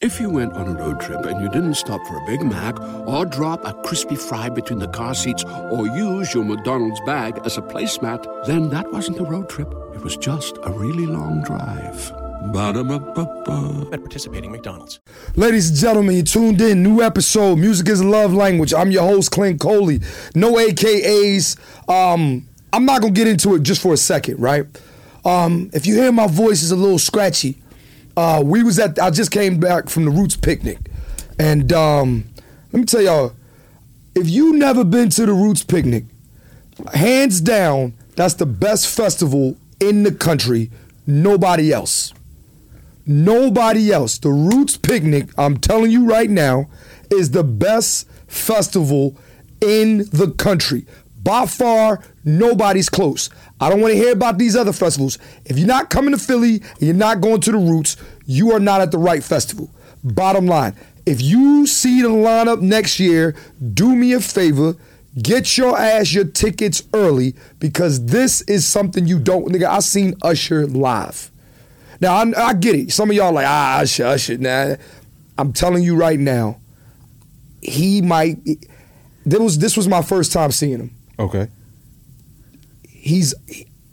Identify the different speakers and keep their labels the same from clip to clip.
Speaker 1: If you went on a road trip and you didn't stop for a Big Mac or drop a crispy fry between the car seats or use your McDonald's bag as a placemat, then that wasn't a road trip. It was just a really long drive. Ba-da-ba-ba-ba.
Speaker 2: At participating McDonald's.
Speaker 3: Ladies and gentlemen, you tuned in. New episode. Music is a love language. I'm your host, Clint Coley. No AKAs. Um, I'm not gonna get into it just for a second, right? Um, if you hear my voice is a little scratchy, uh, we was at. I just came back from the Roots picnic, and um, let me tell y'all, if you never been to the Roots picnic, hands down, that's the best festival in the country. Nobody else. Nobody else. The Roots Picnic, I'm telling you right now, is the best festival in the country. By far, nobody's close. I don't want to hear about these other festivals. If you're not coming to Philly and you're not going to the Roots, you are not at the right festival. Bottom line, if you see the lineup next year, do me a favor. Get your ass your tickets early because this is something you don't. Nigga, I seen Usher live. Now I, I get it. Some of y'all like ah Usher, Usher. Nah, I'm telling you right now, he might. This was this was my first time seeing him.
Speaker 4: Okay.
Speaker 3: He's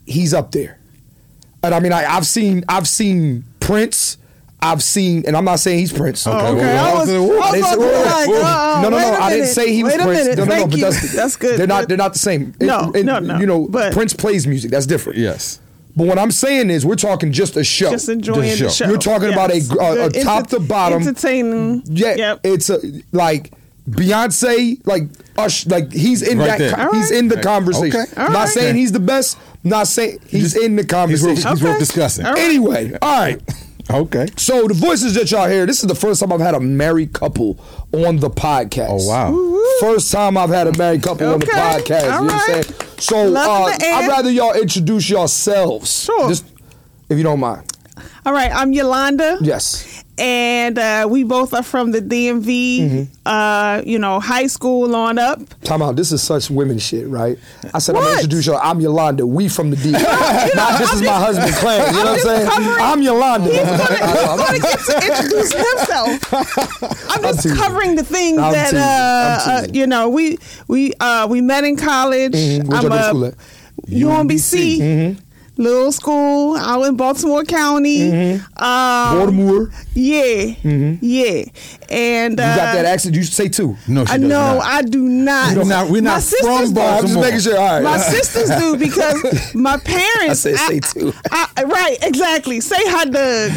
Speaker 3: he's up there, and I mean I, I've seen I've seen Prince. I've seen, and I'm not saying he's Prince.
Speaker 4: Okay,
Speaker 5: Oh, Okay,
Speaker 4: well,
Speaker 5: I was, I
Speaker 4: well,
Speaker 5: was
Speaker 3: They
Speaker 5: about
Speaker 3: said-
Speaker 5: to be
Speaker 3: whoa,
Speaker 5: like,
Speaker 3: whoa.
Speaker 5: uh,
Speaker 3: no, no,
Speaker 5: wait
Speaker 3: no. I
Speaker 5: a
Speaker 3: didn't
Speaker 5: minute,
Speaker 3: say he was
Speaker 5: wait a
Speaker 3: Prince.
Speaker 5: minute,
Speaker 3: No, no, no.
Speaker 5: thank
Speaker 3: But
Speaker 5: you.
Speaker 3: that's,
Speaker 5: That's good.
Speaker 3: They're not.
Speaker 5: Good.
Speaker 3: They're not the same.
Speaker 5: No, no, no,
Speaker 3: You know,
Speaker 5: but-
Speaker 3: Prince plays music. That's different.
Speaker 4: Yes.
Speaker 3: But what I'm saying is, we're talking just a show.
Speaker 5: Just enjoying the
Speaker 4: show.
Speaker 5: show.
Speaker 3: You're talking about a- uh, a- a
Speaker 5: Good,
Speaker 3: top to bottom-
Speaker 5: entertaining.
Speaker 3: yeah,
Speaker 5: Yep.
Speaker 3: it's a, like Beyonce, like Ush, like he's in
Speaker 4: Right
Speaker 3: that.
Speaker 4: there.
Speaker 3: He's
Speaker 5: All
Speaker 3: in the
Speaker 4: right.
Speaker 3: conversation.
Speaker 4: Okay.
Speaker 5: All
Speaker 3: Not
Speaker 5: right.
Speaker 3: saying he's the best. Not saying he's in the
Speaker 4: He's worth,
Speaker 3: conversation.
Speaker 4: he's worth
Speaker 5: Okay.
Speaker 4: discussing.
Speaker 5: All right.
Speaker 3: Anyway, all right.
Speaker 4: Okay.
Speaker 3: So the voices that y'all hear, this is the first time I've had a married couple on the podcast.
Speaker 4: Oh, wow.
Speaker 3: First time I've had a married couple on the
Speaker 5: Okay.
Speaker 3: podcast. you
Speaker 5: All
Speaker 3: know what I'm
Speaker 5: right.
Speaker 3: saying? So
Speaker 5: Love
Speaker 3: uh,
Speaker 5: the air.
Speaker 3: I'd rather y'all introduce yourselves.
Speaker 5: Sure.
Speaker 3: Just if you don't mind.
Speaker 5: All right, I'm Yolanda.
Speaker 3: Yes.
Speaker 5: And uh, we both are from the DMV,
Speaker 3: Mm-hmm.
Speaker 5: uh, you know, high school on up.
Speaker 3: Time out. This is such women shit, right? I said I'm gonna
Speaker 5: What?
Speaker 3: introduce y'all. I'm Yolanda. We from the D. Not this is my husband Clarence. You know what I'm
Speaker 5: just
Speaker 3: saying?
Speaker 5: covering-
Speaker 3: I'm Yolanda.
Speaker 5: I'm going to get to introduce himself. I'm just
Speaker 3: teasing.
Speaker 5: covering the things
Speaker 3: I'm
Speaker 5: that,
Speaker 3: teasing. I'm
Speaker 5: uh, uh,
Speaker 3: teasing.
Speaker 5: you know, we we uh, we met in college.
Speaker 3: Where'd y'all go to school at?
Speaker 5: UMBC.
Speaker 3: Mm-hmm.
Speaker 5: Little school out in Baltimore County.
Speaker 3: Mm-hmm.
Speaker 5: Um,
Speaker 3: Baltimore.
Speaker 5: Yeah, yeah, and
Speaker 3: Mm-hmm.
Speaker 5: uh,
Speaker 3: You got that accent? You should say too.
Speaker 4: No, she
Speaker 5: I
Speaker 4: does
Speaker 5: know
Speaker 4: not.
Speaker 5: I do not.
Speaker 4: We're not- we're
Speaker 5: My
Speaker 4: not
Speaker 5: sisters
Speaker 4: from
Speaker 5: do.
Speaker 3: I'm just
Speaker 4: Baltimore.
Speaker 3: making sure. All right.
Speaker 5: My sisters do because my parents.
Speaker 3: I said say too.
Speaker 5: I- right, exactly. Say hot dog.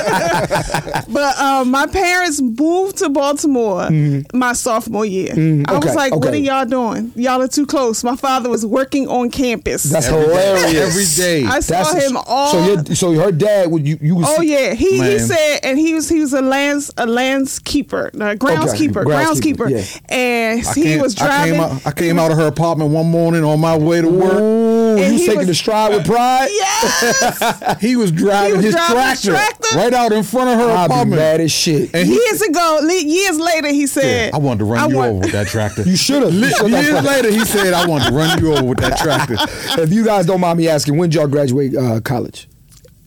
Speaker 5: but um, my parents moved to Baltimore my sophomore year. I was
Speaker 3: Mm-hmm. okay,
Speaker 5: like, "What
Speaker 3: okay.
Speaker 5: are y'all doing? Y'all are too close." My father was working on campus.
Speaker 3: That's
Speaker 4: Every day.
Speaker 3: hilarious.
Speaker 4: Every day.
Speaker 5: I saw him all.
Speaker 3: So, your, so her dad would you? you would
Speaker 5: Oh
Speaker 3: see-
Speaker 5: yeah, he, he
Speaker 4: Man.
Speaker 5: said, and he was he was a lands a landskeeper, a groundskeeper,
Speaker 3: groundskeeper,
Speaker 5: groundskeeper,
Speaker 3: yeah.
Speaker 5: and
Speaker 4: I
Speaker 5: he
Speaker 4: came-
Speaker 5: was driving.
Speaker 4: I came, out, I came out of her apartment one morning on my way to work.
Speaker 3: Ooh,
Speaker 5: And
Speaker 3: you
Speaker 5: he
Speaker 3: taking
Speaker 5: was-
Speaker 3: the stride with pride.
Speaker 5: Yes,
Speaker 4: He was driving
Speaker 5: was
Speaker 4: his
Speaker 5: driving his
Speaker 4: tractor,
Speaker 5: tractor?
Speaker 4: right out in front of her
Speaker 3: I'll be
Speaker 4: apartment.
Speaker 3: mad as shit.
Speaker 4: And he-
Speaker 5: years ago, le- years later, he said,
Speaker 4: I wanted to run
Speaker 5: I
Speaker 4: you
Speaker 5: want-
Speaker 4: over with that tractor.
Speaker 3: You should have.
Speaker 4: Li- Years later, he said, "I wanted to run you over with that tractor."
Speaker 3: If you guys don't mind me asking, when did y'all graduate uh, college?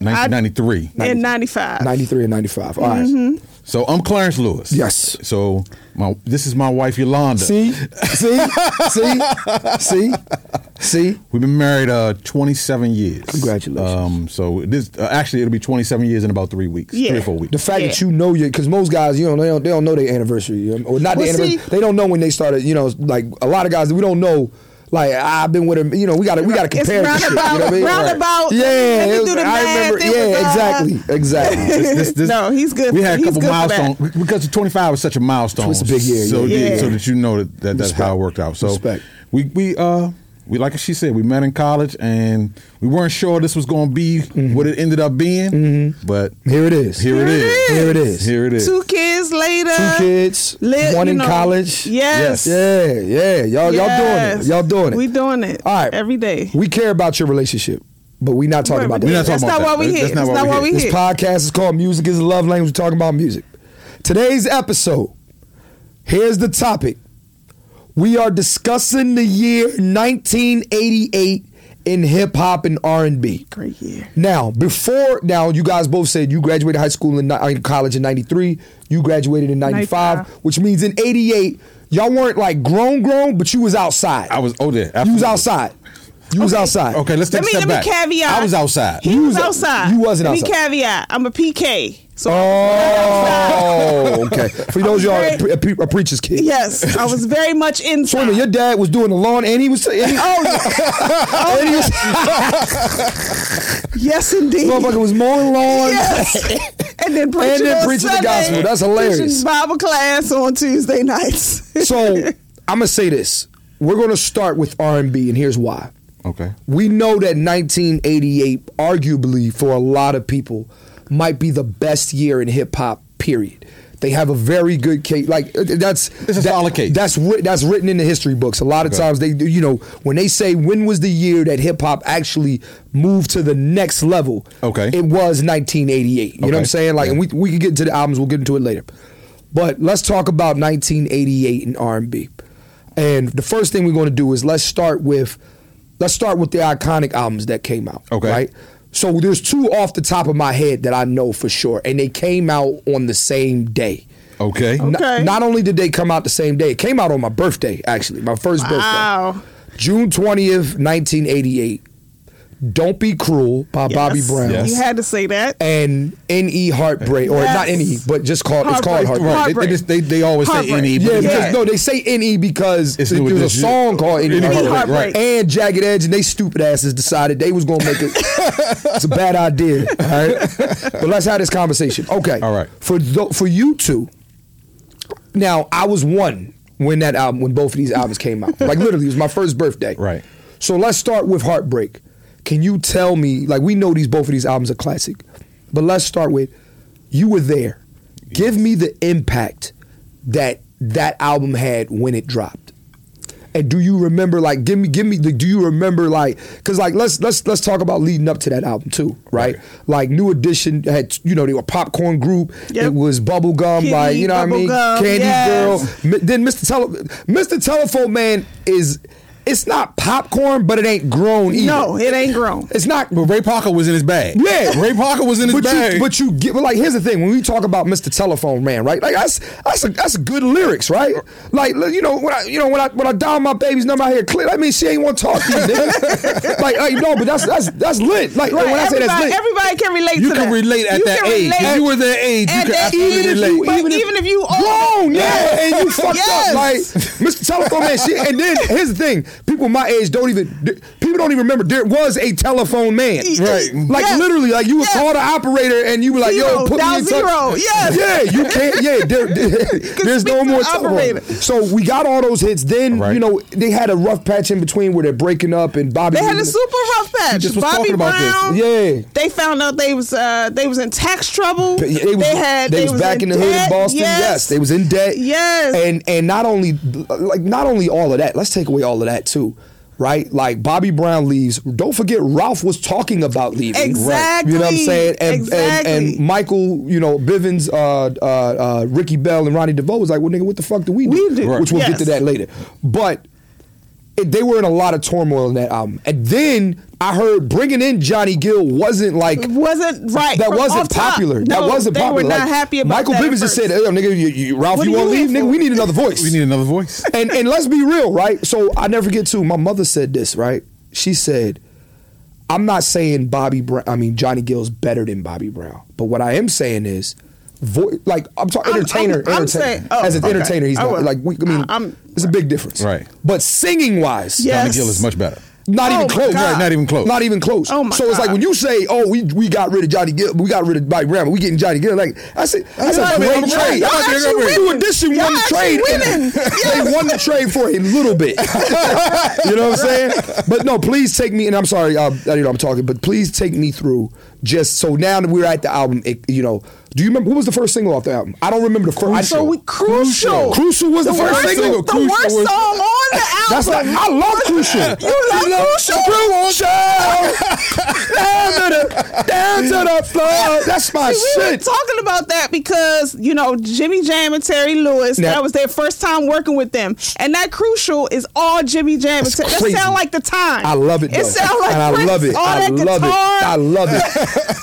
Speaker 4: 1993.
Speaker 5: in '95,
Speaker 3: 93 and 95. All right.
Speaker 5: Mm-hmm.
Speaker 4: So I'm Clarence Lewis.
Speaker 3: Yes.
Speaker 4: So my this is my wife Yolanda.
Speaker 3: See? See? See? See? See?
Speaker 4: We've been married uh 27 years.
Speaker 3: Congratulations.
Speaker 4: Um. So this uh, actually it'll be 27 years in about three weeks,
Speaker 5: Yeah.
Speaker 4: three or four weeks.
Speaker 3: The fact that
Speaker 5: Yeah.
Speaker 3: you know your, because most guys, you know, they don't, they don't know their anniversary, you know, or not
Speaker 5: Well,
Speaker 3: their
Speaker 5: see-
Speaker 3: anniversary. They don't know when they started. You know, like a lot of guys, we don't know. Like I've been with him, you know. We got to we got to
Speaker 5: It's
Speaker 3: compare. this shit, you know what I
Speaker 5: roundabout-
Speaker 3: mean?
Speaker 5: roundabout.
Speaker 3: Yeah,
Speaker 5: Let me
Speaker 3: it
Speaker 5: do
Speaker 3: was-
Speaker 5: the
Speaker 3: I
Speaker 5: math.
Speaker 3: remember.
Speaker 5: It was,
Speaker 3: Yeah,
Speaker 5: uh,
Speaker 3: exactly, exactly.
Speaker 4: This- this-
Speaker 5: No, he's good
Speaker 4: We
Speaker 5: for-
Speaker 4: had a
Speaker 5: he's
Speaker 4: couple
Speaker 5: good for that.
Speaker 4: milestones because 25 was such a milestone.
Speaker 3: It's a big year,
Speaker 4: So,
Speaker 3: yeah,
Speaker 4: that-
Speaker 5: yeah.
Speaker 4: so that you know that, that that's
Speaker 3: Respect.
Speaker 4: how it worked out. So
Speaker 3: Respect.
Speaker 4: we we uh we like she said we met in college and we weren't sure this was going to be
Speaker 3: Mm-hmm.
Speaker 4: what it ended up being, but
Speaker 3: Here it is.
Speaker 4: here, it is.
Speaker 3: Mm-hmm. Here it is.
Speaker 4: Here it is.
Speaker 5: two kids later,
Speaker 3: Two kids,
Speaker 5: Lit,
Speaker 3: one
Speaker 5: you
Speaker 3: in
Speaker 5: know,
Speaker 3: college.
Speaker 5: Yes.
Speaker 3: Yeah, yeah. Y'all,
Speaker 5: Yes.
Speaker 3: y'all doing it. Y'all doing it.
Speaker 5: We doing it.
Speaker 3: All right.
Speaker 5: every day.
Speaker 3: We care about your relationship, but we not talking about that.
Speaker 4: We're not
Speaker 5: That's
Speaker 4: talking
Speaker 5: not
Speaker 4: about
Speaker 5: why
Speaker 4: that.
Speaker 5: we here.
Speaker 4: That's not
Speaker 5: That's
Speaker 4: why
Speaker 5: not
Speaker 4: we
Speaker 5: why
Speaker 4: here.
Speaker 5: we
Speaker 3: This
Speaker 5: here.
Speaker 3: podcast is called Music is a Love Language. We're talking about music. Today's episode, here's the topic. We are discussing the year 1988 in hip hop and R and B.
Speaker 5: Great year.
Speaker 3: Now, before now, you guys both said you graduated high school in, ni- uh, in college in '93. You graduated in '95,
Speaker 5: 95.
Speaker 3: which means in '88, y'all weren't like grown, grown, but you was outside.
Speaker 4: I was oh there.
Speaker 3: you was
Speaker 4: absolutely.
Speaker 3: outside. You was outside.
Speaker 4: Okay, let's take
Speaker 5: Let me
Speaker 4: a step back.
Speaker 5: let me caveat.
Speaker 4: I was outside.
Speaker 5: He
Speaker 3: You
Speaker 5: was,
Speaker 3: was out-
Speaker 5: outside.
Speaker 3: you wasn't
Speaker 5: let
Speaker 3: outside.
Speaker 5: me caveat. I'm a PK. So
Speaker 3: Oh, okay. For those of y'all
Speaker 5: Right.
Speaker 3: a, pre- a, pre- a preacher's kid.
Speaker 5: yes, I was very much inside.
Speaker 3: So wait a minute, your dad was doing the lawn and he was. And he,
Speaker 5: Oh,
Speaker 3: oh, and he was.
Speaker 5: Yes, indeed.
Speaker 3: motherfucker was mowing lawns.
Speaker 5: Yes. and then preaching,
Speaker 3: then
Speaker 5: on
Speaker 3: preaching the
Speaker 5: Sunday,
Speaker 3: gospel. That's hilarious.
Speaker 5: Teaching Bible class on Tuesday nights.
Speaker 3: So I'm gonna say this. We're gonna start with R&B, and here's why.
Speaker 4: Okay.
Speaker 3: We know that 1988, arguably for a lot of people, might be the best year in hip hop. Period. They have a very good case. Like uh, that's
Speaker 4: It's a
Speaker 3: that-
Speaker 4: solid case.
Speaker 3: That's writ- that's written in the history books. A lot of
Speaker 4: Okay.
Speaker 3: times they, you know, when they say when was the year that hip hop actually moved to the next level.
Speaker 4: Okay.
Speaker 3: it was 1988. You know what I'm
Speaker 4: Okay.
Speaker 3: saying? Like, and we we can get into the albums. We'll get into it later. But let's talk about 1988 and R&B. And the first thing we're going to do is let's start with let's start with the iconic albums that came out.
Speaker 4: Okay.
Speaker 3: Right. So there's two off the top of my head that I know for sure, and they came out on the same day.
Speaker 4: Okay.
Speaker 3: N-
Speaker 5: Okay.
Speaker 3: Not, only did they come out the same day, it came out on my birthday, actually, my first
Speaker 5: Wow.
Speaker 3: birthday. June 20th, 1988. Don't Be Cruel by Bobby
Speaker 5: Yes.
Speaker 3: Brown.
Speaker 4: Yes.
Speaker 5: You had to say that.
Speaker 3: And NE Heartbreak, or
Speaker 5: Yes.
Speaker 3: not NE, but just called, it's called
Speaker 5: Heartbreak.
Speaker 3: Heartbreak.
Speaker 4: Right. They,
Speaker 5: Heartbreak.
Speaker 4: they, just, they, they always say
Speaker 5: Heartbreak.
Speaker 4: any.
Speaker 3: Yeah,
Speaker 4: but-
Speaker 3: because
Speaker 5: Yeah.
Speaker 3: no, they say NE because
Speaker 4: It's
Speaker 3: there
Speaker 4: new
Speaker 3: there's a
Speaker 4: edition.
Speaker 3: song called NE
Speaker 4: Any
Speaker 3: Heartbreak,
Speaker 5: E Heartbreak, right.
Speaker 3: and Jagged Edge, and they stupid asses decided they was gonna make it. it's a bad idea, all right. But let's have this conversation, okay?
Speaker 4: All right.
Speaker 3: For tho- for you two, now I was one when that album, when both of these albums came out. like literally, it was my first birthday.
Speaker 4: Right.
Speaker 3: So let's start with Heartbreak. Can you tell me, like we know these both of these albums are classic, but let's start with you were there. Give me the impact that that album had when it dropped. And do you remember like give me give me the do you remember like cuz like let's let's let's talk about leading up to that album too, right? Like New Edition had you know they were a popcorn group.
Speaker 5: Yep.
Speaker 3: It was bubblegum
Speaker 5: Kitty,
Speaker 3: like you know what I mean?
Speaker 5: Bubblegum,
Speaker 3: Candy
Speaker 5: yes.
Speaker 3: Girl. Mi- Then Mr. Tele- Mr. Telephone Man is it's not popcorn but it ain't grown either.
Speaker 5: No, it ain't grown.
Speaker 3: It's not
Speaker 4: But Ray Parker was in his bag.
Speaker 3: Yeah.
Speaker 4: Ray Parker was in his
Speaker 3: but
Speaker 4: bag.
Speaker 3: you, but you get, but like, here's the thing: when we talk about Mr. Telephone Man, right? Like, that's that's a, that's good lyrics, right? Like, look, you know, when I, you know, when I when I dial my baby's number out here, clear. I mean, she ain't want to talk to you, nigga. like, like, no, but that's that's that's lit. Like,
Speaker 5: Right,
Speaker 3: when I say that's
Speaker 5: everybody,
Speaker 3: lit,
Speaker 5: everybody can relate
Speaker 4: You
Speaker 5: to
Speaker 4: can
Speaker 5: that.
Speaker 4: relate at
Speaker 5: You
Speaker 4: that
Speaker 5: can
Speaker 4: age.
Speaker 5: relate.
Speaker 4: If you were that age, you
Speaker 5: At
Speaker 4: could
Speaker 5: that
Speaker 4: absolutely
Speaker 5: age,
Speaker 4: relate.
Speaker 5: but even, if you own,
Speaker 3: grown, yeah, and you fucked
Speaker 5: Oh, Yes.
Speaker 3: up, like Mr. Telephone Man. Shit. And then here's the thing: people my age don't even people don't even remember there was a telephone man,
Speaker 4: Right.
Speaker 3: Like
Speaker 5: Yes.
Speaker 3: literally, like you would
Speaker 5: Yes.
Speaker 3: call the operator and you were like,
Speaker 5: Zero,
Speaker 3: "Yo, put
Speaker 5: dial
Speaker 3: me in
Speaker 5: zero.
Speaker 3: touch."
Speaker 5: Yes.
Speaker 3: yeah, you can't. Yeah, there, there's
Speaker 5: speak
Speaker 3: no
Speaker 5: to
Speaker 3: more
Speaker 5: the operator.
Speaker 3: telephone. So we got all those hits. Then
Speaker 4: Right.
Speaker 3: you know they had a rough patch in between where they're breaking up and Bobby.
Speaker 5: They had a
Speaker 3: leaving-
Speaker 5: super rough patch.
Speaker 4: just was
Speaker 5: Bobby
Speaker 4: talking about this.
Speaker 5: Brown.
Speaker 3: Yeah.
Speaker 5: They found out they was uh they was in tax trouble.
Speaker 3: But yeah, They, was,
Speaker 5: had
Speaker 3: they was back in the hood
Speaker 5: debt.
Speaker 3: in Boston. Yes. they was in debt.
Speaker 5: Yes.
Speaker 3: and and not only like not only all of that. Let's take away all of that too, right? Like Bobby Brown leaves. Don't forget Ralph was talking about leaving.
Speaker 5: Exactly.
Speaker 3: You know what I'm saying? And and,
Speaker 5: Exactly.
Speaker 3: and Michael, you know Bivens, uh, uh, uh, Ricky Bell, and Ronnie DeVoe was like, "Well, nigga, what the fuck do we do?"
Speaker 5: We do. Right.
Speaker 3: Which we'll get to
Speaker 5: Yes.
Speaker 3: that later, but it, they were in a lot of turmoil in that album. And then I heard bringing in Johnny Gill wasn't like
Speaker 5: wasn't right.
Speaker 3: that
Speaker 5: from off
Speaker 3: wasn't
Speaker 5: top.
Speaker 3: popular.
Speaker 5: No,
Speaker 3: that wasn't
Speaker 5: they
Speaker 3: popular.
Speaker 5: Were not
Speaker 3: Like,
Speaker 5: happy about
Speaker 3: Michael
Speaker 5: that at
Speaker 3: Bivins just
Speaker 5: first.
Speaker 3: said, "Oh, nigga, you, you, Ralph,
Speaker 5: What
Speaker 3: you
Speaker 5: are
Speaker 3: want to
Speaker 5: you
Speaker 3: leave?
Speaker 5: here
Speaker 3: Nigga,
Speaker 5: for?"
Speaker 3: we need another voice."
Speaker 4: we need another voice.
Speaker 3: and and let's be real, right? So I never get to. My mother said this, right? She said, "I'm not saying Bobby Brown. I mean Johnny Gill's better than Bobby Brown, but what I am saying is." Vo- like I'm talking
Speaker 5: I'm-
Speaker 3: entertainer,
Speaker 5: I'm- I'm
Speaker 3: entertainer.
Speaker 5: saying- oh,
Speaker 3: as an
Speaker 5: okay.
Speaker 3: entertainer, he's
Speaker 5: I
Speaker 3: not
Speaker 5: will.
Speaker 3: like we, I mean,
Speaker 5: I- I'm-
Speaker 3: it's a big difference,
Speaker 4: Right.
Speaker 3: But singing wise,
Speaker 5: Yeah.
Speaker 4: Johnny
Speaker 5: Yes.
Speaker 4: Gill is much better.
Speaker 3: not
Speaker 5: Oh
Speaker 3: even
Speaker 5: my
Speaker 3: close.
Speaker 5: God.
Speaker 4: Right, not even close.
Speaker 3: Not even close.
Speaker 5: Oh my
Speaker 3: so it's like
Speaker 5: God.
Speaker 3: when you say, "Oh, we we got rid of Johnny Gill, we got rid of Bobby Brown, but we getting Johnny Gill." Like I said, that's
Speaker 5: Y'all
Speaker 3: a
Speaker 5: actually
Speaker 3: great
Speaker 5: winning.
Speaker 3: trade.
Speaker 5: Y'all actually
Speaker 3: New
Speaker 5: winning.
Speaker 3: Edition
Speaker 5: Y'all
Speaker 3: won the
Speaker 5: actually
Speaker 3: trade. and
Speaker 5: winning.
Speaker 3: They won the trade for a little bit. you know what I'm saying? But no, please take me. And I'm sorry, uh, I don't know I'm talking, but please take me through just so now that we're at the album. It, you know, Do you remember what was the first single off the album? I don't remember the first.
Speaker 5: So we
Speaker 3: Crucial.
Speaker 5: crucial.
Speaker 3: Crucial was the first
Speaker 5: worst,
Speaker 3: single.
Speaker 5: The
Speaker 3: Crucial
Speaker 5: worst
Speaker 3: was-
Speaker 5: song on the album.
Speaker 3: That's not. I love Crucial.
Speaker 5: You love Crucial?
Speaker 3: Crucial. down to the down to the floor. That's my
Speaker 5: See, we were
Speaker 3: shit.
Speaker 5: talking about that because you know Jimmy Jam and Terry Lewis.
Speaker 3: Now-
Speaker 5: that was their first time working with them, and that crucial is all Jimmy Jam. and
Speaker 3: That's
Speaker 5: Ter- That
Speaker 3: crazy.
Speaker 5: sound like the time.
Speaker 3: I love it.
Speaker 5: It
Speaker 3: though.
Speaker 5: sound like
Speaker 3: and I
Speaker 5: Prince,
Speaker 3: love it.
Speaker 5: All
Speaker 3: I
Speaker 5: that
Speaker 3: love it.
Speaker 5: guitar.
Speaker 3: I love it.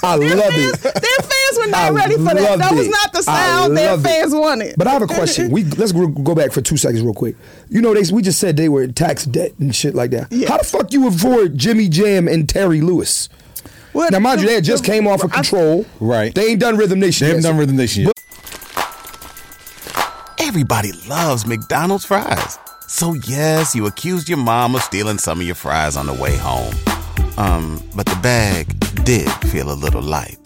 Speaker 3: I love
Speaker 5: Fans, their
Speaker 3: it.
Speaker 5: fans were
Speaker 3: I
Speaker 5: not ready for that.
Speaker 3: love
Speaker 5: That was
Speaker 3: it.
Speaker 5: not the
Speaker 3: I
Speaker 5: sound their
Speaker 3: love it.
Speaker 5: fans wanted.
Speaker 3: But I have a question. We let's go- go back for two seconds real quick. You know, they we just said they were in tax debt and shit like that.
Speaker 5: Yeah.
Speaker 3: How the fuck you afford Jimmy Jam and Terry Lewis?
Speaker 5: Well,
Speaker 3: now, mind you,
Speaker 5: the-
Speaker 3: they had just
Speaker 5: the-
Speaker 3: came off of
Speaker 5: I-
Speaker 3: control.
Speaker 4: Right.
Speaker 3: They ain't done Rhythm Nation.
Speaker 4: They haven't
Speaker 3: yet.
Speaker 4: done Rhythm Nation yet.
Speaker 2: Everybody loves McDonald's fries. So yes, you accused your mom of stealing some of your fries on the way home. Um, but the bag did feel a little light.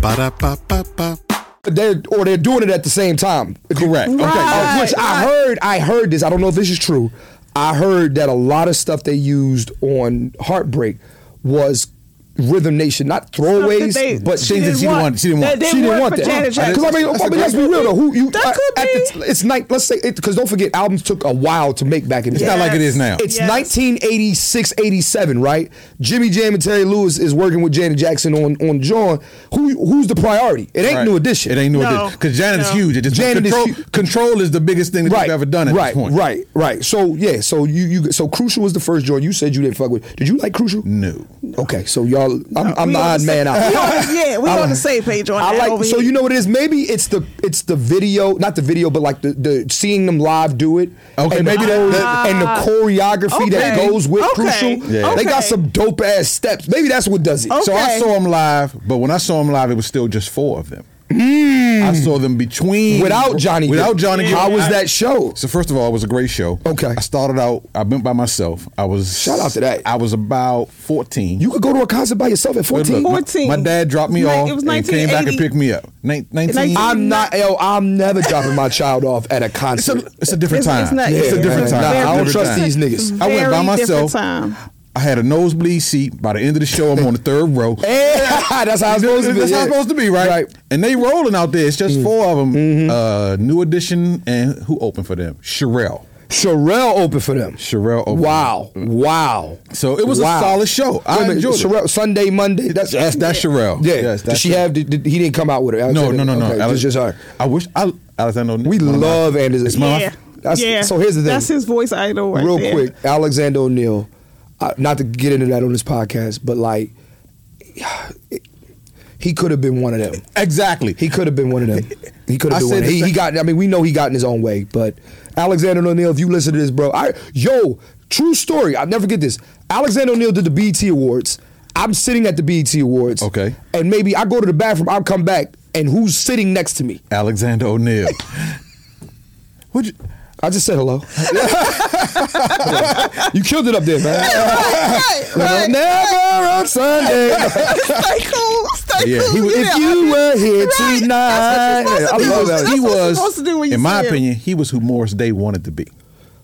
Speaker 2: Ba-da-ba-ba-ba.
Speaker 3: they're or they're doing it at the same time.
Speaker 4: Correct.
Speaker 3: Of
Speaker 4: Okay.
Speaker 3: which I
Speaker 5: right.
Speaker 3: heard I heard this. I don't know if this is true. I heard that a lot of stuff they used on Heartbreak was Rhythm Nation, not throwaways,
Speaker 5: Stuff that they-
Speaker 3: but
Speaker 5: she
Speaker 3: things that
Speaker 5: didn't
Speaker 3: she didn't
Speaker 5: want.
Speaker 3: want.
Speaker 4: She didn't want-
Speaker 5: They- they
Speaker 3: she didn't
Speaker 5: worked
Speaker 3: want
Speaker 5: for
Speaker 3: that.
Speaker 5: Janet Jackson.
Speaker 3: Because I mean, I mean, let's be real though. Who you?
Speaker 5: That
Speaker 3: I-
Speaker 5: could
Speaker 3: at the-
Speaker 5: be.
Speaker 3: it's like let's say because don't forget albums took a while to make back in. the
Speaker 4: It's
Speaker 3: day.
Speaker 4: not like it is now.
Speaker 3: It's
Speaker 5: Yes.
Speaker 3: 1986, 87, right? Jimmy Jam and Terry Lewis is working with Janet Jackson on on John. Who who's the priority? It ain't
Speaker 4: Right.
Speaker 3: New Edition.
Speaker 4: It ain't new
Speaker 5: No.
Speaker 4: edition. Because Janet is
Speaker 5: No.
Speaker 4: huge. It just
Speaker 3: Janet is
Speaker 4: control,
Speaker 3: hu-
Speaker 4: control is the biggest thing that
Speaker 3: right,
Speaker 4: you've ever done at
Speaker 3: right,
Speaker 4: this point.
Speaker 3: Right, right. So yeah, so you you so Crucial was the first joint. You said you didn't fuck with. Did you like Crucial?
Speaker 4: No.
Speaker 3: Okay, so y'all, I'm, I'm
Speaker 5: we
Speaker 3: the
Speaker 5: on
Speaker 3: odd
Speaker 5: the
Speaker 3: man
Speaker 5: same-
Speaker 3: out.
Speaker 5: we on- yeah, we
Speaker 3: I
Speaker 5: on
Speaker 3: like-
Speaker 5: the same page on
Speaker 3: I
Speaker 5: that
Speaker 3: like.
Speaker 5: over
Speaker 3: so
Speaker 5: here.
Speaker 3: you know what it is? Maybe it's the it's the video, not the video, but like the, the seeing them live do it.
Speaker 4: Okay,
Speaker 3: and
Speaker 4: maybe
Speaker 3: the-
Speaker 4: that-
Speaker 3: the- and the choreography that
Speaker 5: Ah. Okay.
Speaker 3: goes with
Speaker 5: Okay.
Speaker 3: Crucial.
Speaker 5: Yeah.
Speaker 3: They got
Speaker 5: Okay.
Speaker 3: some dope ass steps. Maybe that's what does it.
Speaker 5: Okay.
Speaker 4: So I saw him live, but when I saw him live, it was still just four of them. I saw them between
Speaker 3: Hmm. Without Johnny,
Speaker 4: Without
Speaker 3: Gibb,
Speaker 4: Johnny, Gibb.
Speaker 3: how was
Speaker 4: I-
Speaker 3: that show?
Speaker 4: So first of all, it was a great show.
Speaker 3: Okay.
Speaker 4: I started out. I went by myself. I was
Speaker 3: Shout out to that.
Speaker 4: I was about fourteen.
Speaker 3: You could go to a concert by yourself at
Speaker 4: Good
Speaker 3: 14.
Speaker 4: luck. My-
Speaker 5: 14.
Speaker 4: My, dad dropped me
Speaker 5: Ni-
Speaker 4: off
Speaker 5: it was
Speaker 4: and came back and
Speaker 5: 1980.
Speaker 4: picked me up. Nin- Nineteen.
Speaker 3: I'm not. Yo, I'm never dropping my child off at a
Speaker 4: It's a,
Speaker 3: concert.
Speaker 4: it's a different
Speaker 5: It's-
Speaker 4: time.
Speaker 5: it's not-
Speaker 4: It's a
Speaker 5: yeah.
Speaker 4: different
Speaker 5: Nah,
Speaker 4: time.
Speaker 5: I don't
Speaker 4: Different
Speaker 5: trust
Speaker 4: time.
Speaker 5: these
Speaker 3: niggas.
Speaker 4: I went by
Speaker 5: Very different
Speaker 4: myself.
Speaker 5: time.
Speaker 4: I had a nosebleed seat. By the end of the show, I'm on the third row.
Speaker 3: Yeah, that's how it's supposed to be.
Speaker 4: That's how
Speaker 3: yeah.
Speaker 4: it's supposed to be, right?
Speaker 3: Right. Mm. Mm-hmm.
Speaker 4: And they rolling out there. It's just four of them. Uh, New Edition and who opened for them? Sherelle.
Speaker 3: Sherelle opened for them.
Speaker 4: Sherelle opened. Mm.
Speaker 3: Wow. Wow.
Speaker 4: So it was a solid show. I
Speaker 3: Wait a minute,
Speaker 4: enjoyed it.
Speaker 3: Sherelle, Sunday, Monday. That's
Speaker 4: That's that's Sherelle.
Speaker 3: yeah.
Speaker 4: Yes,
Speaker 3: did
Speaker 4: that's
Speaker 3: she
Speaker 4: her.
Speaker 3: have? Did, did- he didn't come out with her.
Speaker 4: No, no, no, no.
Speaker 3: Okay,
Speaker 4: Alex-
Speaker 3: Just, just her.
Speaker 4: I wish I Alexander.
Speaker 3: We
Speaker 4: one of my-
Speaker 3: love Anderson.
Speaker 4: It's my-
Speaker 5: yeah.
Speaker 3: That's-
Speaker 5: yeah.
Speaker 3: So here's the thing.
Speaker 5: That's his voice idol right
Speaker 3: Real
Speaker 5: there.
Speaker 3: quick, Alexander O'Neill. Uh, not to get into that on this podcast, but like, he could have been one of them.
Speaker 4: Exactly.
Speaker 3: He could have been one of them. He could
Speaker 4: I
Speaker 3: have been one. Of
Speaker 4: said the
Speaker 3: them. He, he
Speaker 4: same-
Speaker 3: got. I mean, we know he got in his own way. But Alexander O'Neal, if you listen to this, bro, I yo, true story. I'll never forget this. Alexander O'Neal did the BET Awards. I'm sitting at the BET Awards.
Speaker 4: Okay.
Speaker 3: And maybe I go to the bathroom. I'll come back, and who's sitting next to me?
Speaker 4: Alexander O'Neill. Would you?
Speaker 3: I just said hello. you killed it up there, man.
Speaker 5: right,
Speaker 3: You know,
Speaker 5: right.
Speaker 3: Never on Sunday.
Speaker 5: stay cool. Stay
Speaker 4: Yeah,
Speaker 5: cool.
Speaker 4: he was-
Speaker 5: oh, yeah.
Speaker 3: if you were here
Speaker 5: Right.
Speaker 3: tonight,
Speaker 5: That's what you're supposed to
Speaker 3: I
Speaker 5: do.
Speaker 3: love that.
Speaker 5: That's what
Speaker 4: He
Speaker 5: you're
Speaker 4: was,
Speaker 5: supposed to do when you
Speaker 4: in my
Speaker 5: see him.
Speaker 4: opinion, he was who Morris Day wanted to be.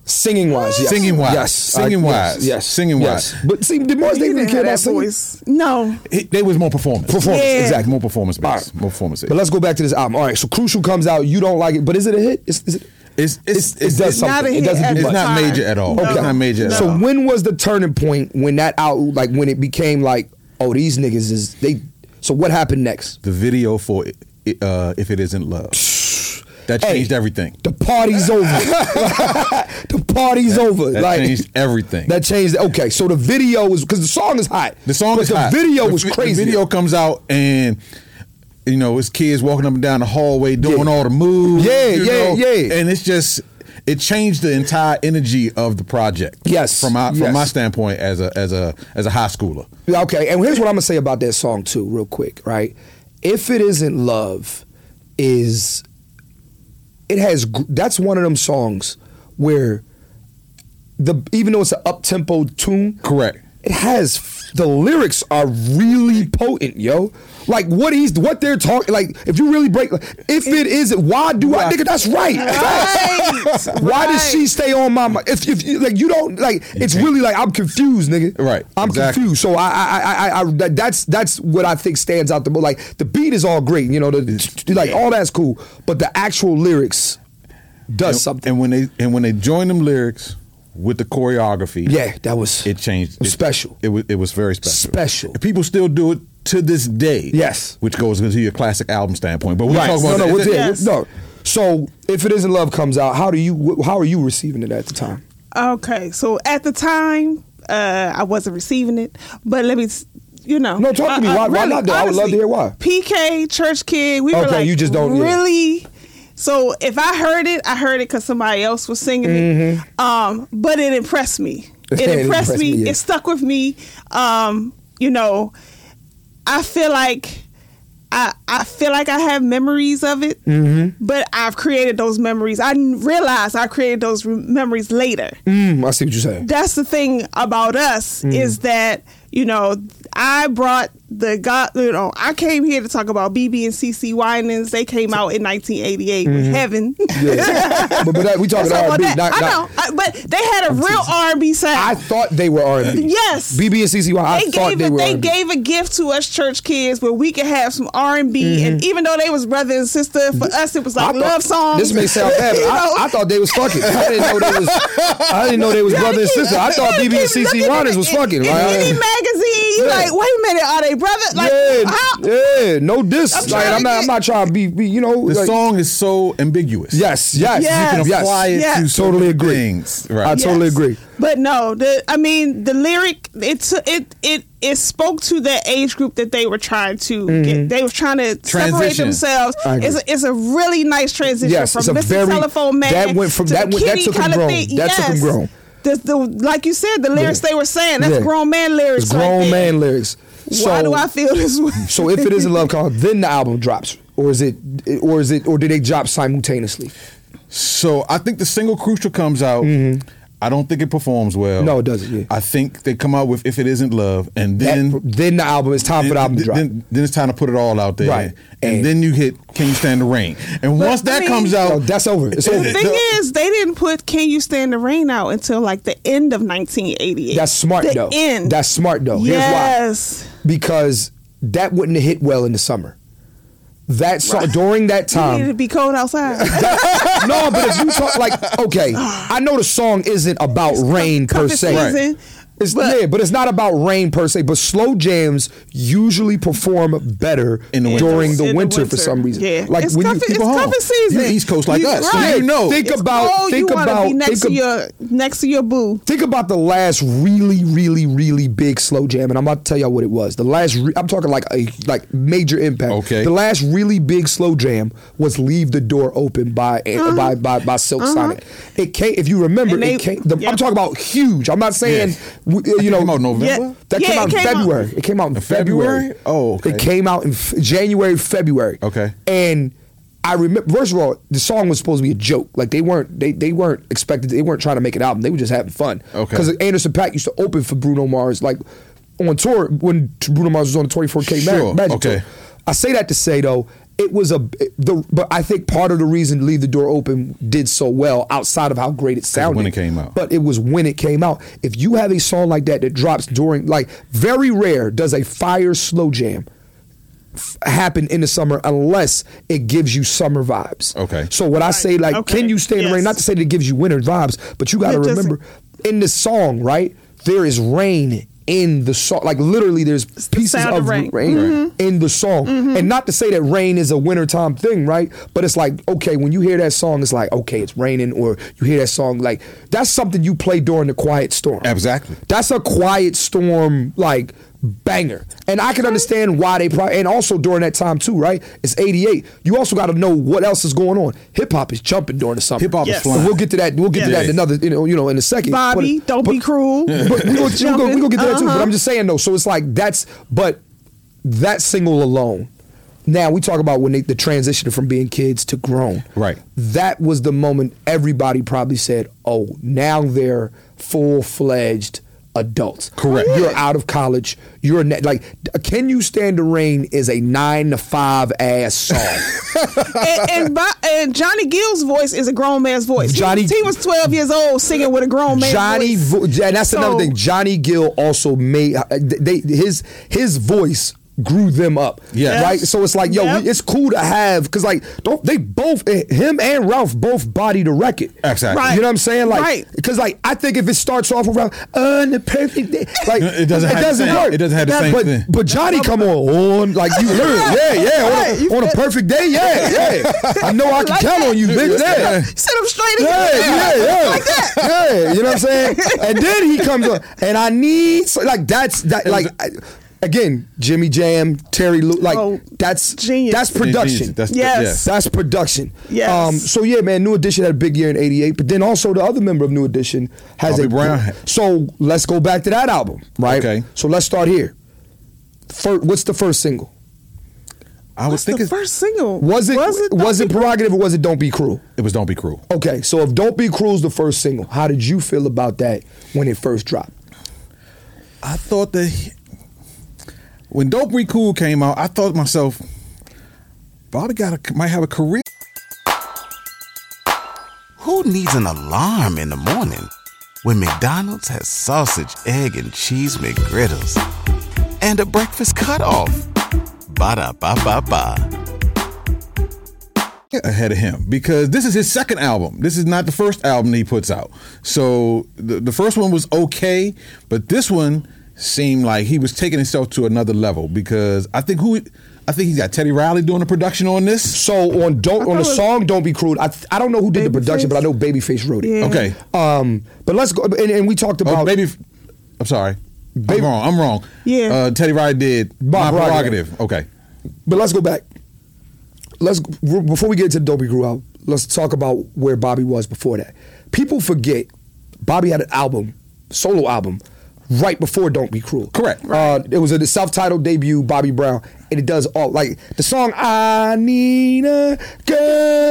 Speaker 3: Singing wise, yes.
Speaker 4: Singing wise.
Speaker 3: yes,
Speaker 4: Singing wise.
Speaker 3: yes,
Speaker 4: Singing
Speaker 3: yes.
Speaker 4: wise.
Speaker 3: But see, did Morris
Speaker 5: He
Speaker 3: Day
Speaker 5: didn't
Speaker 3: really care about
Speaker 5: have that
Speaker 3: singing?
Speaker 5: voice. No.
Speaker 4: He- they was more performance.
Speaker 3: Performance,
Speaker 5: Yeah.
Speaker 3: exactly.
Speaker 4: More performance based.
Speaker 3: All right.
Speaker 4: More performance based.
Speaker 3: But let's go back to this album. All right, so Crucial comes out. You don't like it, but is it a hit? Is, is it?
Speaker 4: It's, it's,
Speaker 3: It does
Speaker 4: it's-
Speaker 3: something.
Speaker 5: Not a
Speaker 3: It
Speaker 5: hit
Speaker 3: doesn't
Speaker 5: at
Speaker 3: do
Speaker 4: It's
Speaker 5: the
Speaker 3: much.
Speaker 4: not
Speaker 5: time.
Speaker 4: major at all.
Speaker 5: No.
Speaker 4: It's not major at
Speaker 5: No.
Speaker 3: So
Speaker 4: all.
Speaker 3: when was the turning point when that out like when it became like oh these niggas is they so what happened next?
Speaker 4: the video for it, it, uh, if it isn't love that
Speaker 3: Hey.
Speaker 4: changed everything.
Speaker 3: The party's over. the party's over.
Speaker 4: that
Speaker 3: like
Speaker 4: changed everything.
Speaker 3: That changed. Okay, so the video was because the song is hot.
Speaker 4: The song
Speaker 3: but
Speaker 4: is
Speaker 3: the
Speaker 4: hot.
Speaker 3: video
Speaker 4: The
Speaker 3: was
Speaker 4: vi- the
Speaker 3: crazy.
Speaker 4: video comes out and. You know, it's kids walking up and down the hallway doing all the moves.
Speaker 3: Yeah,
Speaker 4: you
Speaker 3: yeah,
Speaker 4: know,
Speaker 3: yeah.
Speaker 4: And it's just it changed the entire energy of the project.
Speaker 3: Yes,
Speaker 4: From my from
Speaker 3: yes.
Speaker 4: my standpoint as a as a as a high schooler.
Speaker 3: Yeah, Okay, and here's what I'm gonna say about that song too, real quick, right? If it isn't love, is it has gr- that's one of them songs where the even though it's an up tempo tune,
Speaker 4: Correct.
Speaker 3: it has the lyrics are really potent, yo. Like what he's what they're talking. Like if you really break, like, if it is, why do I? Nigga, that's right. Facts. Why does she stay on my mind? If if you- like you don't like, it's really like I'm confused, nigga.
Speaker 4: Right,
Speaker 3: I'm
Speaker 4: exactly.
Speaker 3: confused. So I I I- I, I that, that's that's what I think stands out the most. Like the beat is all great, you know, the, like all that's cool, but the actual lyrics does
Speaker 4: and,
Speaker 3: something.
Speaker 4: and when they and when they joined them lyrics with the choreography,
Speaker 3: yeah, that was
Speaker 4: it changed.
Speaker 3: It was special.
Speaker 4: It was it was very special.
Speaker 3: Special.
Speaker 4: And people still do it to this day.
Speaker 3: Yes.
Speaker 4: which goes into your classic album standpoint. But we're
Speaker 3: Right.
Speaker 4: talking
Speaker 3: No,
Speaker 4: about
Speaker 3: no,
Speaker 4: that.
Speaker 3: we're there.
Speaker 5: Yes.
Speaker 3: No. So if it isn't love comes out, how do you wh- how are you receiving it at the time?
Speaker 5: Okay, so at the time, uh, I wasn't receiving it, but let me, s- you know. Uh,
Speaker 3: No, talk to me. Why- why not, though? I would love to hear why.
Speaker 5: PK, church kid, we were
Speaker 3: Okay,
Speaker 5: like,
Speaker 3: you just don't- yeah.
Speaker 5: really. So if I heard it, I heard it because somebody else was singing
Speaker 3: Mm-hmm.
Speaker 5: it. Um, but it impressed me. It, impressed me.
Speaker 3: yeah.
Speaker 5: It stuck with me. Um, you know, I feel like. I, I feel like I have memories of it,
Speaker 3: Mm-hmm.
Speaker 5: but I've created those memories. I didn't realize I created those re- memories later
Speaker 3: Mm, I see what you're saying.
Speaker 5: that's the thing about us
Speaker 3: Mm.
Speaker 5: is that you know I brought the God. You know I came here to talk about BB and CC Winans. They came out in 1988 with Heaven.
Speaker 3: Mm-hmm. Yeah. but, but that, we talking
Speaker 5: That's all
Speaker 3: R&B.
Speaker 5: about that.
Speaker 3: Not,
Speaker 5: I know,
Speaker 3: not-
Speaker 5: I- but they had a real R&B sound.
Speaker 3: I thought they were R&B.
Speaker 5: Yes.
Speaker 3: BB and CCY. I
Speaker 5: they
Speaker 3: thought
Speaker 5: gave
Speaker 3: they
Speaker 5: a,
Speaker 3: were.
Speaker 5: they
Speaker 3: R&B.
Speaker 5: gave a gift to us church kids where we could have some R and B, and even though they was brother and sister, for us it was
Speaker 3: Mm-hmm. I
Speaker 5: like
Speaker 3: thought-
Speaker 5: love songs.
Speaker 3: This may sound bad, but
Speaker 5: You know?
Speaker 3: I, I thought they was fucking. I didn't know they was. I didn't know they was
Speaker 5: You gotta
Speaker 3: brother and
Speaker 5: keep-
Speaker 3: sister. I thought
Speaker 5: you
Speaker 3: BB
Speaker 5: gotta
Speaker 3: and
Speaker 5: keep
Speaker 3: CC
Speaker 5: looking
Speaker 3: Waters
Speaker 5: at-
Speaker 3: was fucking.
Speaker 5: In,
Speaker 3: right?
Speaker 5: in any magazine, you
Speaker 3: Yeah.
Speaker 5: like, wait a minute, are they brother? Like,
Speaker 3: yeah,
Speaker 5: how?
Speaker 3: yeah, no diss.
Speaker 5: I'm
Speaker 3: I'm
Speaker 5: trying
Speaker 3: like,
Speaker 5: to
Speaker 3: I'm not.
Speaker 5: get-
Speaker 3: I'm not trying to be. be you know,
Speaker 4: The
Speaker 3: like-
Speaker 4: song is so ambiguous.
Speaker 3: Yes, yes,
Speaker 5: Yes.
Speaker 4: you can apply it
Speaker 5: Yes.
Speaker 4: to certain
Speaker 3: Totally agree.
Speaker 4: Things.
Speaker 3: I
Speaker 4: Right.
Speaker 3: totally
Speaker 5: Yes.
Speaker 3: agree.
Speaker 5: But no, the I mean the lyric it t- it it it spoke to that age group that they were trying to get. They were trying to separate
Speaker 4: Transition.
Speaker 5: themselves.
Speaker 3: Mm-hmm. I agree.
Speaker 5: It's a, it's a really nice transition
Speaker 3: Yes,
Speaker 5: from
Speaker 3: it's a
Speaker 5: Mr.
Speaker 3: very-
Speaker 5: Telephone Man
Speaker 3: that went from-
Speaker 5: to
Speaker 3: that
Speaker 5: the
Speaker 3: went- that
Speaker 5: kitty
Speaker 3: took 'em
Speaker 5: kinda
Speaker 3: grown.
Speaker 5: Thing.
Speaker 3: That
Speaker 5: yes.
Speaker 3: took 'em grown.
Speaker 5: The, the, like you said, the lyrics
Speaker 3: Yeah.
Speaker 5: they were saying that's
Speaker 3: Yeah.
Speaker 5: grown man lyrics.
Speaker 3: It's
Speaker 5: right
Speaker 3: grown
Speaker 5: there.
Speaker 3: man lyrics.
Speaker 5: Why
Speaker 3: So-
Speaker 5: do I feel this way?
Speaker 3: So if it isn't love comes, then the album drops, or is it, or is it, or do they drop simultaneously?
Speaker 4: So I think the single Crucial comes out. I don't think it performs well.
Speaker 3: Mm-hmm. No, it doesn't, yeah.
Speaker 4: I think they come out with If It Isn't Love, and then.
Speaker 3: Then, then the album is time for the album to
Speaker 4: then,
Speaker 3: drop.
Speaker 4: then, then it's time to put it all out there,
Speaker 3: Right.
Speaker 4: And,
Speaker 3: And-
Speaker 4: then you hit "Can You Stand the Rain," and
Speaker 5: But,
Speaker 4: once
Speaker 5: I
Speaker 4: that
Speaker 5: mean-
Speaker 4: comes out,
Speaker 3: No, that's over. It's over.
Speaker 5: the thing is, they didn't put "Can You Stand the Rain" out until like the end of 1988.
Speaker 3: That's smart
Speaker 5: the
Speaker 3: though.
Speaker 5: End.
Speaker 3: That's smart though. Here's why.
Speaker 5: Yes.
Speaker 3: Because that wouldn't have hit well in the summer. That song during that
Speaker 5: It needed to
Speaker 3: time.
Speaker 5: be cold outside.
Speaker 3: no, but if you talk like okay, I know the song isn't about rain per
Speaker 5: cuffing
Speaker 3: se.
Speaker 5: season,
Speaker 3: It's,
Speaker 5: but-
Speaker 3: yeah, but it's not about rain per se. But slow jams usually perform better
Speaker 4: In the winter.
Speaker 3: during the
Speaker 5: In the
Speaker 3: winter, for
Speaker 5: winter.
Speaker 3: some reason.
Speaker 5: Yeah.
Speaker 3: like
Speaker 5: It's
Speaker 3: when you
Speaker 5: cuffing-
Speaker 3: people
Speaker 5: it's
Speaker 3: home.
Speaker 5: cuffing season.
Speaker 4: You East Coast like
Speaker 3: You-
Speaker 4: us, so
Speaker 3: right.
Speaker 4: you know.
Speaker 3: Think
Speaker 5: It's
Speaker 3: about
Speaker 5: cold,
Speaker 3: think
Speaker 5: you wanna
Speaker 3: about
Speaker 5: be next
Speaker 3: think ab-
Speaker 5: to your next to your boo.
Speaker 3: Think about the last really, really, really big slow jam, and I'm about to tell y'all what it was. The last, re- I'm talking like a like major impact.
Speaker 4: Okay.
Speaker 3: The last really big slow jam was "Leave the Door Open" by eh, by by, by Silk Sonic. It came, if you remember,
Speaker 5: Uh-huh. And they-
Speaker 3: it came. The,
Speaker 5: yeah.
Speaker 3: I'm talking about huge. I'm not saying
Speaker 4: Yeah.
Speaker 3: w- you
Speaker 4: It
Speaker 3: know
Speaker 4: came out November? Yeah.
Speaker 3: That
Speaker 5: Yeah,
Speaker 3: came
Speaker 5: it
Speaker 3: out in
Speaker 5: came out-
Speaker 3: February. It came out in February.
Speaker 4: February? Oh, okay.
Speaker 3: It came out in f- January, February.
Speaker 4: Okay.
Speaker 3: And I remember, first of all, the song was supposed to be a joke. Like they weren't, they they weren't expected. They weren't trying to make an album. They were just having fun.
Speaker 4: Okay.
Speaker 3: Because Anderson Pack used to open for Bruno Mars, like on tour when t- Bruno Mars was on the 24K Ma-
Speaker 4: Sure,
Speaker 3: Magic
Speaker 4: okay.
Speaker 3: tour. I say that to say though. It was a it- the, but I think part of the reason "Leave the Door Open" did so well, outside of how great it sounded,
Speaker 4: when it came out.
Speaker 3: But it was when it came out. If you have a song like that that drops during, like, very rare does a fire slow jam happen in the summer unless it gives you summer vibes.
Speaker 4: Okay.
Speaker 3: So what I say, like,
Speaker 5: Okay.
Speaker 3: can you stay in the rain?
Speaker 5: Yes.
Speaker 3: Not to say that it gives you winter vibes, but you got to
Speaker 5: It doesn't.
Speaker 3: remember in the song, right? There is rain in the song. Like literally, there's
Speaker 5: the
Speaker 3: pieces
Speaker 5: sound
Speaker 3: of
Speaker 5: of rain.
Speaker 3: rain,
Speaker 5: Mm-hmm.
Speaker 3: in the song, and not to say that rain is a wintertime thing, right? But it's like okay, when you hear that song, it's like okay, it's raining, or you hear that song, like that's something you play during the quiet storm.
Speaker 4: Exactly.
Speaker 3: That's a quiet storm like banger. And I can understand why they probably and also during that time too, right? It's 88. You also got to know what else is going on. Hip hop is jumping during the summer.
Speaker 4: Hip hop is
Speaker 5: Yes.
Speaker 4: flying.
Speaker 3: And we'll get to that. We'll get to that in
Speaker 4: Yeah.
Speaker 3: another you know, you know in a second.
Speaker 5: Bobby,
Speaker 3: But-
Speaker 5: don't be
Speaker 3: but-
Speaker 5: cruel.
Speaker 3: But we going to we gonna get to that too. But
Speaker 5: Uh-huh.
Speaker 3: I'm just saying though. So it's like that's but that single alone. Now we talk about when they, the transition from being kids to grown.
Speaker 4: Right.
Speaker 3: That was the moment everybody probably said, "Oh, now they're full fledged adults.
Speaker 4: Correct.
Speaker 3: You're out of college. You're ne- like, "Can You Stand the Rain" is a nine to five ass song.
Speaker 5: and, and, by, and Johnny Gill's voice is a grown man's voice. He-
Speaker 3: Johnny-
Speaker 5: he, was 12 years old singing with a grown man.
Speaker 3: Johnny,
Speaker 5: voice.
Speaker 3: vo- and that's another
Speaker 5: So-
Speaker 3: thing. Johnny Gill also made uh, they his his voice grew them up.
Speaker 4: Yes.
Speaker 3: right. So it's like, yo,
Speaker 5: Yep.
Speaker 3: we, it's cool to have because like don't they both eh, him and Ralph both body the record.
Speaker 4: Exactly.
Speaker 5: Right.
Speaker 3: You know what I'm saying? Like,
Speaker 5: Right.
Speaker 3: because like I think if it starts off around on the perfect day, like
Speaker 4: It doesn't have the same-
Speaker 3: work.
Speaker 4: it doesn't have the
Speaker 3: That-
Speaker 4: same
Speaker 3: but,
Speaker 4: thing.
Speaker 3: But Johnny come on on like you heard, yeah, yeah, on a-
Speaker 5: Right, you
Speaker 3: on, a,
Speaker 5: feel-
Speaker 3: perfect day, yeah, yeah. I know I can
Speaker 5: Like
Speaker 3: count
Speaker 5: that.
Speaker 3: on you, bitch. Yeah.
Speaker 5: Sit him straight again.
Speaker 3: Yeah, yeah, yeah. Yeah, you know what I'm saying? And then he comes up, and I need so, like that's that like I- again Jimmy Jam, Terry Lou, like
Speaker 5: Oh,
Speaker 3: that's
Speaker 5: genius.
Speaker 3: that's production.
Speaker 4: That's,
Speaker 5: Yes.
Speaker 3: That's production. Um,
Speaker 5: Yes.
Speaker 3: so yeah, man, New Edition had a big year in '88, but then also the other member of New Edition has
Speaker 4: Bobby
Speaker 3: a
Speaker 4: Brown.
Speaker 3: So let's go back to that album, right?
Speaker 4: Okay.
Speaker 3: So let's start here. First, what's the first single?
Speaker 4: I would
Speaker 5: What's
Speaker 4: think
Speaker 5: the
Speaker 4: it's,
Speaker 5: first single?
Speaker 3: Was it was it, was it prerogative or was it Don't Be Cruel?
Speaker 4: it was Don't Be Cruel.
Speaker 3: Okay, so if Don't Be Cruel's the first single, how did you feel about that when it first dropped?
Speaker 4: I thought that he- when Dope Be Cool came out, I thought to myself, Bobby got a, might have a career.
Speaker 2: Who needs an alarm in the morning when McDonald's has sausage, egg, and cheese McGriddles and a breakfast cutoff? Ba da ba ba ba.
Speaker 4: ahead of him because this is his second album. This is not the first album he puts out. So the, the first one was okay, but this one seemed like he was taking himself to another level because I think who I think he's got Teddy Riley doing the production on this.
Speaker 3: So on don't on the
Speaker 5: it was-
Speaker 3: song "Don't Be Cruel," I, th- I don't know who did the production,
Speaker 5: Babyface?
Speaker 3: but I know Babyface wrote it.
Speaker 5: Yeah.
Speaker 4: Okay.
Speaker 3: Um, but let's go. And, and we talked
Speaker 4: Oh,
Speaker 3: about
Speaker 4: maybe I'm sorry.
Speaker 3: Baby-
Speaker 4: I'm wrong. I'm wrong.
Speaker 5: Yeah.
Speaker 4: Uh, Teddy Riley did
Speaker 3: Bob
Speaker 4: my
Speaker 3: Prerogative.
Speaker 4: prerogative. Okay.
Speaker 3: But let's go back. Let's r- before we get to Dobie grew out. Let's talk about where Bobby was before that. People forget Bobby had an album, solo album, right before "Don't Be Cruel."
Speaker 4: Correct.
Speaker 3: Uh, it was a self-titled debut, Bobby Brown, and it does all like the song "I Need a Girlfriend."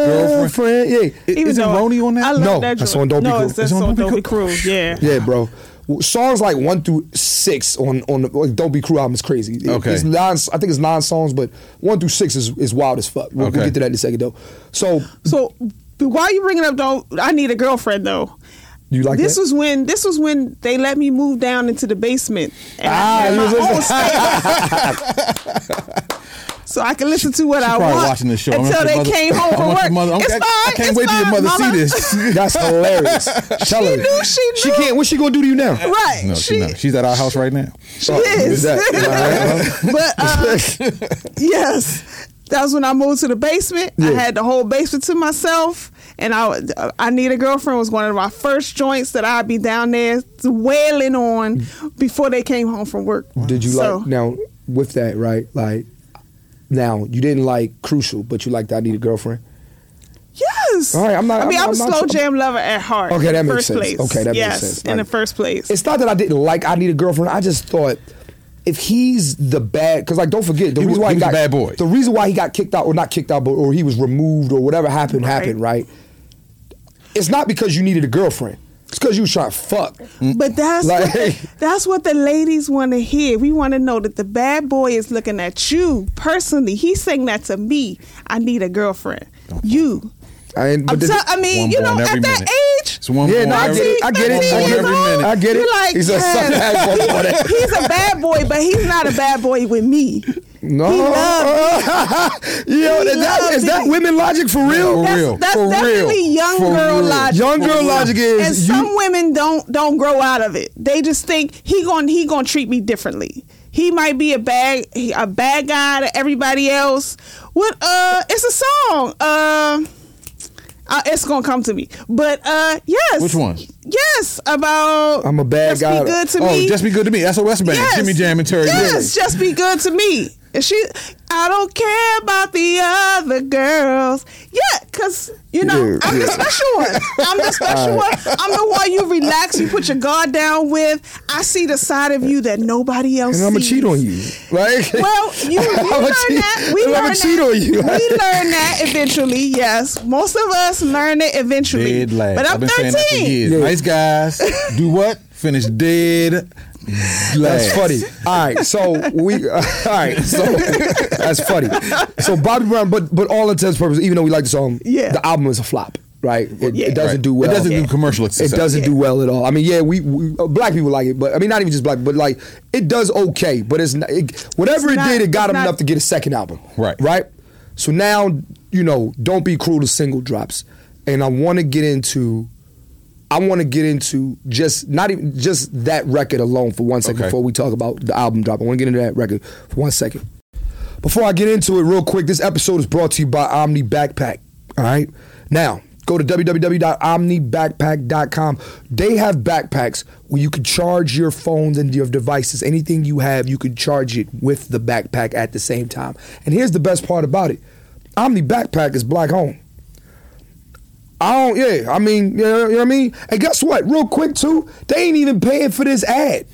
Speaker 4: Girlfriend.
Speaker 3: Yeah,
Speaker 4: It-
Speaker 5: Even
Speaker 4: Isn't
Speaker 5: though
Speaker 4: Ronnie on that?
Speaker 5: I love
Speaker 3: No,
Speaker 5: that
Speaker 3: that's
Speaker 5: joint.
Speaker 3: on Don't Be
Speaker 5: no,
Speaker 3: Cruel.
Speaker 5: it's that's
Speaker 4: It's on Don't
Speaker 5: on
Speaker 4: Be
Speaker 5: Don't Be
Speaker 4: Cruel.
Speaker 5: Cruel. Yeah.
Speaker 3: Yeah, bro. W- Songs like one through six on on the like, Don't Be Cruel album is crazy. It-
Speaker 4: Okay.
Speaker 3: it's nine. I think it's nine songs, but one through six is, is wild as fuck. We'll, we'll
Speaker 4: Okay.
Speaker 3: get to that in a second though. So
Speaker 5: So why are you bringing up Don't I Need a Girlfriend though?
Speaker 3: you like
Speaker 5: this
Speaker 3: that?
Speaker 5: was when this was when they let me move down into the basement and
Speaker 3: Ah,
Speaker 5: I had
Speaker 3: you was listening-
Speaker 5: my own stereo. so I can listen to what I
Speaker 4: Probably
Speaker 5: want
Speaker 4: watching this show. I
Speaker 5: until
Speaker 4: want
Speaker 5: they
Speaker 4: your mother-
Speaker 5: came home
Speaker 4: I
Speaker 5: from
Speaker 4: want your
Speaker 5: work.
Speaker 4: mother-
Speaker 5: it's
Speaker 4: I-
Speaker 5: fine.
Speaker 4: I can't
Speaker 5: it's
Speaker 4: wait till your
Speaker 5: fine,
Speaker 4: mother see
Speaker 5: mama.
Speaker 4: this.
Speaker 3: That's hilarious. Tell
Speaker 5: She
Speaker 3: her.
Speaker 5: knew. She knew.
Speaker 3: She can't. What's she gonna do to you now?
Speaker 5: Right.
Speaker 4: No, she,
Speaker 5: she,
Speaker 4: not. she's at our house right now.
Speaker 5: she
Speaker 3: Oh,
Speaker 5: is.
Speaker 3: that-
Speaker 5: but uh, yes, that was when I moved to the basement. I
Speaker 3: Yeah.
Speaker 5: had the whole basement to myself, and I I need a girlfriend was one of my first joints that I'd be down there wailing on before they came home from work.
Speaker 3: Did you
Speaker 5: So,
Speaker 3: like now with that right? Like now you didn't like Crucial, but you liked I Need a Girlfriend.
Speaker 5: Yes.
Speaker 3: All right, I'm not-
Speaker 5: I mean,
Speaker 3: I'm-
Speaker 5: I'm, a
Speaker 3: I'm not
Speaker 5: slow
Speaker 3: tr-
Speaker 5: jam lover at heart.
Speaker 3: Okay,
Speaker 5: in
Speaker 3: that
Speaker 5: the
Speaker 3: makes
Speaker 5: first
Speaker 3: sense.
Speaker 5: Place.
Speaker 3: Okay, that makes
Speaker 5: yes,
Speaker 3: sense.
Speaker 5: In the
Speaker 3: Like-
Speaker 5: first place.
Speaker 3: It's not that I didn't like I Need a Girlfriend. I just thought if he's the bad, because like don't forget the
Speaker 4: He was-
Speaker 3: reason why he,
Speaker 4: he was a
Speaker 3: got
Speaker 4: bad boy.
Speaker 3: The reason why he got kicked out, or not kicked out, but or he was removed, or whatever happened
Speaker 5: Right.
Speaker 3: happened. Right. It's not because you needed a girlfriend. It's because you was trying to fuck.
Speaker 4: Mm.
Speaker 5: But that's
Speaker 3: Like-
Speaker 5: what the, that's what the ladies want to hear. We want to know that the bad boy is looking at you personally. He's saying that to me. I need a girlfriend. You.
Speaker 3: I ain't- but
Speaker 5: I'm
Speaker 3: this-
Speaker 5: tell- I mean, you know,
Speaker 4: born
Speaker 5: at
Speaker 4: every
Speaker 5: that
Speaker 4: minute.
Speaker 5: age,
Speaker 4: It's one
Speaker 3: Yeah,
Speaker 4: born
Speaker 3: no, I
Speaker 4: every-
Speaker 3: get it. I get it.
Speaker 4: one
Speaker 3: I
Speaker 4: born
Speaker 3: get it.
Speaker 4: every minute.
Speaker 3: I get it.
Speaker 5: You're like,
Speaker 3: He's a
Speaker 5: yes.
Speaker 3: son of a-
Speaker 5: He- he's a bad boy, but he's not a bad boy with me.
Speaker 3: No.
Speaker 5: He loved
Speaker 3: Yo,
Speaker 5: He
Speaker 3: is that,
Speaker 5: loved
Speaker 3: is that
Speaker 5: me.
Speaker 3: women logic for real?
Speaker 4: For
Speaker 5: That's,
Speaker 4: real.
Speaker 5: that's
Speaker 4: For real.
Speaker 5: definitely young
Speaker 4: For
Speaker 5: girl
Speaker 4: real.
Speaker 5: logic.
Speaker 3: Young girl logic is
Speaker 5: and
Speaker 3: you-
Speaker 5: some women don't don't grow out of it. They just think he gon' he gonna treat me differently. He might be a bad he- a bad guy to everybody else. What uh? It's a song. Uh, uh, it's gonna come to me. But uh, yes.
Speaker 4: Which one?
Speaker 5: Yes, about
Speaker 3: I'm a bad
Speaker 5: just
Speaker 3: guy.
Speaker 5: Be good to
Speaker 4: Oh,
Speaker 5: me.
Speaker 4: just be good to me. SOS band.
Speaker 5: Yes.
Speaker 4: Jimmy Jam and Terry.
Speaker 5: Yes, just be good to me. And she, I don't care about the other girls. Yeah, cause you know
Speaker 3: Yeah,
Speaker 5: I'm the special one. I'm the special one. I'm the one you relax, you put your guard down with. I see the side of you that nobody else.
Speaker 3: And I'm gonna
Speaker 5: sees.
Speaker 3: cheat on you. Like,
Speaker 5: Well, you, you learn
Speaker 3: I'ma cheat-
Speaker 5: that. We
Speaker 3: I'ma
Speaker 5: learn
Speaker 3: cheat
Speaker 5: that.
Speaker 3: on you.
Speaker 5: We learn that eventually. Yes, most of us learn it eventually.
Speaker 4: Dead lag.
Speaker 5: But I'm
Speaker 4: I've been saying that for
Speaker 5: 13.
Speaker 4: years. Nice guys. Do what? finished dead.
Speaker 3: That's
Speaker 4: last.
Speaker 3: funny. All right, so we. all right, so that's funny. So Bobby Brown, but but all intents and purposes, even though we like the song,
Speaker 5: Yeah.
Speaker 3: the album is a flop, right? It,
Speaker 5: Yeah.
Speaker 3: it doesn't
Speaker 4: Right.
Speaker 3: do well.
Speaker 4: It doesn't
Speaker 5: Yeah.
Speaker 4: do commercial
Speaker 3: It
Speaker 4: success.
Speaker 3: doesn't do well at all. I mean, yeah, we, we uh, black people like it, but I mean, not even just black, but like it does okay. But it's not, it, whatever
Speaker 5: It's
Speaker 3: it
Speaker 5: not-
Speaker 3: did, it got
Speaker 5: it's
Speaker 3: him
Speaker 5: not-
Speaker 3: enough to get a second album.
Speaker 4: Right.
Speaker 3: right. So now you know, don't be cruel to single drops, and I want to get into. I want to get into just not even just that record alone for one second
Speaker 4: Okay.
Speaker 3: before we talk about the album drop. I want to get into that record for one second. Before I get into it, real quick, this episode is brought to you by Omni Backpack. All right. Now, go to www.omnibackpack.com. They have backpacks where you can charge your phones and your devices. Anything you have, you can charge it with the backpack at the same time. And here's the best part about it Omni Backpack is black owned. I don't, yeah, I mean, you know, you know what I mean? And guess what? Real quick, too, they ain't even paying for this ad.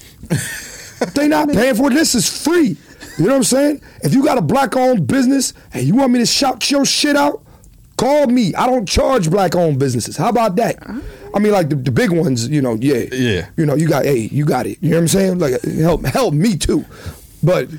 Speaker 3: they not paying for it. This is free. You know what I'm saying? If you got a black owned business and you want me to shout your shit out, call me. I don't charge black owned businesses. How about that? I mean, like the, the big ones, you know, yeah.
Speaker 4: Yeah.
Speaker 3: You know, you got, hey, you got it. You know what I'm saying? Like, help, help me too. But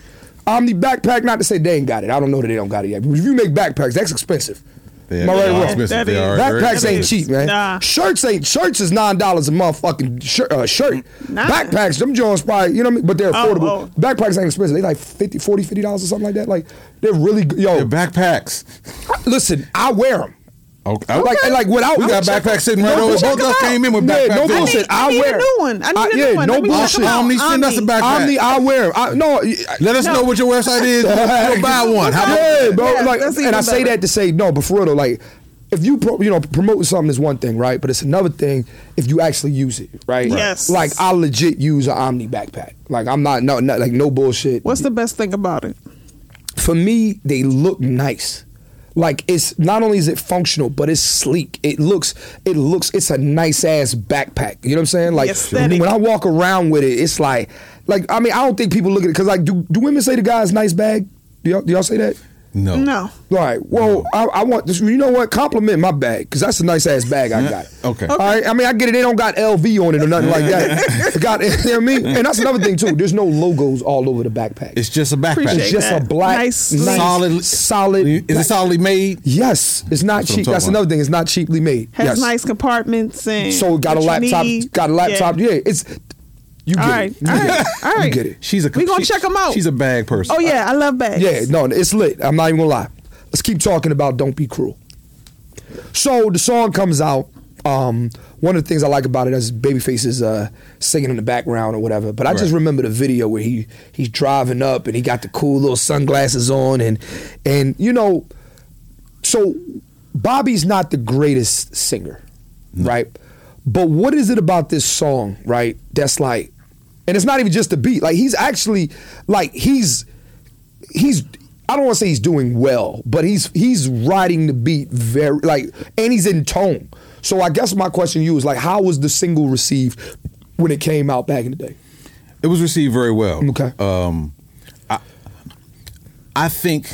Speaker 3: Omni Backpack, not to say they ain't got it. I don't know that they don't got it yet. But if you make backpacks, that's expensive.
Speaker 4: They-
Speaker 3: Am I right
Speaker 4: they
Speaker 3: or
Speaker 4: are
Speaker 3: wrong?
Speaker 4: expensive.
Speaker 5: That
Speaker 4: They
Speaker 5: is-
Speaker 4: are very
Speaker 3: Backpacks ain't
Speaker 4: expensive.
Speaker 3: cheap, man.
Speaker 5: Nah.
Speaker 3: Shirts ain't shirts is nine dollars a motherfucking shirt. Uh, shirt.
Speaker 5: Nah.
Speaker 3: Backpacks, them joints probably you know what I mean, but they're affordable.
Speaker 5: oh.
Speaker 3: Backpacks ain't expensive. They like 50 40 50 dollars or something like that. Like they're really good. yo.
Speaker 4: They're backpacks.
Speaker 3: listen, I wear them.
Speaker 4: Okay.
Speaker 3: Like and like without
Speaker 4: We got backpacks sitting right over.
Speaker 5: check
Speaker 4: Both of us
Speaker 5: them out.
Speaker 4: came in with
Speaker 3: Yeah,
Speaker 4: backpacks.
Speaker 3: no
Speaker 4: on.
Speaker 3: bullshit.
Speaker 5: I
Speaker 3: I,
Speaker 5: need a
Speaker 3: wear
Speaker 5: new one. I need a
Speaker 3: yeah,
Speaker 5: new one.
Speaker 3: No
Speaker 5: Let me check
Speaker 3: bullshit.
Speaker 5: them out.
Speaker 4: Omni, send us a
Speaker 5: Omni.
Speaker 4: backpack.
Speaker 3: Omni, I wear 'em. I, no, I-
Speaker 4: Let us know what your website is. We'll buy one. How about
Speaker 3: yeah,
Speaker 4: that?
Speaker 3: bro.
Speaker 5: Yeah,
Speaker 3: like,
Speaker 5: that's
Speaker 3: and I
Speaker 5: even
Speaker 3: say
Speaker 5: better.
Speaker 3: that to say no, but for real though, like, if you pro, you know promoting something is one thing, right? But it's another thing if you actually use it, right?
Speaker 5: Yes.
Speaker 3: Like I legit use an Omni backpack. Like I'm not no, no like no bullshit.
Speaker 5: What's the best thing about it?
Speaker 3: for me? They look nice. Like it's not only is it functional, but it's sleek. It looks, it looks, it's a nice ass backpack. You know what I'm saying? Like
Speaker 5: aesthetic.
Speaker 3: when I walk around with it, it's like, like I mean, I don't think people look at it because like, do do women say the guy's nice bag? Do y'all, do y'all say that?
Speaker 4: No.
Speaker 5: No.
Speaker 3: Right. Well, I, I want this. You know what? Compliment my bag because that's a nice ass bag I got.
Speaker 4: Okay.
Speaker 3: All right. I mean, I get it. They don't got LV on it or nothing like that. It got you know what I mean. And that's another thing too. There's no logos all over the backpack.
Speaker 4: It's just a backpack.
Speaker 3: It's
Speaker 5: Appreciate
Speaker 3: just
Speaker 5: that.
Speaker 3: a black,
Speaker 5: Nice,
Speaker 3: nice,
Speaker 4: Solid.
Speaker 3: solid.
Speaker 4: Is it
Speaker 3: black-
Speaker 4: solidly made?
Speaker 3: Yes, it's not
Speaker 4: That's what I'm
Speaker 3: cheap.
Speaker 4: talking
Speaker 3: That's
Speaker 4: about.
Speaker 3: another thing. It's not cheaply made.
Speaker 5: Has
Speaker 3: yes.
Speaker 5: nice compartments and
Speaker 3: So it got a
Speaker 5: what you
Speaker 3: laptop.
Speaker 5: need.
Speaker 3: Got a laptop. Yeah. It's. You get
Speaker 5: All
Speaker 3: it.
Speaker 5: right.
Speaker 3: You
Speaker 5: All
Speaker 3: get
Speaker 5: right.
Speaker 3: it.
Speaker 5: All right.
Speaker 3: You get it.
Speaker 4: She's a.
Speaker 5: We gonna
Speaker 4: she-
Speaker 5: check 'em out.
Speaker 4: She's a bag person.
Speaker 5: Oh yeah, I love bags.
Speaker 3: Yeah, no, it's lit. I'm not even gonna lie. Let's keep talking about "Don't Be Cruel." So the song comes out. Um, one of the things I like about it is Babyface is uh, singing in the background or whatever. But I just
Speaker 4: Right.
Speaker 3: remember the video where he he's driving up and he got the cool little sunglasses on and and you know, so Bobby's not the greatest singer, right? But what is it about this song, right? That's like, and it's not even just the beat. Like he's actually like he's he's I don't want to say he's doing well, but he's he's riding the beat very like and he's in tone. So I guess my question to you is like how was the single received when it came out back in the day?
Speaker 4: It was received very well.
Speaker 3: Okay.
Speaker 4: Um, I, I think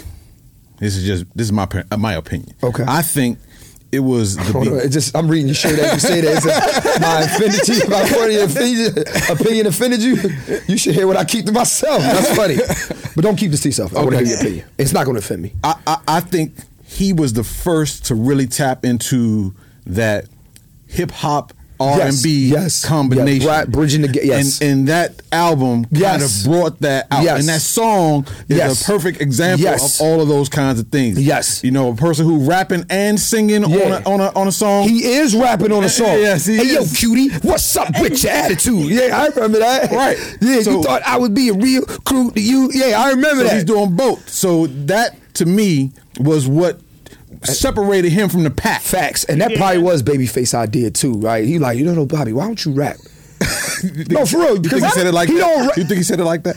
Speaker 4: this is just this is my opin- uh, my opinion.
Speaker 3: Okay.
Speaker 4: I think it was the
Speaker 3: Hold on, it
Speaker 4: beat.
Speaker 3: just I'm reading your shit as you say that. It says, my affinity, my opinion offended, opinion offended you. You should hear what I keep to myself. That's funny, but don't keep this to yourself. I want to
Speaker 4: Okay.
Speaker 3: hear your opinion. It's not going to offend me.
Speaker 4: I, I I think he was the first to really tap into that hip hop. R
Speaker 3: Yes,
Speaker 4: and B
Speaker 3: yes,
Speaker 4: combination,
Speaker 3: yes, right, bridging the ga- yes.
Speaker 4: and, and that album
Speaker 3: Yes.
Speaker 4: kind of brought that out,
Speaker 3: Yes.
Speaker 4: and that song is
Speaker 3: Yes.
Speaker 4: a perfect example
Speaker 3: Yes.
Speaker 4: of all of those kinds of things.
Speaker 3: Yes.
Speaker 4: you know, a person who rapping and singing
Speaker 3: Yeah.
Speaker 4: on a, on a, on a song,
Speaker 3: He is rapping on a song.
Speaker 4: Yes, he
Speaker 3: hey, yo,
Speaker 4: is.
Speaker 3: cutie, what's up with your attitude? Yeah, I remember that.
Speaker 4: Right.
Speaker 3: Yeah, you
Speaker 4: So-
Speaker 3: thought I would be a real crew to you. Yeah, I remember
Speaker 4: So
Speaker 3: that.
Speaker 4: he's doing both. So that to me was what separated him from the pack.
Speaker 3: Facts. And that probably was Babyface idea too, right? He like, you don't know, Bobby, why don't you rap? no, for real.
Speaker 4: You think he said it like
Speaker 3: he
Speaker 4: that?
Speaker 3: don't ra-
Speaker 4: you think he said it like that?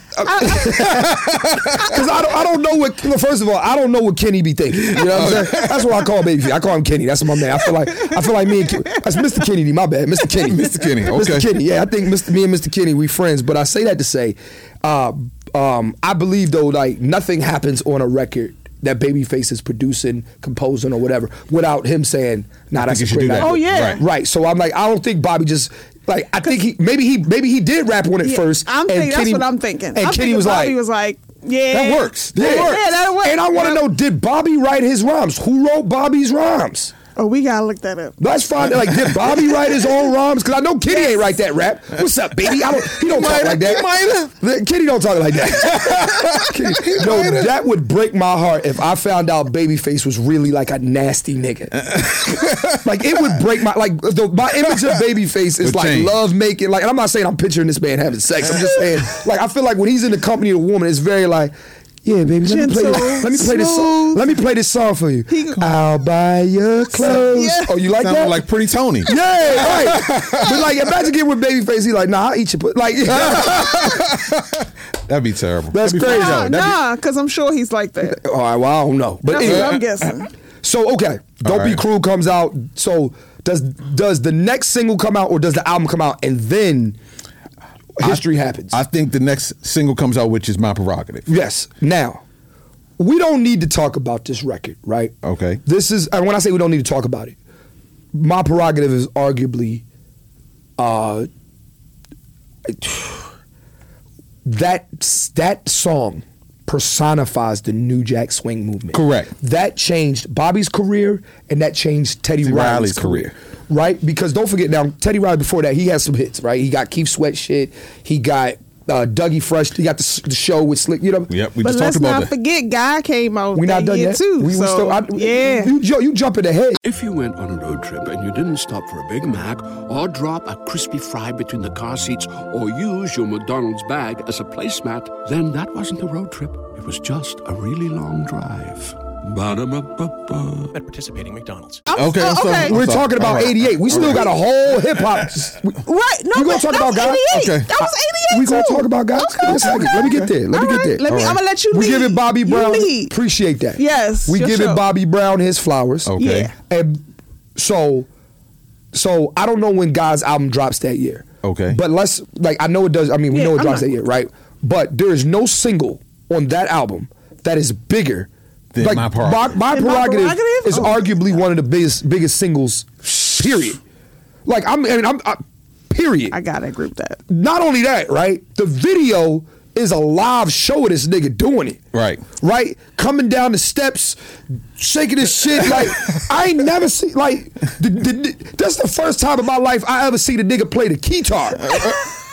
Speaker 3: Because I don't, I don't know what. Well, first of all, I don't know what Kenny be thinking. You know what I'm saying? That's what I call Babyface. I call him Kenny. That's my man. I feel like I feel like me and Ke- that's Mr. Kennedy. My bad, Mr. Kenny.
Speaker 4: Mr. Kenny,
Speaker 3: Mr.
Speaker 4: okay.
Speaker 3: Kenny. Yeah, I think Mr. Me and Mr. Kenny we friends. But I say that to say, uh, um, I believe though, like nothing happens on a record. That Babyface is producing, composing, or whatever, without him saying, "Nah, that's
Speaker 4: you
Speaker 3: a
Speaker 4: should
Speaker 3: great
Speaker 4: do that.
Speaker 3: idea."
Speaker 5: Oh, yeah.
Speaker 3: right. So I'm like, I don't think Bobby just Like I think he maybe he maybe he did rap on it
Speaker 5: Yeah,
Speaker 3: first.
Speaker 5: I'm
Speaker 3: and
Speaker 5: thinking that's
Speaker 3: Kenny-
Speaker 5: what I'm thinking.
Speaker 3: And
Speaker 5: I'm
Speaker 3: Kenny
Speaker 5: thinking
Speaker 3: was
Speaker 5: Bobby
Speaker 3: like,
Speaker 5: was like, yeah,
Speaker 4: That works.
Speaker 3: yeah.
Speaker 5: that works. Yeah, that works.
Speaker 3: And I want to
Speaker 5: Yeah.
Speaker 3: know, did Bobby write his rhymes? Who wrote Bobby's rhymes?
Speaker 5: Oh, we gotta look that up.
Speaker 3: Let's find like did Bobby write his own rhymes? Because I know Kitty ain't write that rap. What's up, baby? I don't. He don't talk like that. Li- Kitty don't talk like that. Kitty, no, that would break my heart if I found out Babyface was really like a nasty nigga. like it would break my like the, my image of Babyface is
Speaker 4: Would
Speaker 3: like
Speaker 4: change.
Speaker 3: love making. Like and I'm not saying I'm picturing this man having sex. I'm just saying like I feel like when he's in the company of a woman, it's very like. Yeah, baby. Let me play.
Speaker 5: Gentle,
Speaker 3: This, let me play this. Song,
Speaker 5: smooth.
Speaker 3: let me play this song for you.
Speaker 5: He-
Speaker 3: I'll buy your clothes.
Speaker 5: Yeah.
Speaker 3: Oh, you like
Speaker 4: Sounded
Speaker 3: that?
Speaker 4: like Pretty Tony.
Speaker 3: Yeah, right. but like, imagine getting with Babyface. He like, nah, I eat your put. Like,
Speaker 4: That'd be terrible.
Speaker 3: That's
Speaker 4: That'd be
Speaker 3: crazy.
Speaker 4: funny, though. That'd
Speaker 5: Nah,
Speaker 4: be-
Speaker 5: nah, because I'm sure he's like that.
Speaker 3: all right, well, I don't know. But
Speaker 5: That's
Speaker 3: anyway,
Speaker 5: what I'm guessing.
Speaker 3: so okay, don't be
Speaker 4: right.
Speaker 3: cruel comes out. So does does the next single come out, or does the album come out, and then history happens?
Speaker 4: I think the next single comes out, which is my prerogative.
Speaker 3: Yes. Now, we don't need to talk about this record, right?
Speaker 4: Okay.
Speaker 3: This is, and when I say we don't need to talk about it, my prerogative is arguably uh, that that song personifies the New Jack Swing movement.
Speaker 4: Correct.
Speaker 3: That changed Bobby's career, and that changed Teddy
Speaker 4: Teddy
Speaker 3: Riley's
Speaker 4: Riley's
Speaker 3: career.
Speaker 4: career.
Speaker 3: Right? Because don't forget now, Teddy Riley before that, he had some hits, right? He got Keep Sweat Shit. He got uh, Dougie Fresh. He got the, s- the show with Slick, you know?
Speaker 4: Yep, we
Speaker 5: But
Speaker 4: just
Speaker 5: let's
Speaker 4: talked about
Speaker 5: not
Speaker 4: that.
Speaker 5: forget, Guy came out.
Speaker 3: We're
Speaker 5: that
Speaker 3: not done
Speaker 5: year
Speaker 3: yet.
Speaker 5: Too.
Speaker 3: we, we
Speaker 5: so,
Speaker 3: still, I-
Speaker 5: yeah.
Speaker 3: You, ju- you jumping ahead.
Speaker 1: If you went on a road trip and you didn't stop for a Big Mac or drop a crispy fry between the car seats or use your McDonald's bag as a placemat, then that wasn't a road trip. It was just a really long drive. Ba-da-ba-ba-ba.
Speaker 6: at participating McDonald's.
Speaker 4: Okay,
Speaker 5: oh,
Speaker 4: I'm sorry.
Speaker 5: okay.
Speaker 4: I'm
Speaker 3: We're
Speaker 4: sorry.
Speaker 3: talking about
Speaker 4: All right.
Speaker 3: 88. We
Speaker 4: All
Speaker 3: still
Speaker 4: right.
Speaker 3: got a whole hip hop.
Speaker 5: Right. No,
Speaker 3: we gonna
Speaker 5: but
Speaker 3: talk
Speaker 5: that
Speaker 3: about
Speaker 5: was
Speaker 3: God?
Speaker 5: 88.
Speaker 4: Okay.
Speaker 5: That was 88.
Speaker 3: We gonna
Speaker 5: too.
Speaker 3: talk about God? Give me a second. Let me get there. Let me
Speaker 5: All
Speaker 3: get there.
Speaker 5: right. Let me,
Speaker 4: All right.
Speaker 5: I'm gonna let you.
Speaker 3: We
Speaker 5: lead.
Speaker 3: give it Bobby
Speaker 5: You
Speaker 3: Brown.
Speaker 5: lead.
Speaker 3: Appreciate that.
Speaker 5: Yes,
Speaker 3: We
Speaker 5: for
Speaker 3: give it
Speaker 5: sure.
Speaker 3: Bobby Brown his flowers.
Speaker 4: Okay.
Speaker 5: Yeah.
Speaker 3: And so, so I don't know when God's album drops that year.
Speaker 4: Okay.
Speaker 3: But let's like I know it does. I mean, we
Speaker 5: Yeah,
Speaker 3: know it
Speaker 5: I'm
Speaker 3: drops
Speaker 5: not-
Speaker 3: that year, right? But there is no single on that album that is bigger.
Speaker 4: Than My Prerogative.
Speaker 3: My, my
Speaker 5: Than My
Speaker 3: prerogative
Speaker 5: Prerogative?
Speaker 3: is
Speaker 5: Oh.
Speaker 3: arguably one of the biggest biggest singles. Period. Like I'm, I mean, I'm. I, period
Speaker 5: I gotta group that.
Speaker 3: not only that, right? The video is a live show of this nigga doing it.
Speaker 4: Right.
Speaker 3: Right? Coming down the steps, shaking his shit. Like, I ain't never seen, like, the, the, the- that's the first time in my life I ever seen a nigga play the guitar.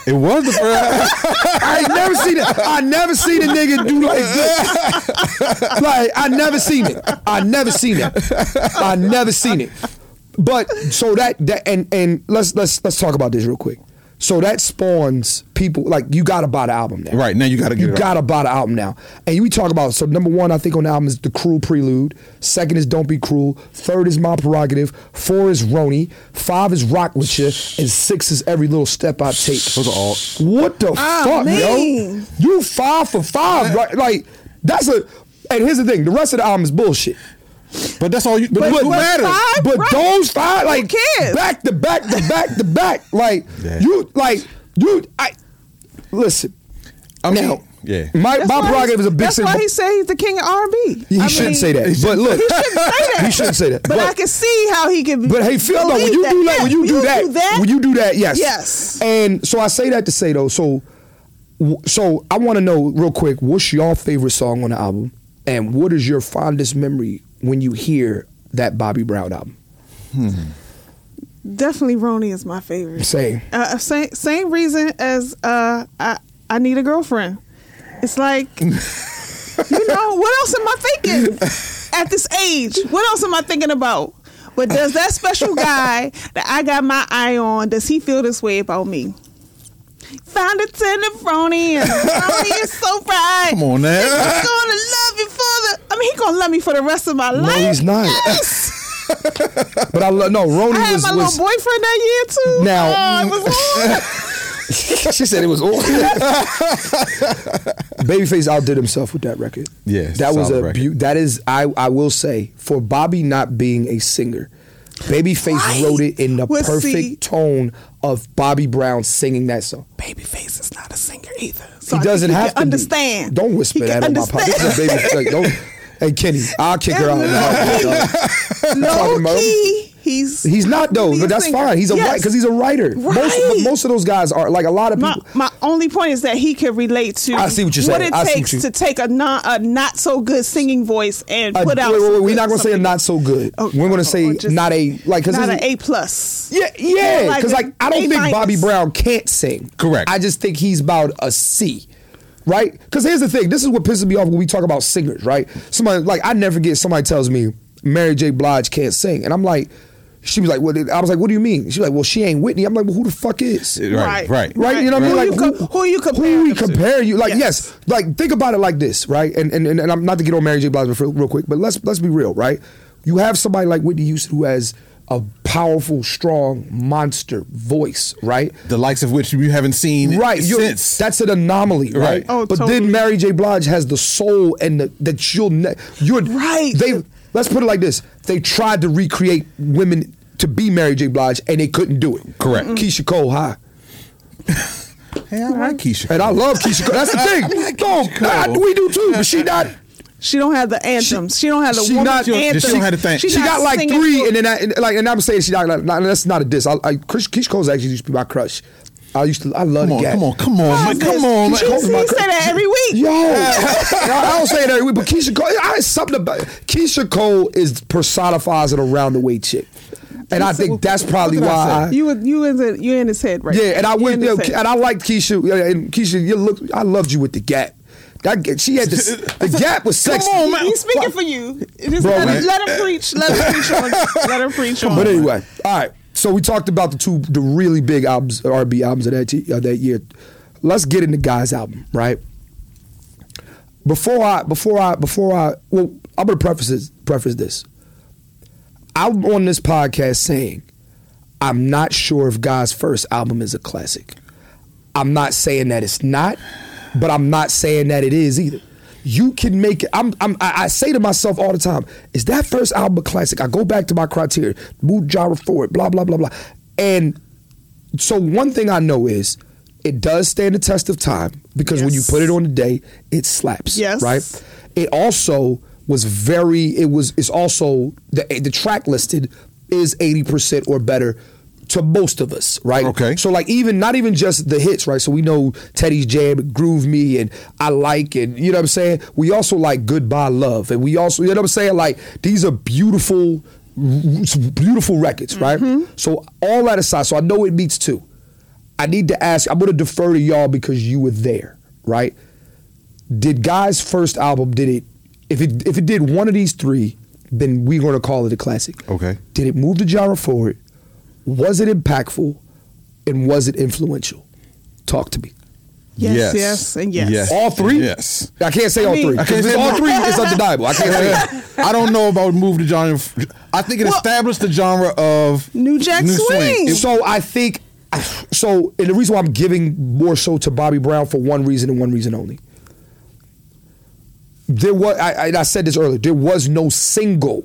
Speaker 4: It was the first.
Speaker 3: I ain't never seen it. I never seen a nigga do like this. Like I never seen it. I never seen it. I never seen it. But so that that and and let's let's let's talk about this real quick. So that spawns people like you gotta buy the album now.
Speaker 4: Right, now you gotta get
Speaker 3: you
Speaker 4: it out.
Speaker 3: gotta buy the album now. And we talk about so number one I think on the album is the Cruel Prelude. Second is Don't Be Cruel. Third is My Prerogative. Four is Roni. Five is Rock with You. And six is Every Little Step I Take.
Speaker 4: Those are all-
Speaker 3: What the
Speaker 5: I
Speaker 3: fuck,
Speaker 5: mean.
Speaker 3: yo? You five for five, right? Like that's a. And here's the thing: the rest of the album is bullshit.
Speaker 4: but that's all you. But, that's
Speaker 3: but
Speaker 4: what matters.
Speaker 5: five?
Speaker 3: But
Speaker 5: right.
Speaker 3: those five,
Speaker 5: Who
Speaker 3: like
Speaker 5: cares?
Speaker 3: back to back to back to back, like
Speaker 4: Yeah.
Speaker 3: you, like you. I listen.
Speaker 4: I mean,
Speaker 3: now,
Speaker 4: yeah.
Speaker 3: my
Speaker 5: That's
Speaker 3: my
Speaker 5: why
Speaker 3: prerogative
Speaker 5: he's-
Speaker 3: is a big
Speaker 5: That's
Speaker 3: sin.
Speaker 5: why he say he's the king of R&B.
Speaker 3: He
Speaker 5: I
Speaker 3: shouldn't
Speaker 5: mean,
Speaker 3: say that. But look,
Speaker 5: he shouldn't say that.
Speaker 3: He shouldn't say that.
Speaker 5: But, I can see how he can.
Speaker 3: But hey, Phil, though, when you do that, when you, do, that, when you do that, yes,
Speaker 5: Yes.
Speaker 3: And so I say that to say though, so, w- so I want to know real quick, what's your favorite song on the album, and what is your fondest memory when you hear that Bobby Brown album?
Speaker 5: definitely Roni is my favorite.
Speaker 3: Same.
Speaker 5: Uh, same same reason as uh, I I need a girlfriend. It's like you know what else am I thinking at this age? What else am I thinking about? But does that special guy that I got my eye on does he feel this way about me? Found a tender Roni and Roni is so right.
Speaker 4: Come on now.
Speaker 5: He's gonna love you for the. I mean, he gonna love me for the rest of my
Speaker 3: No,
Speaker 5: life.
Speaker 3: he's not.
Speaker 5: Yes.
Speaker 3: But I love no. Roni
Speaker 5: I had
Speaker 3: was,
Speaker 5: my
Speaker 3: was
Speaker 5: little boyfriend that year too.
Speaker 3: Now-
Speaker 5: Oh, it was on.
Speaker 3: she said it was all. Babyface outdid himself with that record.
Speaker 4: Yes,
Speaker 3: that was
Speaker 4: solid
Speaker 3: a
Speaker 4: record.
Speaker 3: beau- that is I I will say for Bobby not being a singer, Babyface
Speaker 5: Right.
Speaker 3: wrote it in the
Speaker 5: Well,
Speaker 3: perfect
Speaker 5: see-
Speaker 3: tone of Bobby Brown singing that song.
Speaker 5: Babyface is not a singer either. So I
Speaker 3: he
Speaker 5: think
Speaker 3: doesn't
Speaker 5: can
Speaker 3: have to be.
Speaker 5: understand.
Speaker 3: Don't whisper
Speaker 5: He
Speaker 3: that
Speaker 5: can
Speaker 3: in my pocket. This is
Speaker 5: understand.
Speaker 3: a baby. Like, don't. Hey Kenny, I'll kick her out. in a heartbeat, dog.
Speaker 5: Low
Speaker 3: Talking about-
Speaker 5: key, he he's
Speaker 3: He's not though,
Speaker 5: He's
Speaker 3: but that's
Speaker 5: singer.
Speaker 3: fine. He's a
Speaker 5: Yes.
Speaker 3: right because he's a writer. Most,
Speaker 5: Right.
Speaker 3: but most of those guys are like a lot of
Speaker 5: My,
Speaker 3: people.
Speaker 5: my only point is that he can relate to
Speaker 3: I see what you're saying.
Speaker 5: it
Speaker 3: I see
Speaker 5: takes
Speaker 3: what you-
Speaker 5: to take a not a not so good singing voice and
Speaker 3: Uh,
Speaker 5: put out.
Speaker 3: wait, wait,
Speaker 5: some
Speaker 3: wait, we're
Speaker 5: good-
Speaker 3: not gonna say a
Speaker 5: something-
Speaker 3: not so good.
Speaker 5: Oh,
Speaker 3: we're gonna
Speaker 5: oh,
Speaker 3: say
Speaker 5: oh, just
Speaker 3: not a like because
Speaker 5: not an A plus.
Speaker 3: Yeah, yeah.
Speaker 5: like
Speaker 3: Because
Speaker 5: a
Speaker 3: like, I don't
Speaker 5: A
Speaker 3: think Bobby
Speaker 5: minus.
Speaker 3: Brown can't sing.
Speaker 4: Correct.
Speaker 3: I just think he's about a C. Right? Because here's the thing. This is what pisses me off when we talk about singers. Right? Somebody like I never get somebody tells me Mary J. Blige can't sing, and I'm like, she was like, what? I was like, what do you mean? She's like, well, she ain't Whitney. I'm like, well, who the fuck is?
Speaker 4: Right, right.
Speaker 3: Right, you know what I
Speaker 5: Who
Speaker 3: mean? Like
Speaker 5: you co- who you compare
Speaker 3: who we
Speaker 5: them to?
Speaker 3: compare you? Like yes.
Speaker 5: Yes.
Speaker 3: like think about it like this, right? And and and, and I'm not to get on Mary J. Blige real, real quick, but let's let's be real, right? You have somebody like Whitney Houston who has a powerful, strong, monster voice, right?
Speaker 4: The likes of which you haven't seen
Speaker 3: Right, you're-
Speaker 4: since.
Speaker 3: that's an anomaly, right?
Speaker 4: Right.
Speaker 5: Oh,
Speaker 3: but
Speaker 5: totally.
Speaker 3: then Mary J. Blige has the soul and the, that you'll ne- you're
Speaker 5: Right.
Speaker 3: They let's put it like this: they tried to recreate women to be Mary J. Blige, and they couldn't do it.
Speaker 4: Correct. Mm-mm.
Speaker 3: Keisha Cole, hi.
Speaker 4: hey, I like Keisha.
Speaker 3: And I love Keisha Cole. That's the thing. No,
Speaker 4: Keisha Cole.
Speaker 3: I- we do too, but she not.
Speaker 5: She don't have the anthems. She, don't have the
Speaker 3: she
Speaker 5: woman
Speaker 3: not- she
Speaker 5: anthem.
Speaker 4: don't have the thing.
Speaker 3: She,
Speaker 5: She's not
Speaker 3: got like
Speaker 5: singing
Speaker 3: three,
Speaker 5: to-
Speaker 3: and then I, and, like, and I'm saying she not. Like, not- that's not a diss. I, I, Chris- Keisha Cole's actually used to be my crush. I used to. I love
Speaker 4: Come
Speaker 3: the
Speaker 4: on,
Speaker 3: gal.
Speaker 4: come on, come on, man, come on,
Speaker 5: She,
Speaker 4: man.
Speaker 3: Keisha-
Speaker 5: she say that every week.
Speaker 3: Yo, I don't say it every week, but Keisha Cole, I, it's something about Keisha Cole is personifies an around the way chick, and I
Speaker 4: said-
Speaker 3: think that's
Speaker 4: what
Speaker 3: probably
Speaker 4: did I
Speaker 3: why.
Speaker 4: say?
Speaker 3: I-
Speaker 5: You was- you in the, you in his head right? now.
Speaker 3: yeah, and I
Speaker 5: You
Speaker 3: went,
Speaker 5: in his
Speaker 3: you know,
Speaker 5: head.
Speaker 3: and I liked Keisha. yeah, And Keisha, you look, I loved you with the gap. That g- she had the, the gap was sexy.
Speaker 4: on, man.
Speaker 5: He's speaking
Speaker 3: Like,
Speaker 5: for you. Just
Speaker 3: Bro,
Speaker 5: let,
Speaker 3: man.
Speaker 5: him, let him preach. Let him preach on. Let him preach on.
Speaker 3: But anyway, all right. So we talked about the two, the really big albums, R&B albums of that t- of that year. Let's get into Guy's album, right? Before I, before I, before I, well, I'm gonna preface this. Preface this. I'm on this podcast saying I'm not sure if Guy's first album is a classic. I'm not saying that it's not, but I'm not saying that it is either. You can make it. I'm, I'm, I I say to myself all the time, is that first album a classic? I go back to my criteria, move genre forward, blah, blah, blah, blah. And so one thing I know is it does stand the test of time because when you
Speaker 5: Yes.
Speaker 3: put it on the day, it slaps.
Speaker 5: Yes.
Speaker 3: Right? It also was very, it was, it's also, the, the track listed is 80% or better to most of us, right?
Speaker 4: Okay.
Speaker 3: So like even not even just the hits, right? So we know Teddy's Jam, Groove Me, and I Like, and you know what I'm saying. We also like Goodbye Love, and we also you know what I'm saying. Like these are beautiful, beautiful records, right? So all that aside, so I know it beats two. I need to ask. I'm gonna defer to y'all because you were there, right? Did Guy's first album did it? If it if it did one of these three, then we're gonna call it a classic.
Speaker 4: Okay.
Speaker 3: Did it move the genre forward? Was it impactful? And was it influential? Talk to me.
Speaker 5: Yes, yes, and yes.
Speaker 3: All three?
Speaker 4: Yes.
Speaker 3: I can't say
Speaker 5: I
Speaker 3: all
Speaker 5: mean-
Speaker 3: three.
Speaker 5: I
Speaker 4: can't
Speaker 3: Because
Speaker 4: say
Speaker 3: all
Speaker 4: no.
Speaker 3: three is undeniable. I can't say that.
Speaker 4: I don't know if I would move the genre. f- I think it
Speaker 5: Well-
Speaker 4: established the genre of
Speaker 5: New Jack Swing.
Speaker 4: It-
Speaker 3: So I think, so, and the reason why I'm giving more so to Bobby Brown for one reason and one reason only. There was, I, I, and I said this earlier, there was no single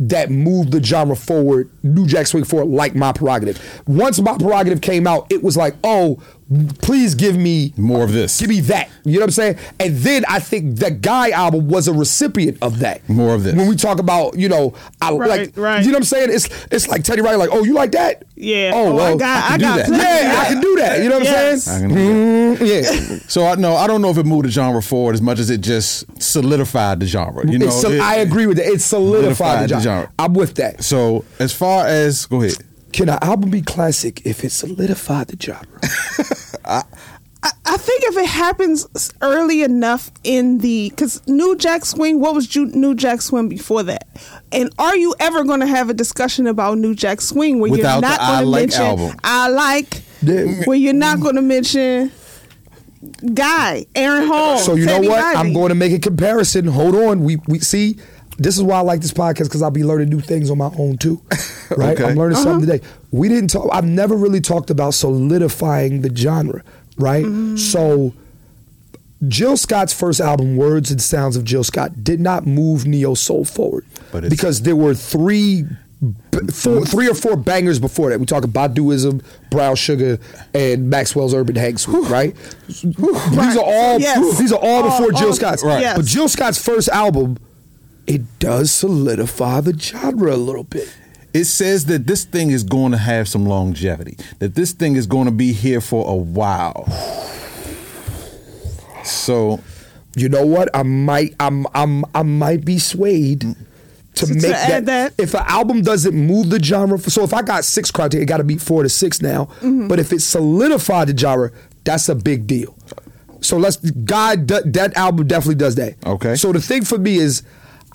Speaker 3: that moved the genre forward, New Jack Swing forward, like My Prerogative. Once My Prerogative came out, it was like, oh, please give me
Speaker 4: More of this.
Speaker 3: Give me that. You know what I'm saying? And then I think the Guy album was a recipient of that.
Speaker 4: More of this.
Speaker 3: When we talk about, you know, I
Speaker 5: Right,
Speaker 3: like,
Speaker 5: right.
Speaker 3: you know what I'm saying? It's it's like Teddy Riley, like, oh, you like that?
Speaker 5: Yeah.
Speaker 3: Oh,
Speaker 5: Oh, I
Speaker 3: well,
Speaker 5: got-
Speaker 4: I
Speaker 3: can do
Speaker 4: got
Speaker 3: that.
Speaker 4: plenty
Speaker 5: of
Speaker 3: Yeah,
Speaker 5: that.
Speaker 3: I can do that. You know what
Speaker 5: Yes.
Speaker 3: I'm
Speaker 4: I can do
Speaker 3: saying? Mm, yeah.
Speaker 4: So I know I don't know if it moved the genre forward as much as it just solidified the genre. You know,
Speaker 3: It's sol-
Speaker 4: it-
Speaker 3: I agree with that. It solidified,
Speaker 4: solidified
Speaker 3: the
Speaker 4: the
Speaker 3: genre.
Speaker 4: genre.
Speaker 3: I'm with that.
Speaker 4: So as far as go ahead,
Speaker 3: Can an album be classic if it solidified the genre?
Speaker 5: I, I think if it happens s- early enough in the because New Jack Swing, what was Ju- New Jack Swing before that? And are you ever going to have a discussion about New Jack Swing where
Speaker 4: Without
Speaker 5: you're
Speaker 4: the
Speaker 5: not
Speaker 4: I
Speaker 5: going
Speaker 4: Like
Speaker 5: to mention
Speaker 4: album.
Speaker 5: I like
Speaker 3: Yeah.
Speaker 5: where you're not going to mention Guy Aaron Holmes?
Speaker 3: So you know
Speaker 5: Teddy
Speaker 3: what?
Speaker 5: Riley.
Speaker 3: I'm going to make a comparison. Hold on. We we see. This is why I like this podcast because I'll be learning new things on my own too. Right?
Speaker 4: Okay.
Speaker 3: I'm learning something
Speaker 5: Uh-huh.
Speaker 3: today. We didn't talk. I've never really talked about solidifying the genre. Right?
Speaker 5: Mm-hmm.
Speaker 3: So. Jill Scott's first album, Words and Sounds of Jill Scott, did not move neo soul forward
Speaker 4: But it's-
Speaker 3: because there were three, b- four, three or four bangers before that. We talk about Baduism, Brown Sugar, and Maxwell's Urban Hang Suite, right? These are all
Speaker 5: Yes.
Speaker 3: these are all
Speaker 5: All-
Speaker 3: before Jill
Speaker 5: all-
Speaker 3: Scott's.
Speaker 5: Right. yes.
Speaker 3: But Jill Scott's first album, it does solidify the genre a little bit.
Speaker 4: it says that this thing is going to have some longevity, that this thing is going to be here for a while. So
Speaker 3: You know what? I might I'm I'm I might be swayed
Speaker 4: Mm.
Speaker 3: to,
Speaker 5: To
Speaker 3: make
Speaker 5: add
Speaker 3: that,
Speaker 5: that.
Speaker 3: if an album doesn't move the genre so if I got six criteria, it gotta be four to six now.
Speaker 5: Mm-hmm.
Speaker 3: But if it solidified the genre, that's a big deal. So let's God d- that album definitely does that.
Speaker 4: Okay.
Speaker 3: So the thing for me is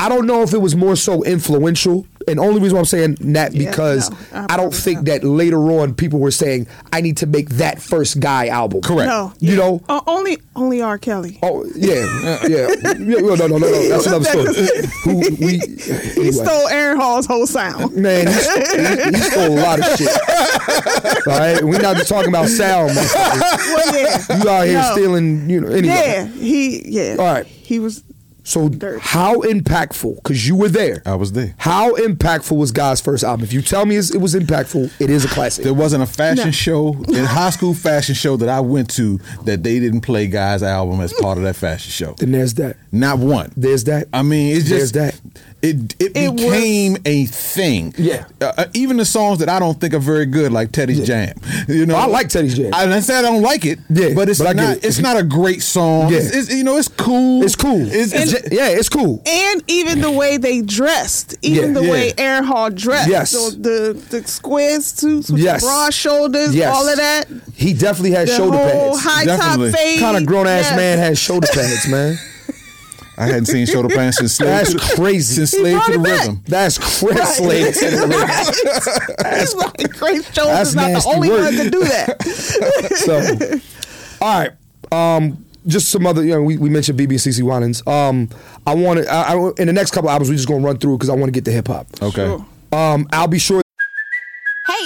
Speaker 3: I don't know if it was more so influential. And only reason why I'm saying that
Speaker 5: Yeah,
Speaker 3: because
Speaker 5: no, I
Speaker 3: I, don't
Speaker 5: probably
Speaker 3: think
Speaker 5: don't.
Speaker 3: that later on people were saying, I need to make that first guy album.
Speaker 4: Correct.
Speaker 5: No,
Speaker 3: You know,
Speaker 5: O- only only R. Kelly.
Speaker 3: Oh yeah, yeah. yeah well, no, no, no, no. That's another story. Who we?
Speaker 5: He
Speaker 3: anyway.
Speaker 5: stole Aaron Hall's whole sound.
Speaker 3: Man, he, he, he stole a lot of shit. All right, we're not just talking about sound. motherfucker.
Speaker 5: Well, yeah,
Speaker 3: You out here
Speaker 5: No.
Speaker 3: stealing, you know. Anyway,
Speaker 5: yeah, he yeah.
Speaker 3: All right.
Speaker 5: he was
Speaker 3: so
Speaker 5: Dirt.
Speaker 3: how impactful? Because you were there.
Speaker 4: I was there.
Speaker 3: How impactful was God's first album? If you tell me it's- it was impactful, it is a classic.
Speaker 4: There wasn't a fashion show, a high school fashion show that I went to that they didn't play Guy's album as part of that fashion show.
Speaker 3: Then there's that.
Speaker 4: Not one.
Speaker 3: There's that.
Speaker 4: I mean, it's
Speaker 3: There's
Speaker 4: just
Speaker 3: that.
Speaker 4: It it,
Speaker 5: It was-
Speaker 4: became a thing.
Speaker 3: Yeah.
Speaker 4: Uh, uh, even the songs that I don't think are very good, like Teddy's Jam. You know,
Speaker 3: I like Teddy's Jam.
Speaker 4: I didn't say I don't like it.
Speaker 3: Yeah,
Speaker 4: But it's
Speaker 3: but I get
Speaker 4: not.
Speaker 3: it.
Speaker 4: It's not a great song.
Speaker 3: Yeah.
Speaker 4: It's, it's- you know, it's cool.
Speaker 3: It's cool.
Speaker 4: It's, it's,
Speaker 3: It's- yeah, it's cool.
Speaker 5: and even the way they dressed, even
Speaker 3: Yeah.
Speaker 5: the
Speaker 4: Yeah.
Speaker 5: way Aaron Hall dressed,
Speaker 3: Yes.
Speaker 5: so the the square suits with
Speaker 3: Yes.
Speaker 5: the broad shoulders,
Speaker 3: Yes.
Speaker 5: all of that,
Speaker 3: He definitely has
Speaker 5: the
Speaker 3: shoulder
Speaker 5: whole
Speaker 3: pads.
Speaker 5: high
Speaker 4: Definitely.
Speaker 5: top fade.
Speaker 3: Kind of grown ass
Speaker 5: yes.
Speaker 3: man has shoulder pads, man.
Speaker 4: I hadn't seen Shoulder Pants since Slave
Speaker 3: That's
Speaker 4: to the,
Speaker 3: crazy.
Speaker 4: Since
Speaker 3: He
Speaker 4: Slave to
Speaker 5: brought
Speaker 4: the
Speaker 5: it back.
Speaker 4: Rhythm.
Speaker 3: That's crazy.
Speaker 5: Right. That's like great shoulders. Not the
Speaker 3: nasty
Speaker 5: only
Speaker 3: work.
Speaker 5: one to do that.
Speaker 3: So, all right. Um, just some other. You know, we, we mentioned BBCC Winans. Um, I want to. I, I, in the next couple albums, we're just gonna run through because I want to get to hip hop.
Speaker 4: Okay.
Speaker 3: Um, I'll be sure.
Speaker 6: Hey,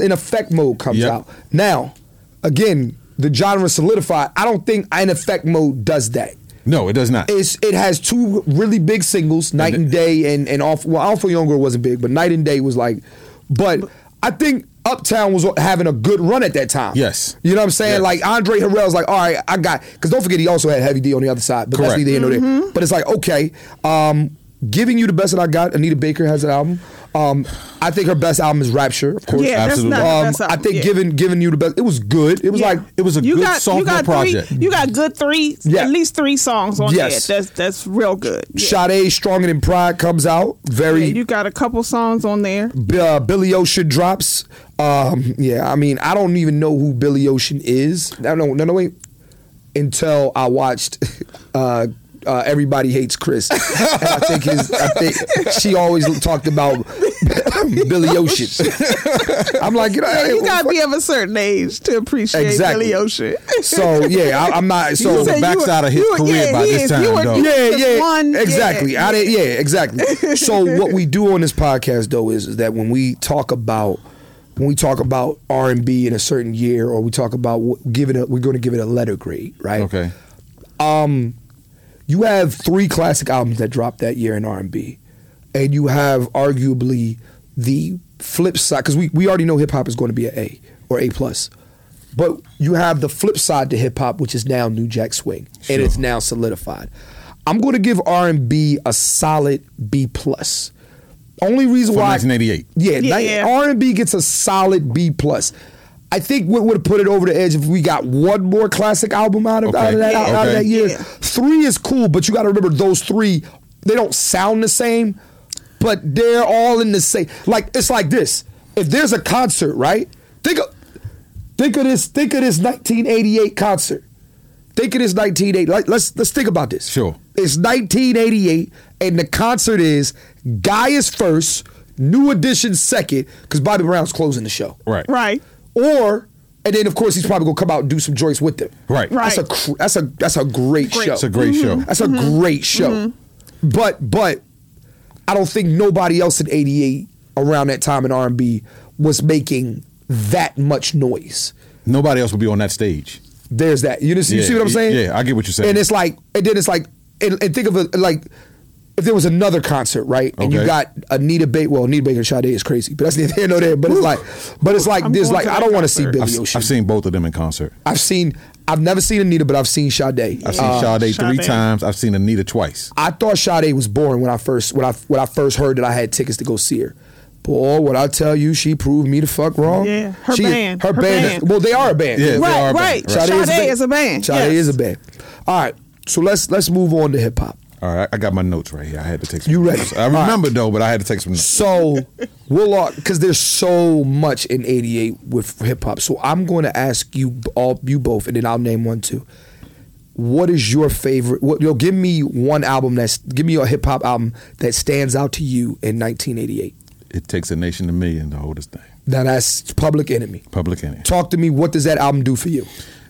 Speaker 3: In effect mode comes
Speaker 4: Yep.
Speaker 3: out now. Again, the genre solidified. I don't think in effect mode does that.
Speaker 4: No, it does not.
Speaker 3: It's it has two really big singles, Night and Day and and off. Well, Awful Young Girl wasn't big, but Night and Day was like. But I think Uptown was having a good run at that time.
Speaker 4: Yes.
Speaker 3: you know what I'm saying.
Speaker 4: Yes.
Speaker 3: Like Andre Harrell's like, all right, I got. Because don't forget, he also had Heavy D on the other side. But
Speaker 4: Correct.
Speaker 3: that's neither here nor
Speaker 5: Mm-hmm.
Speaker 3: there. But it's like okay, um, giving you the best that I got. Anita Baker has an album. Um, I think her best album is Rapture, of course.
Speaker 5: Yeah, that's
Speaker 4: Absolutely.
Speaker 5: not the
Speaker 3: Um,
Speaker 5: best
Speaker 3: I
Speaker 5: album,
Speaker 3: think
Speaker 5: yeah.
Speaker 3: giving giving you the best. It was good. It was
Speaker 5: Yeah.
Speaker 3: like
Speaker 4: It was a
Speaker 5: you
Speaker 4: good
Speaker 5: got,
Speaker 4: sophomore
Speaker 5: you got
Speaker 4: project.
Speaker 5: Three, you got good three,
Speaker 3: Yeah.
Speaker 5: at least three songs on
Speaker 3: Yes.
Speaker 5: there. That's that's real good. Yeah.
Speaker 3: Sade Stronger Than Pride comes out.
Speaker 5: Yeah,
Speaker 3: Very
Speaker 5: you got a couple songs on there.
Speaker 3: B- uh, Billy Ocean drops. Um, yeah, I mean, I don't even know who Billy Ocean is. No, no, no, no wait. Until I watched uh, uh, Everybody Hates Chris. And I think his, I think she always talked about Billy Ocean. I'm like, you know,
Speaker 5: Yeah, you gotta be of a certain age to appreciate
Speaker 3: Exactly.
Speaker 5: Billy Ocean.
Speaker 3: so yeah, I, I'm not. So
Speaker 4: was
Speaker 5: said
Speaker 4: the
Speaker 5: you were-
Speaker 4: backside of his
Speaker 5: you were-
Speaker 4: career
Speaker 5: yeah,
Speaker 4: by
Speaker 5: he
Speaker 4: this
Speaker 5: is.
Speaker 4: time,
Speaker 5: You were-
Speaker 4: though.
Speaker 5: you
Speaker 3: yeah,
Speaker 5: just
Speaker 3: yeah,
Speaker 5: one-
Speaker 3: exactly.
Speaker 5: yeah.
Speaker 3: I did, yeah, exactly. so what we do on this podcast though is, is that when we talk about when we talk about R and B in a certain year, or we talk about wh- giving it, we're going to give it a letter grade, right?
Speaker 4: okay.
Speaker 3: Um, You have three classic albums that dropped that year in R and B, and you have arguably the flip side because we we already know hip hop is going to be an A or A plus. But you have the flip side to hip hop, which is now New Jack Swing, and it's now solidified. I'm going to give R and B a solid B plus. Only reason
Speaker 4: From
Speaker 3: why
Speaker 4: 1988.
Speaker 5: Yeah.
Speaker 3: Yeah, R and B gets a solid B plus. I think what would have put it over the edge if we got one more classic album out of, out of that out
Speaker 4: Okay.
Speaker 3: of
Speaker 4: Okay.
Speaker 3: that year.
Speaker 5: Yeah.
Speaker 3: Three is cool, but you got to remember those three. They don't sound the same, but they're all in the same. Like it's like this. If there's a concert, right? Think of think of this. Think of this 1988 concert. Think of this 1980. Like, let's let's think about this.
Speaker 4: Sure.
Speaker 3: It's 1988, and the concert is Guy is first, New Edition second, because Bobby Brown's closing the show.
Speaker 4: Right.
Speaker 5: Right.
Speaker 3: Or and then of course he's probably gonna come out and do some joints with them.
Speaker 4: Right.
Speaker 3: That's a cr- that's a that's a great, show.
Speaker 4: It's a great show.
Speaker 3: That's a
Speaker 5: Mm-hmm.
Speaker 3: great show. But but I don't think nobody else in '88 around that time in R&B was making that much noise.
Speaker 4: Nobody else would be on that stage.
Speaker 3: There's that. You, just, you
Speaker 4: Yeah,
Speaker 3: see what I'm
Speaker 4: y-
Speaker 3: saying?
Speaker 4: yeah, I get what you're saying.
Speaker 3: And it's like, and then it's like, and, and think of it like, if there was another concert, right? And you
Speaker 4: Okay.
Speaker 3: got Anita Baker. Well, Anita Baker and Sade is crazy, but that's neither here nor there. But it's like, but it's like,
Speaker 5: I'm
Speaker 3: there's
Speaker 5: going
Speaker 3: like,
Speaker 5: to
Speaker 3: I
Speaker 5: that
Speaker 3: don't want to see
Speaker 5: concert.
Speaker 3: Billy
Speaker 4: I've,
Speaker 3: Ocean.
Speaker 4: I've seen both of them in concert.
Speaker 3: I've seen, I've never seen Anita, but I've seen Sade.
Speaker 4: I've seen
Speaker 3: Uh,
Speaker 4: Sade three
Speaker 5: Sade.
Speaker 4: times. I've seen Anita twice.
Speaker 3: I thought Sade was boring when I first when I when I first heard that I had tickets to go see her. Boy, what I tell you, she proved me the fuck wrong.
Speaker 5: Yeah, her
Speaker 3: She-
Speaker 5: band,
Speaker 3: her,
Speaker 5: her
Speaker 3: band.
Speaker 5: band.
Speaker 3: Well, they are a band.
Speaker 4: Yeah, they are a
Speaker 5: Right,
Speaker 4: band,
Speaker 5: right.
Speaker 4: right.
Speaker 5: Sade,
Speaker 3: Sade
Speaker 5: is a band.
Speaker 3: Sade
Speaker 5: yes.
Speaker 3: is a band. All right, so let's let's move on to hip hop.
Speaker 4: All right, I got my notes right here. I had to take some.
Speaker 3: You ready?
Speaker 4: notes. I remember though, but I had to take some notes.
Speaker 3: So we'll all because there's so much in '88 with hip hop. So I'm going to ask you all, you both, and then I'll name one too. What is your favorite? What, yo, give me one album that's give me a hip hop album that stands out to you in 1988.
Speaker 4: It takes a nation to million to hold this thing.
Speaker 3: Now that's Public Enemy.
Speaker 4: Public enemy.
Speaker 3: Talk to me. What does that album do for you?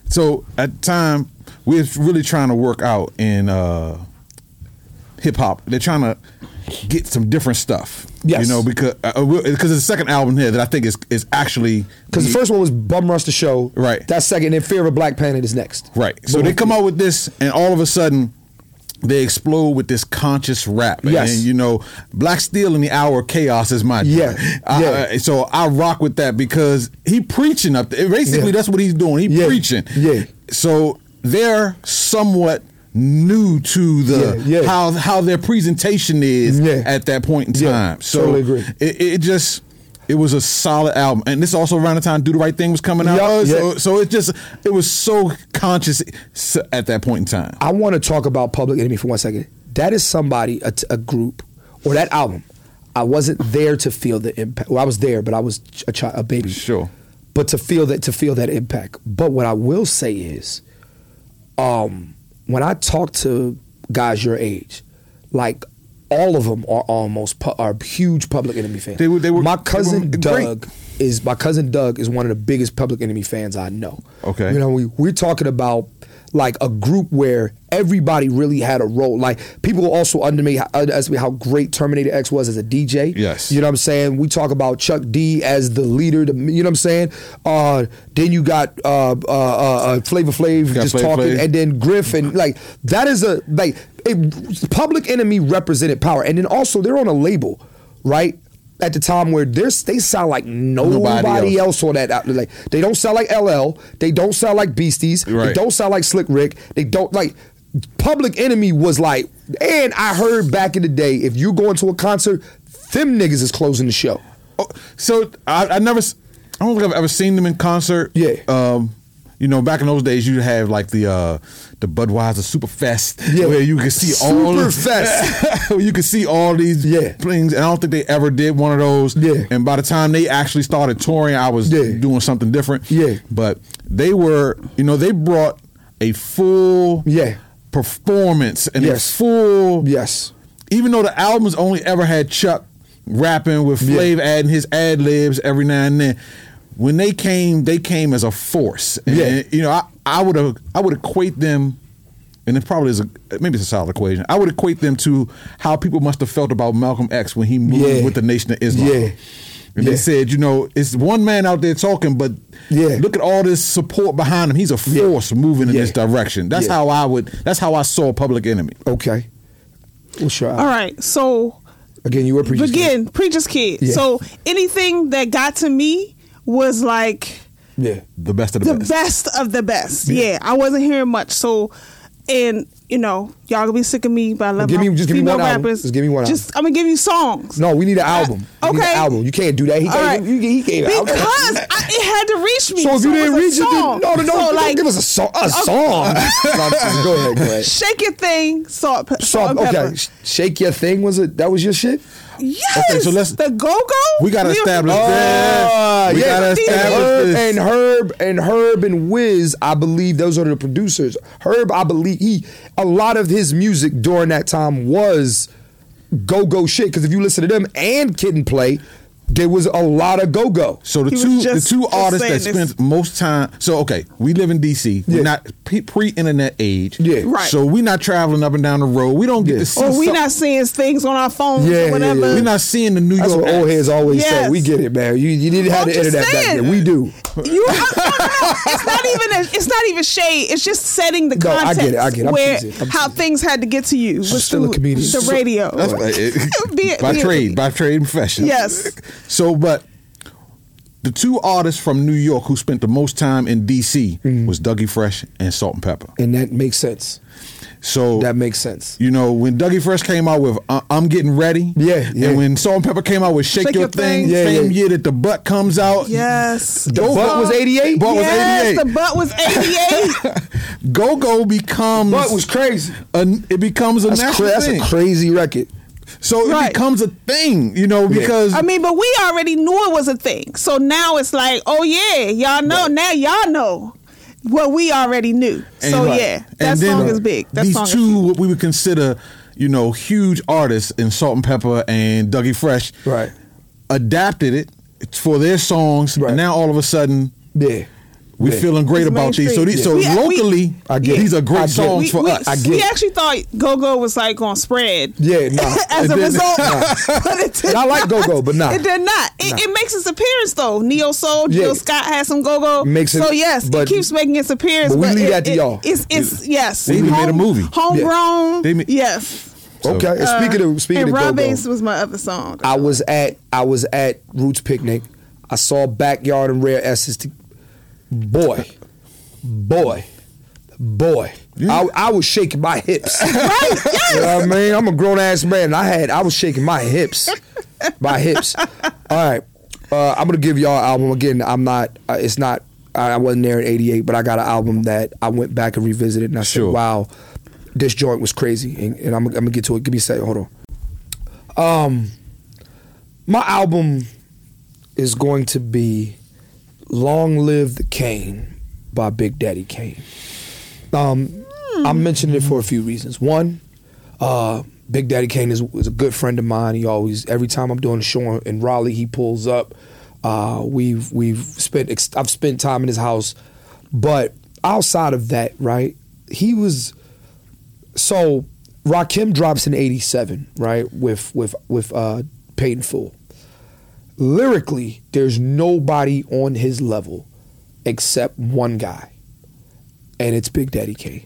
Speaker 4: So at the time, we're really trying to work out in uh, hip hop. They're trying to get some different stuff.
Speaker 3: Yes.
Speaker 4: You know, because uh, uh, we're- because it's the second album here that I think is is actually
Speaker 3: Because the first one was Bum Rush the Show.
Speaker 4: Right.
Speaker 3: That second, and then Fear of a Black Planet is next.
Speaker 4: Right. So
Speaker 3: But
Speaker 4: they
Speaker 3: with-
Speaker 4: come out with this, and all of a sudden, they explode with this conscious rap.
Speaker 3: Yes.
Speaker 4: And, you know, Black Steel in the Hour of Chaos is my
Speaker 3: Yeah.
Speaker 4: I-
Speaker 3: Yeah.
Speaker 4: I- so I rock with that because he preaching up there. Basically,
Speaker 3: Yeah.
Speaker 4: that's what he's doing. He
Speaker 3: Yeah.
Speaker 4: preaching.
Speaker 3: Yeah.
Speaker 4: So they're somewhat new to the
Speaker 3: Yeah, yeah.
Speaker 4: how how their presentation is
Speaker 3: Yeah.
Speaker 4: at that point in time.
Speaker 3: Yeah,
Speaker 4: so
Speaker 3: totally agree.
Speaker 4: It, it just. It was a solid album, and this also around the time "Do the Right Thing" was coming out.
Speaker 3: Yup,
Speaker 4: Uh, so-
Speaker 3: yeah.
Speaker 4: so it just it was so conscious s- at that point in time.
Speaker 3: I want to talk about Public Enemy for one second. That is somebody, a, t- a group, or that album. I wasn't there to feel the impact. Well, I was there, but I was a, chi- a baby.
Speaker 4: Sure.
Speaker 3: But to feel that to feel that impact. But what I will say is, um, when I talk to guys your age, like all of them are almost pu- are huge Public Enemy fans.
Speaker 4: They were- they were-
Speaker 3: my
Speaker 4: they were
Speaker 3: cousin
Speaker 4: great.
Speaker 3: Doug is my cousin Doug is one of the biggest Public Enemy fans I know.
Speaker 4: Okay.
Speaker 3: you know we we're talking about like a group where everybody really had a role. Like people also undermate underestimate how great Terminator X was as a DJ.
Speaker 4: Yes.
Speaker 3: you know what I'm saying. We talk about Chuck D as the leader. The, you know what I'm saying. Uh, then you got uh, uh, uh, uh, Flavor Flav
Speaker 4: got
Speaker 3: just
Speaker 4: Flavor
Speaker 3: talking,
Speaker 4: Flav.
Speaker 3: and then Griff and like that is a like it, Public Enemy represented power, and then also they're on a label, right? At the time where they're, they sound like nobody,
Speaker 4: Nobody
Speaker 3: else. on that out- like they don't sound like LL, they don't sound like Beasties, they
Speaker 4: Right.
Speaker 3: don't sound like Slick Rick, they don't like Public Enemy was like. And I heard back in the day, if you go into a concert, them niggas is closing the show.
Speaker 4: Oh, so I, I never, s- I don't think I've ever seen them in concert.
Speaker 3: Yeah.
Speaker 4: Um, you know, back in those days, you have like the uh, the Budweiser Superfest,
Speaker 3: Yeah.
Speaker 4: where you could see all
Speaker 3: Superfest.
Speaker 4: where you could see all these
Speaker 3: Yeah.
Speaker 4: things. And I don't think they ever did one of those.
Speaker 3: Yeah.
Speaker 4: And by the time they actually started touring, I was
Speaker 3: Yeah.
Speaker 4: doing something different.
Speaker 3: Yeah.
Speaker 4: But they were, you know, they brought a full
Speaker 3: Yeah.
Speaker 4: performance and
Speaker 3: Yes.
Speaker 4: a full
Speaker 3: Yes.
Speaker 4: even though the albums only ever had Chuck rapping with
Speaker 3: Yeah.
Speaker 4: Flav adding his ad libs every now and then, when they came, they came as a force. And,
Speaker 3: Yeah.
Speaker 4: you know, I, I would I would equate them, and it probably is a maybe it's a solid equation. I would equate them to how people must have felt about Malcolm X when he moved
Speaker 3: Yeah.
Speaker 4: with the Nation of Islam.
Speaker 3: Yeah.
Speaker 4: And
Speaker 3: Yeah.
Speaker 4: they said, you know, it's one man out there talking, but
Speaker 3: Yeah.
Speaker 4: look at all this support behind him. He's a
Speaker 3: Yeah.
Speaker 4: force moving in
Speaker 3: Yeah.
Speaker 4: this direction. That's
Speaker 3: Yeah.
Speaker 4: how I would. That's how I saw Public Enemy.
Speaker 3: Okay. What's your
Speaker 5: All right, so
Speaker 3: Again, you were preaching.
Speaker 5: again, preacher's kid.
Speaker 3: Yeah.
Speaker 5: So anything that got to me was like
Speaker 3: Yeah.
Speaker 4: The best of the,
Speaker 5: the best of the best. Yeah. I wasn't hearing much. So, and you know, y'all gonna be sick of me, but I love
Speaker 3: Give
Speaker 5: my
Speaker 3: me- just give me
Speaker 5: female
Speaker 3: one album.
Speaker 5: rappers.
Speaker 3: Just give me one
Speaker 5: Just I'm gonna give you songs.
Speaker 3: No, we need an album.
Speaker 5: Uh,
Speaker 3: We need an
Speaker 5: okay.
Speaker 3: album. You can't do that. He
Speaker 5: All right,
Speaker 3: can't. You, you- he can't.
Speaker 5: because I, it had to reach me.
Speaker 3: so if you didn't
Speaker 5: it
Speaker 3: reach
Speaker 5: was
Speaker 3: it,
Speaker 5: a
Speaker 3: then,
Speaker 5: song.
Speaker 3: no, no, no,
Speaker 5: So,
Speaker 3: don't
Speaker 5: like,
Speaker 3: give us a song. A song. No, I'm just- go ahead, go ahead.
Speaker 5: Shake your thing, salt, pe-
Speaker 3: So,
Speaker 5: salt and pepper.
Speaker 3: okay, Sh- shake your thing was it? That was your shit.
Speaker 5: Yes.
Speaker 4: Okay, so let's-
Speaker 5: the go go.
Speaker 4: We gotta establish
Speaker 5: Oh,
Speaker 3: Ah,
Speaker 4: this. We
Speaker 3: yeah.
Speaker 4: gotta
Speaker 3: And
Speaker 4: establish
Speaker 3: Herb
Speaker 4: this.
Speaker 3: and Herb and Herb and Wiz, I believe those are the producers. Herb, I believe he a lot of his music during that time was go go shit. Because if you listen to them and Kid and Play, There was a lot of go go.
Speaker 4: So the
Speaker 5: He was
Speaker 4: two
Speaker 5: just-
Speaker 4: the two
Speaker 5: just
Speaker 4: artists
Speaker 5: saying
Speaker 4: that
Speaker 5: this.
Speaker 4: spent most time. So okay, we live in DC.
Speaker 3: Yeah.
Speaker 4: We're not pre internet age.
Speaker 3: Yeah.
Speaker 5: Right.
Speaker 4: So we not traveling up and down the road. We don't get
Speaker 3: Yeah.
Speaker 4: to see.
Speaker 5: Or we
Speaker 4: some-
Speaker 5: not seeing things on our phones
Speaker 3: Yeah, yeah,
Speaker 5: or whatever.
Speaker 3: yeah.
Speaker 4: We not seeing the New
Speaker 3: That's
Speaker 4: York.
Speaker 3: what old heads always say.
Speaker 5: Yes.
Speaker 3: We get it, man. You, you didn't have
Speaker 5: I'm
Speaker 3: the
Speaker 5: just
Speaker 3: internet back
Speaker 5: saying.
Speaker 3: then. We do.
Speaker 5: You, I- I- I- it's not even a, it's not even shade. It's just setting the
Speaker 3: No, I
Speaker 5: context
Speaker 3: get it, I get it. I'm
Speaker 5: where
Speaker 3: teasing, I'm
Speaker 5: how things had to get to you was
Speaker 3: still a
Speaker 5: through
Speaker 3: comedian.
Speaker 5: the
Speaker 3: So-
Speaker 5: radio.
Speaker 4: That's by, it,
Speaker 5: Be-
Speaker 4: by
Speaker 5: be-
Speaker 4: trade, by trade and profession.
Speaker 5: Yes.
Speaker 4: So, but the two artists from New York who spent the most time in DC
Speaker 3: Mm-hmm.
Speaker 4: was Dougie Fresh and Salt and Pepper.
Speaker 3: And that makes sense.
Speaker 4: So
Speaker 3: That makes sense.
Speaker 4: You know, when Dougie Fresh came out with uh, "I'm Getting Ready,"
Speaker 3: Yeah, yeah.
Speaker 4: and when Salt and Pepper came out with "Shake, Your, Thing,"
Speaker 3: Yeah,
Speaker 4: same
Speaker 3: yeah.
Speaker 4: year that the butt comes out,
Speaker 5: Yes.
Speaker 3: The butt was 88?
Speaker 4: Butt was
Speaker 5: yes,
Speaker 4: 88.
Speaker 5: the butt was 88.
Speaker 4: Go Go becomes
Speaker 3: But was crazy.
Speaker 4: a- it becomes a
Speaker 3: That's, cra-
Speaker 4: national
Speaker 3: that's
Speaker 4: thing.
Speaker 3: a crazy record.
Speaker 4: so
Speaker 5: Right.
Speaker 4: it becomes a thing, you know, because
Speaker 5: I mean, but we already knew it was a thing. So now it's like, oh yeah, y'all know. Now y'all know what we already knew. so
Speaker 4: Right.
Speaker 5: yeah,
Speaker 4: And
Speaker 5: that
Speaker 4: then
Speaker 5: song is big. That
Speaker 4: these
Speaker 5: song
Speaker 4: two,
Speaker 5: is
Speaker 4: what we would consider, you know, huge artists in Salt and Pepper and Dougie Fresh,
Speaker 3: Right.
Speaker 4: adapted it for their songs,
Speaker 3: Right.
Speaker 4: and now all of a sudden
Speaker 3: Yeah.
Speaker 4: we
Speaker 3: Yeah.
Speaker 4: feeling great
Speaker 5: It's
Speaker 4: about these. So
Speaker 5: mainstream.
Speaker 4: these, so
Speaker 5: Yeah. We- we-
Speaker 4: locally,
Speaker 3: I get
Speaker 4: these
Speaker 3: it.
Speaker 4: are
Speaker 3: I
Speaker 4: great
Speaker 3: get it.
Speaker 4: songs
Speaker 5: we,
Speaker 4: for
Speaker 5: we,
Speaker 4: us.
Speaker 3: I get
Speaker 5: we
Speaker 3: it.
Speaker 5: actually thought Go Go was like gonna spread.
Speaker 3: Yeah, nah.
Speaker 5: As
Speaker 4: It
Speaker 5: a
Speaker 4: didn't.
Speaker 5: result, but it did
Speaker 3: And I like
Speaker 5: not.
Speaker 3: Go-Go, but nah.
Speaker 5: It did not. It, it makes its appearance though. Neo Soul,
Speaker 3: Yeah.
Speaker 5: Jill Scott has some Go Go.
Speaker 3: Makes it-
Speaker 5: so yes,
Speaker 3: but-
Speaker 5: it keeps making its appearance.
Speaker 3: but we leave
Speaker 5: it,
Speaker 3: that to
Speaker 5: it-
Speaker 3: y'all.
Speaker 5: It's it's yes.
Speaker 4: They even made a movie.
Speaker 5: Homegrown.
Speaker 4: They ma-
Speaker 5: yes.
Speaker 3: Okay. and speaking of speaking
Speaker 5: Uh,
Speaker 3: of
Speaker 5: and Rob
Speaker 3: go-go,
Speaker 5: Bass was my other song.
Speaker 3: I was at I was at Roots Picnic. I saw Backyard and Rare Essence. T- boy, boy, boy. I, I was shaking my hips.
Speaker 5: right?
Speaker 3: You
Speaker 5: Yes.
Speaker 3: know what I mean? I'm a grown ass man. I had I was shaking my hips, my hips. All right, uh, I'm gonna give y'all an album again. I'm not. Uh, it's not. I, I wasn't there in '88, but I got an album that I went back and revisited, and I
Speaker 4: Sure.
Speaker 3: said, "Wow, this joint was crazy." And, and I'm, I'm gonna get to it. Give me a second. Hold on. Um, my album is going to be "Long Live the Kane" by Big Daddy Kane. Um, I'm mentioning it for a few reasons. One, uh, Big Daddy Kane is, is a good friend of mine. He always, every time I'm doing a show in Raleigh, he pulls up. Uh, we've we've spent ex- I've spent time in his house, but outside of that, right? He was so Rakim drops in '87, right? With with with uh, Painful. Lyrically, there's nobody on his level except one guy and it's Big Daddy Kane.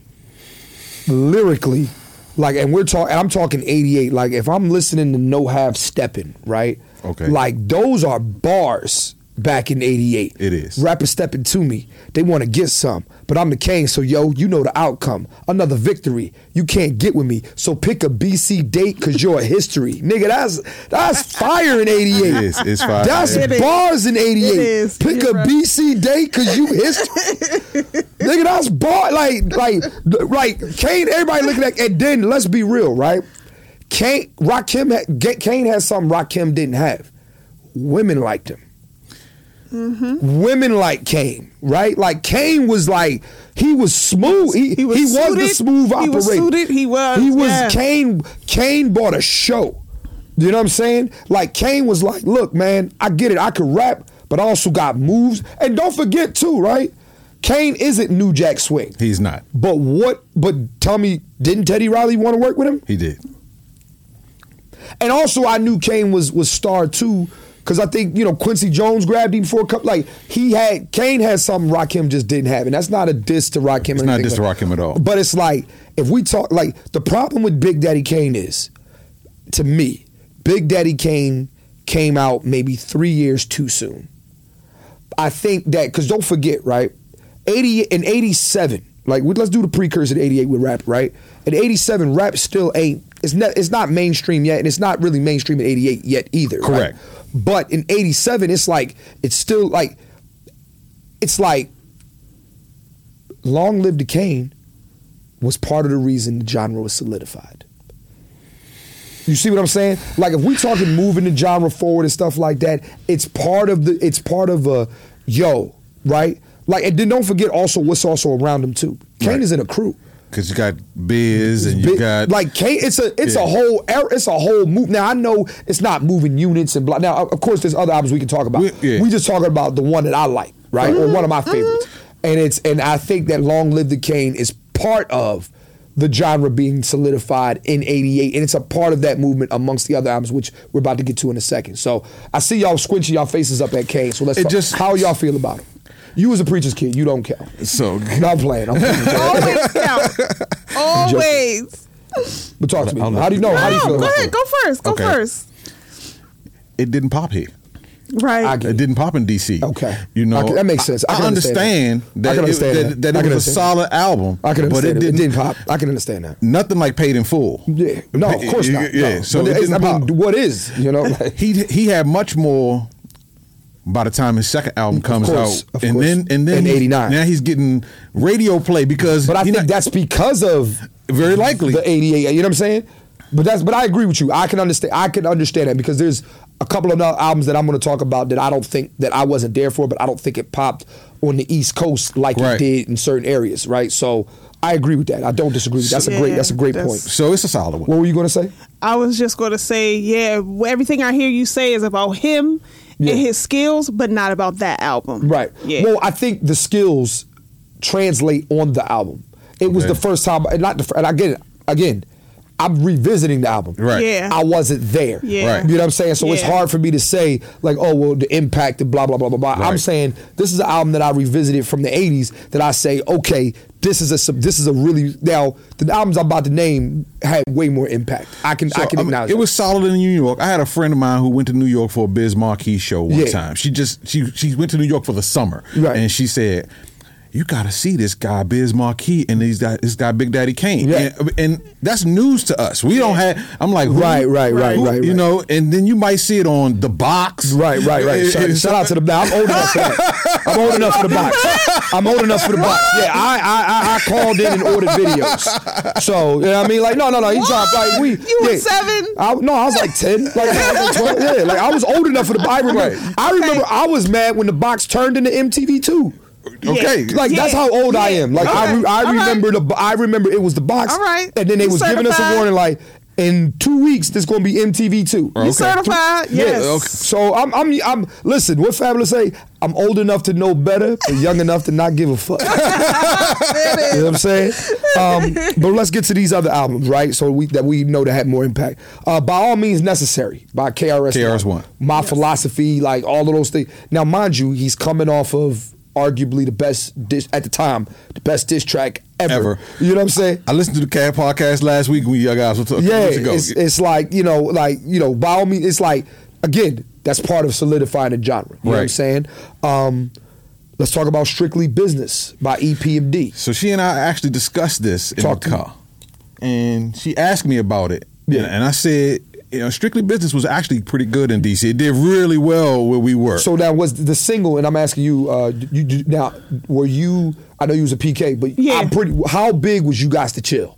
Speaker 3: Lyrically, like, and we're talking, I'm talking 88. Like, if I'm listening to No Half Steppin', right?
Speaker 4: Okay.
Speaker 3: Like, those are bars back in 88.
Speaker 4: It is.
Speaker 3: Rappers stepping to me. They want to get some, but I'm the king, so yo, you know the outcome. Another victory. You can't get with me, so pick a BC date because you're a history. Nigga, that's that's fire in 88.
Speaker 4: It is. It's fire.
Speaker 3: That's
Speaker 4: It
Speaker 5: is.
Speaker 3: bars in 88.
Speaker 5: It is.
Speaker 3: Pick
Speaker 5: You're
Speaker 3: a
Speaker 5: right.
Speaker 3: BC date because you history. Nigga, that's bar like like like Kane. Everybody looking at and then let's be real, right? Kane Rakim had- Ga- Kane has something Rakim didn't have. Women liked him. Women like Kane, right? Like Kane was like he was smooth. He, he
Speaker 5: He
Speaker 3: was,
Speaker 5: was
Speaker 3: the
Speaker 5: suited.
Speaker 3: smooth operator.
Speaker 5: He was suited. He was,
Speaker 3: He was
Speaker 5: yeah.
Speaker 3: Kane. Kane bought a show. You know what I'm saying? Like Kane was like, look, man, I get it. I could rap, but I also got moves. And don't forget too, right? Kane isn't New Jack Swing.
Speaker 4: he's not.
Speaker 3: But what? But tell me, didn't Teddy Riley want to work with him?
Speaker 4: He did.
Speaker 3: And also, I knew Kane was was star too, because I think you know Quincy Jones grabbed him for a couple. Like he had Kane had something Rakim just didn't have, and that's not a diss to Rakim.
Speaker 4: It's
Speaker 3: or
Speaker 4: not
Speaker 3: anything
Speaker 4: diss to
Speaker 3: like-
Speaker 4: Rakim at all.
Speaker 3: But it's like if we talk like the problem with Big Daddy Kane is, to me, Big Daddy Kane came out maybe three years too soon. I think that because don't forget, right? Eighty in eighty seven, like we, let's do the precursor to eighty eight with rap, right? In eighty seven, rap still ain't it's not it's not mainstream yet, and it's not really mainstream in eighty eight yet either. right?
Speaker 4: Correct.
Speaker 3: But in eighty seven, it's like it's still like it's like long live the Kane was part of the reason the genre was solidified. You see what I'm saying? Like if we talking moving the genre forward and stuff like that, it's part of the it's part of a yo, right? Like and then don't forget also what's also around him too. Kane is in a crew.
Speaker 4: because you got Biz and you
Speaker 3: Big-
Speaker 4: got
Speaker 3: like Kate. It's a it's
Speaker 4: Yeah.
Speaker 3: a whole era, it's a whole move. Now I know it's not moving units and blah. Now of course there's other albums we can talk about.
Speaker 4: We-
Speaker 3: We,
Speaker 4: yeah.
Speaker 3: just talking about the one that I like, right,
Speaker 5: Mm-hmm,
Speaker 3: or one of my favorites. And it's and I think that Long Live the Cane is part of the genre being solidified in '88, and it's a part of that movement amongst the other albums, which we're about to get to in a second. So I see y'all squinching y'all faces up at Kane. So let's
Speaker 4: It
Speaker 3: talk.
Speaker 4: just-
Speaker 3: how y'all feel about it. You was a preacher's kid, you don't count.
Speaker 4: so
Speaker 3: No, I'm playing. I'm playing.
Speaker 5: Always count. Always.
Speaker 3: But talk to me.
Speaker 4: I'll let
Speaker 3: How do you know? Oh, how do you
Speaker 5: No,
Speaker 3: feel?
Speaker 5: go
Speaker 3: about it?
Speaker 5: ahead. Go first. Go
Speaker 4: Okay.
Speaker 5: first.
Speaker 4: it didn't pop here.
Speaker 5: Right.
Speaker 3: I get
Speaker 4: It didn't pop in DC.
Speaker 3: Okay.
Speaker 4: you know
Speaker 3: I can- that makes sense. I
Speaker 4: I,
Speaker 3: can
Speaker 4: understand
Speaker 3: understand that. I
Speaker 4: that
Speaker 3: can understand
Speaker 4: it, that,
Speaker 3: that.
Speaker 4: that
Speaker 3: I
Speaker 4: it
Speaker 3: can
Speaker 4: was a
Speaker 3: understand
Speaker 4: solid album.
Speaker 3: I can
Speaker 4: but
Speaker 3: understand
Speaker 4: it
Speaker 3: it.
Speaker 4: didn't,
Speaker 3: pop. I can understand that.
Speaker 4: Nothing like paid in full.
Speaker 3: Yeah. No, of course
Speaker 4: Yeah,
Speaker 3: not.
Speaker 4: Yeah.
Speaker 3: No.
Speaker 4: So
Speaker 3: But
Speaker 4: it
Speaker 3: it's-
Speaker 4: didn't
Speaker 3: I mean,
Speaker 4: pop.
Speaker 3: what is you know? Like,
Speaker 4: he he had much more by the time his second album comes
Speaker 3: course,
Speaker 4: out,
Speaker 3: of
Speaker 4: and
Speaker 3: course.
Speaker 4: then and then
Speaker 3: In
Speaker 4: he's-
Speaker 3: 89.
Speaker 4: now he's getting radio play because.
Speaker 3: but I
Speaker 4: he
Speaker 3: think
Speaker 4: not-
Speaker 3: that's because of
Speaker 4: very likely.
Speaker 3: the '88. You know what I'm saying? But that's but I agree with you. I can understand. I can understand that because there's a couple of other albums that I'm going to talk about that I don't think that I wasn't there for, but I don't think it popped on the East Coast like
Speaker 4: Right.
Speaker 3: it did in certain areas, right? So I agree with that. I don't disagree. That's a great.
Speaker 5: Yeah,
Speaker 3: That's a great
Speaker 5: that's-
Speaker 3: point.
Speaker 4: so it's a solid
Speaker 3: What
Speaker 4: one.
Speaker 3: were you going to say?
Speaker 5: I was just going to say, yeah, everything I hear you say is about him
Speaker 3: Yeah.
Speaker 5: and his skills, but not about that album.
Speaker 3: Right.
Speaker 5: Yeah.
Speaker 3: Well, I think the skills translate on the album. It was
Speaker 4: Okay.
Speaker 3: the first time, and not the fir- and again, again, I'm revisiting the album.
Speaker 4: Right.
Speaker 5: Yeah.
Speaker 3: I wasn't there.
Speaker 5: Yeah.
Speaker 4: Right.
Speaker 3: You know what I'm saying? So it's
Speaker 5: Yeah.
Speaker 3: hard for me to say like, oh well, the impact and blah blah blah blah blah. I'm
Speaker 4: Right.
Speaker 3: saying this is an album that I revisited from the '80s that I say, okay, this is a sub- this is a really now the albums I'm about to name had way more impact. I can
Speaker 4: So,
Speaker 3: I can
Speaker 4: I mean,
Speaker 3: acknowledge
Speaker 4: it
Speaker 3: that.
Speaker 4: was solid in New York. I had a friend of mine who went to New York for a Biz Marquee show one
Speaker 3: Yeah.
Speaker 4: time. She just she she went to New York for the summer,
Speaker 3: Right.
Speaker 4: and she said. You gotta see this guy Biz Marquee and these guy, this guy Big Daddy Kane,
Speaker 3: Yeah.
Speaker 4: and, and that's news to us. We don't have. I'm like, who-
Speaker 3: Right, right, right,
Speaker 4: who-
Speaker 3: right,
Speaker 4: You
Speaker 3: right.
Speaker 4: know, and then you might see it on the box,
Speaker 3: Right, right, right.
Speaker 4: And-
Speaker 3: Shout,
Speaker 4: and-
Speaker 3: shout out to the box. I'm old enough for that. I'm old enough for the box. I'm old enough for the box. Yeah, I I, I, I called in and ordered videos. So, you know what I mean? Like, no, no, no. He dropped like we
Speaker 5: You were
Speaker 3: yeah.
Speaker 5: seven?
Speaker 3: I, no, I was like ten. Like, I was like 12. yeah, like I was old enough for the box. I remember, I, remember I was mad when the box turned into MTV two.
Speaker 4: Okay,
Speaker 5: Yeah.
Speaker 3: Like that's how old I am. Like I,
Speaker 5: Okay.
Speaker 3: re- I
Speaker 5: All right.
Speaker 3: remember the I remember it was the box.
Speaker 5: All right.
Speaker 3: And then they
Speaker 5: You
Speaker 3: was giving us a
Speaker 5: certified.
Speaker 3: warning like in two weeks this gonna be MTV two.
Speaker 5: You certified? Yes.
Speaker 4: okay.
Speaker 3: So I'm, I'm, I'm. Listen, what Fabulous say? I'm old enough to know better, but young enough to not give a fuck. you know what I'm saying? Um, but let's get to these other albums, right? So we that we know that had more impact. Uh, by all means, necessary by KRS.
Speaker 4: KRS-One.
Speaker 3: My philosophy, like all of those things. Now, mind you, he's coming off of arguably the best dish at the time, the best diss track ever.
Speaker 4: Ever.
Speaker 3: You know what I'm saying?
Speaker 4: I listened to the Cab podcast last week when y'all guys were talking.
Speaker 3: yeah,
Speaker 4: months ago.
Speaker 3: it's, it's like you know, like you know, by all means, it's like again, that's part of solidifying the genre. You know what I'm
Speaker 4: Right.
Speaker 3: saying? Um, let's talk about strictly business by E EPMD.
Speaker 4: So she and I actually discussed this in
Speaker 3: Talk
Speaker 4: the
Speaker 3: to me.
Speaker 4: car, and she asked me about it. Yeah, and I said, you know, Strictly Business was actually pretty good in DC. It did really well where we were.
Speaker 3: So that was the single, and I'm asking you, uh, you, you now were you? I know you was a PK, but
Speaker 5: Yeah.
Speaker 3: I'm pretty. How big was you guys to chill?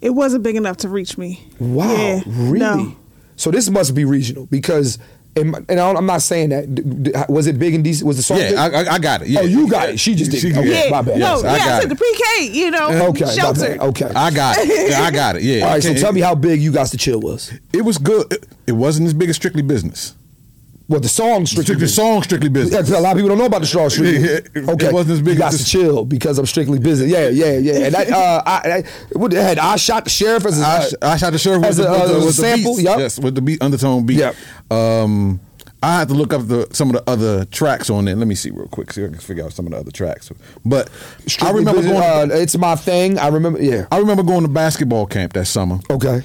Speaker 5: It wasn't big enough to reach me.
Speaker 3: Wow,
Speaker 5: Yeah,
Speaker 3: really?
Speaker 5: No.
Speaker 3: So this must be regional because, and, and I don't- I'm not saying that. d- d- Was it big in DC? Was the song? big?
Speaker 4: yeah, I, I- I got it. Yeah.
Speaker 3: Oh, you got it. She just didn't. Okay.
Speaker 5: Yeah.
Speaker 3: My bad.
Speaker 5: No,
Speaker 4: Yes, I
Speaker 5: yeah,
Speaker 4: got
Speaker 5: I said the
Speaker 4: it.
Speaker 5: pre-K, you know,
Speaker 3: Okay, my
Speaker 5: shelter.
Speaker 3: bad. Oh, okay.
Speaker 4: I got it. Yeah, I got it. Yeah.
Speaker 3: All right, so
Speaker 4: Okay.
Speaker 3: tell me how big you guys to chill was.
Speaker 4: It was good. It, it wasn't as big as Strictly Business.
Speaker 3: Well, the song strictly.
Speaker 4: Strictly song, Strictly
Speaker 3: Yeah,
Speaker 4: Business.
Speaker 3: 'cause a lot of people don't know about the Straw Street.
Speaker 4: Yeah, yeah, it
Speaker 3: okay,
Speaker 4: wasn't as big
Speaker 3: You
Speaker 4: as
Speaker 3: got to
Speaker 4: this-
Speaker 3: chill because I'm strictly busy. Yeah, yeah, yeah. And that, uh, I, I, what the heck, I shot the sheriff as a
Speaker 4: I, sh- I shot the sheriff with
Speaker 3: as
Speaker 4: the,
Speaker 3: a,
Speaker 4: with the-
Speaker 3: uh,
Speaker 4: with the
Speaker 3: sample.
Speaker 4: beats.
Speaker 3: Yup.
Speaker 4: Yes, with the beat undertone beat.
Speaker 3: Yep.
Speaker 4: Um, I have to look up the some of the other tracks on it. Let me see real quick. See if I can figure out some of the other tracks. But I
Speaker 3: Strictly
Speaker 4: remember
Speaker 3: Business,
Speaker 4: going.
Speaker 3: uh, it's my thing. I remember. Yeah.
Speaker 4: I remember going to basketball camp that summer,
Speaker 3: Okay.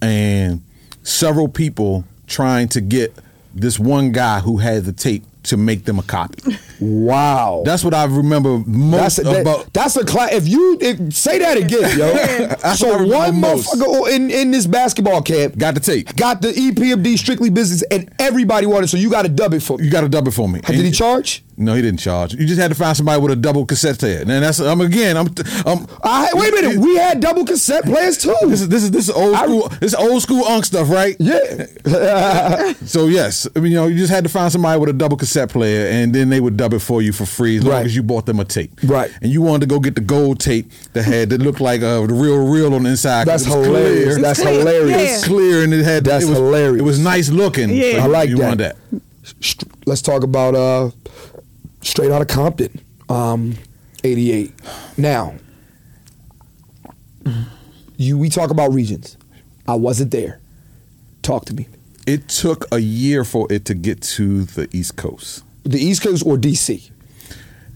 Speaker 4: and several people trying to get this one guy who had the tape to make them a copy.
Speaker 3: Wow.
Speaker 4: That's what I remember most
Speaker 3: That's a, that-
Speaker 4: about.
Speaker 3: that's a class. If you if, say that again, yo.
Speaker 4: That's what I
Speaker 3: so
Speaker 4: remember
Speaker 3: one
Speaker 4: most.
Speaker 3: motherfucker in in this basketball camp
Speaker 4: Got the tape.
Speaker 3: got the E EPMD strictly business, and everybody wanted. So you got to dub it for me.
Speaker 4: You got to double for me.
Speaker 3: Did he charge?
Speaker 4: No, he didn't charge. You just had to find somebody with a double cassette player. And that's I'm again. I'm. I'm
Speaker 3: I had- wait a minute. We had double cassette players too.
Speaker 4: This is this is this is old
Speaker 3: I-
Speaker 4: school. This is old school unk stuff, right?
Speaker 3: yeah.
Speaker 4: So yes, I mean you know you just had to find somebody with a double cassette player, and then they would dub it for you for free as long
Speaker 3: Right.
Speaker 4: as you bought them a tape.
Speaker 3: Right.
Speaker 4: And you wanted to go get the gold tape that had that looked like uh, the real real on the inside. 'cause
Speaker 3: That's
Speaker 4: it was clear.
Speaker 3: hilarious. That's
Speaker 5: clear.
Speaker 3: hilarious.
Speaker 5: Yeah.
Speaker 4: It's clear and it had
Speaker 3: That's
Speaker 4: it was,
Speaker 3: hilarious.
Speaker 4: It was nice looking.
Speaker 5: Yeah.
Speaker 4: so
Speaker 5: I
Speaker 4: you-
Speaker 3: like
Speaker 4: you
Speaker 3: that.
Speaker 4: wanted that.
Speaker 3: St- let's talk about uh, straight out of Compton, um, '88. Now, you we talk about regions. I wasn't there. Talk to me.
Speaker 4: It took a year for it to get to the East Coast.
Speaker 3: The East Coast or DC?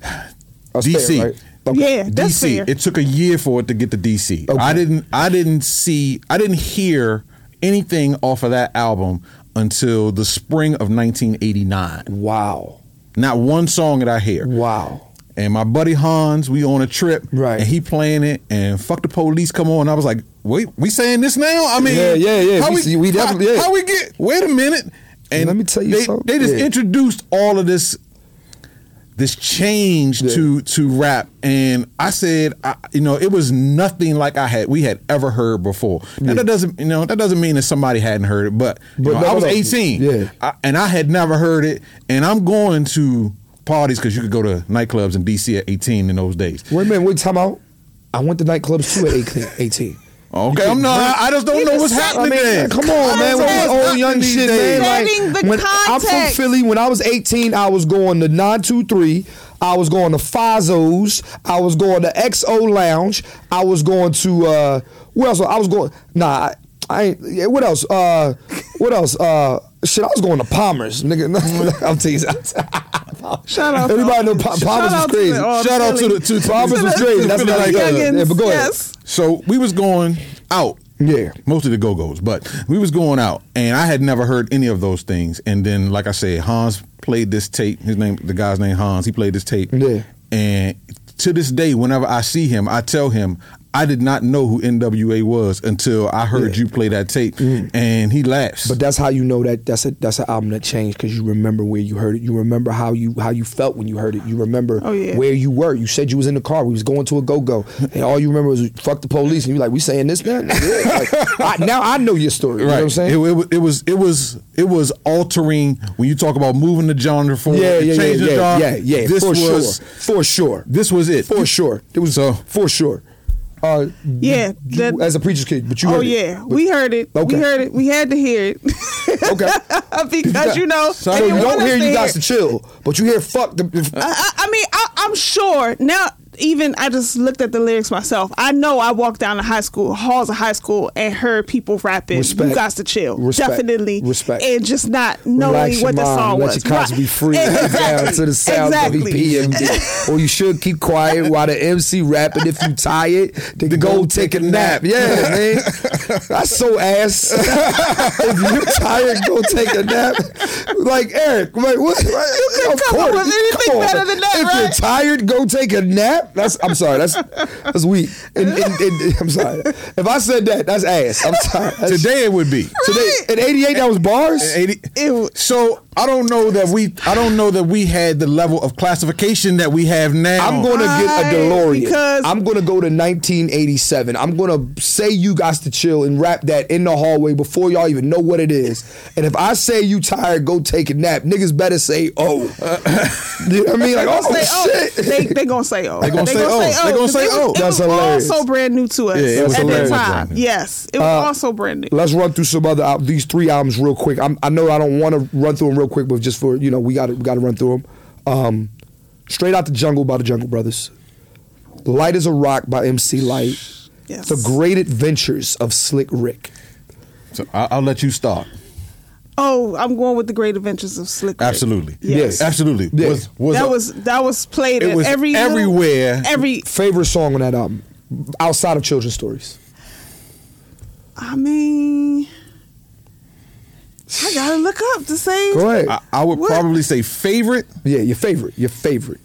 Speaker 3: That's fair,
Speaker 4: DC.
Speaker 3: right? Okay.
Speaker 5: Yeah, that's
Speaker 4: DC.
Speaker 5: fair.
Speaker 4: It took a year for it to get to DC.
Speaker 3: Okay.
Speaker 4: I didn't I didn't see I didn't hear anything off of that album until the spring of 1989.
Speaker 3: Wow.
Speaker 4: Not one song that I hear.
Speaker 3: Wow.
Speaker 4: And my buddy Hans, we on a trip,
Speaker 3: Right.
Speaker 4: And he playing it, and fuck the police come on. I was like, wait, we saying this now? I mean,
Speaker 3: Yeah, yeah, yeah.
Speaker 4: How
Speaker 3: We
Speaker 4: we,
Speaker 3: see- we
Speaker 4: how-
Speaker 3: definitely- yeah.
Speaker 4: how we get? Wait a minute. And
Speaker 3: Let me tell you
Speaker 4: they,
Speaker 3: something.
Speaker 4: They just
Speaker 3: Yeah.
Speaker 4: introduced all of this, this change
Speaker 3: Yeah.
Speaker 4: to to rap, and I said, I, you know, it was nothing like I had we had ever heard before. Now that doesn't, you know, that doesn't mean that somebody hadn't heard it, but, you
Speaker 3: But
Speaker 4: know,
Speaker 3: no,
Speaker 4: I
Speaker 3: no,
Speaker 4: was
Speaker 3: no.
Speaker 4: 18,
Speaker 3: Yeah.
Speaker 4: I, and I had never heard it. And I'm going to parties because you could go to nightclubs in DC at 18 in those days.
Speaker 3: Wait a minute. Wait time out. I went to nightclubs too at 18.
Speaker 4: Okay, I'm not. I I just don't know what's happening. then.
Speaker 3: Come on, man.
Speaker 4: I
Speaker 3: With
Speaker 4: don't
Speaker 3: this
Speaker 4: know what's
Speaker 3: old young
Speaker 4: happening these
Speaker 3: shit,
Speaker 4: days.
Speaker 3: man.
Speaker 5: Setting
Speaker 3: Like,
Speaker 5: the
Speaker 3: when, I'm from
Speaker 5: context.
Speaker 3: Philly. When I was 18, I was going to 923. I was going to Fazos. I was going to XO Lounge. I was going to, uh, where else? I was going, nah, I, I ain't, yeah, what else? Uh, what else? Uh, shit, I was going to Palmer's, nigga. I'm teasing.
Speaker 5: Shout out to-
Speaker 3: Everybody know Pa-
Speaker 5: shout
Speaker 3: Palmer's was
Speaker 5: out to
Speaker 3: crazy.
Speaker 5: the- oh,
Speaker 4: Shout out to the
Speaker 5: Philly.
Speaker 4: two
Speaker 3: Palmer's was crazy. That's
Speaker 5: Philly
Speaker 3: not
Speaker 5: like
Speaker 3: good.
Speaker 5: youngins,
Speaker 3: Yeah, but go ahead.
Speaker 5: yes.
Speaker 4: So we was going out.
Speaker 3: Yeah.
Speaker 4: Mostly the Go Go's, but we was going out, and I had never heard any of those things. And then, like I said, Hans played this tape. His name, the guy's name, Hans. He played this tape.
Speaker 3: Yeah.
Speaker 4: And to this day, whenever I see him, I tell him I did not know who NWA was until I
Speaker 3: Yeah.
Speaker 4: heard
Speaker 3: Mm.
Speaker 4: you play that tape, and he laughs.
Speaker 3: But that's how you know that that's a that's an album that changed because you remember where you heard it. You remember how you how you felt when you heard it. You remember
Speaker 5: Oh, yeah.
Speaker 3: where you were. You said you was in the car. We was going to a go go, and all you remember was "fuck the police." And you like, "We saying this now?" Yeah, like, I, now I know your story. You know what I'm saying?
Speaker 4: It, it, wa- it was it was it was altering when you talk about moving the genre forward.
Speaker 3: yeah, yeah, yeah,
Speaker 4: changing the
Speaker 3: yeah,
Speaker 4: genre,
Speaker 3: yeah, yeah,
Speaker 4: This
Speaker 3: for
Speaker 4: was
Speaker 3: sure, for sure,
Speaker 4: this was it
Speaker 3: for sure. It was
Speaker 4: So-
Speaker 3: for sure. Uh,
Speaker 5: Yeah,
Speaker 3: you-
Speaker 5: that-
Speaker 3: as a preacher's kid, but you.
Speaker 5: Oh
Speaker 3: heard it.
Speaker 5: yeah,
Speaker 3: But-
Speaker 5: we heard it.
Speaker 3: Okay.
Speaker 5: We heard it. We had to hear it
Speaker 3: Okay.
Speaker 5: because you know.
Speaker 3: so
Speaker 5: they
Speaker 3: you
Speaker 5: didn't
Speaker 3: don't
Speaker 5: want us
Speaker 3: hear
Speaker 5: to
Speaker 3: you guys to chill, but you hear fuck the.
Speaker 5: I, I- I mean, I, I'm sure now. Even I just looked at the lyrics myself. I know I walked down to high school halls of high school and heard people rapping.
Speaker 3: Respect.
Speaker 5: You got to chill,
Speaker 3: Respect.
Speaker 5: definitely,
Speaker 3: Respect.
Speaker 5: and just not knowing
Speaker 3: Relax
Speaker 5: what
Speaker 3: your
Speaker 5: the
Speaker 3: mind,
Speaker 5: song
Speaker 3: let
Speaker 5: was.
Speaker 3: your conscience
Speaker 5: Right.
Speaker 3: be free.
Speaker 5: Exactly.
Speaker 3: Down to the sound
Speaker 5: exactly.
Speaker 3: of EPMD. or you should keep quiet while the MC rapping. If you tired, then go, take a nap. Yeah, man. That's so ass. if you tired, go take a nap. Like Eric, like what? You
Speaker 5: couldn't come up with anything better than that,
Speaker 3: If you're
Speaker 5: right?
Speaker 3: tired, go take a nap. That's I'm sorry. That's that's weak. And, and- and- I'm sorry. If I said that, that's ass. I'm sorry. That's-
Speaker 4: today. It would be
Speaker 3: today in '88, that was bars.
Speaker 4: Eighty-
Speaker 5: Ew.
Speaker 4: so I don't know that we I don't know that we had the level of classification that we have now.
Speaker 3: I'm going to get
Speaker 5: Right,
Speaker 3: a DeLorean.
Speaker 5: because-
Speaker 3: I'm going to go to 1987. I'm going to say you guys to chill and rap that in the hallway before y'all even know what it is. And if I say you tired, go take a nap. Niggas better say oh. you know what I mean? Like
Speaker 5: They
Speaker 3: oh
Speaker 5: gonna say,
Speaker 3: shit.
Speaker 5: oh, they they gonna say oh. They
Speaker 4: gonna say, oh. They gonna
Speaker 5: 'cause
Speaker 4: say,
Speaker 5: it was-
Speaker 4: oh.
Speaker 5: It
Speaker 3: That's
Speaker 5: was
Speaker 3: hilarious.
Speaker 5: also brand new to us
Speaker 4: Yeah, it was
Speaker 5: at that
Speaker 4: hilarious.
Speaker 5: time. Yes, it was
Speaker 3: Uh,
Speaker 5: also brand new.
Speaker 3: Let's run through some other al- these three albums real quick. I'm, I know I don't want to run through them real quick, but just for you know, we got to we got to run through them. Um, Straight out the jungle by the Jungle Brothers. Light as a rock by MC Light.
Speaker 5: Yes.
Speaker 3: The Great Adventures of Slick Rick.
Speaker 4: So I, I'll let you start.
Speaker 5: Oh, I'm going with the Great Adventures of Slick. Rick.
Speaker 4: Absolutely.
Speaker 5: Yes.
Speaker 4: Absolutely.
Speaker 3: Yeah.
Speaker 4: Was, was
Speaker 5: that
Speaker 4: a-
Speaker 5: was that was played
Speaker 4: It
Speaker 5: at
Speaker 4: was
Speaker 5: every little-
Speaker 4: everywhere.
Speaker 5: every
Speaker 3: Favorite song on that album, outside of Children's Stories.
Speaker 5: I mean, I gotta look up to say.
Speaker 3: Go ahead. Uh,
Speaker 4: I, I would
Speaker 5: What?
Speaker 4: probably say favorite.
Speaker 3: yeah, your favorite. Your favorite.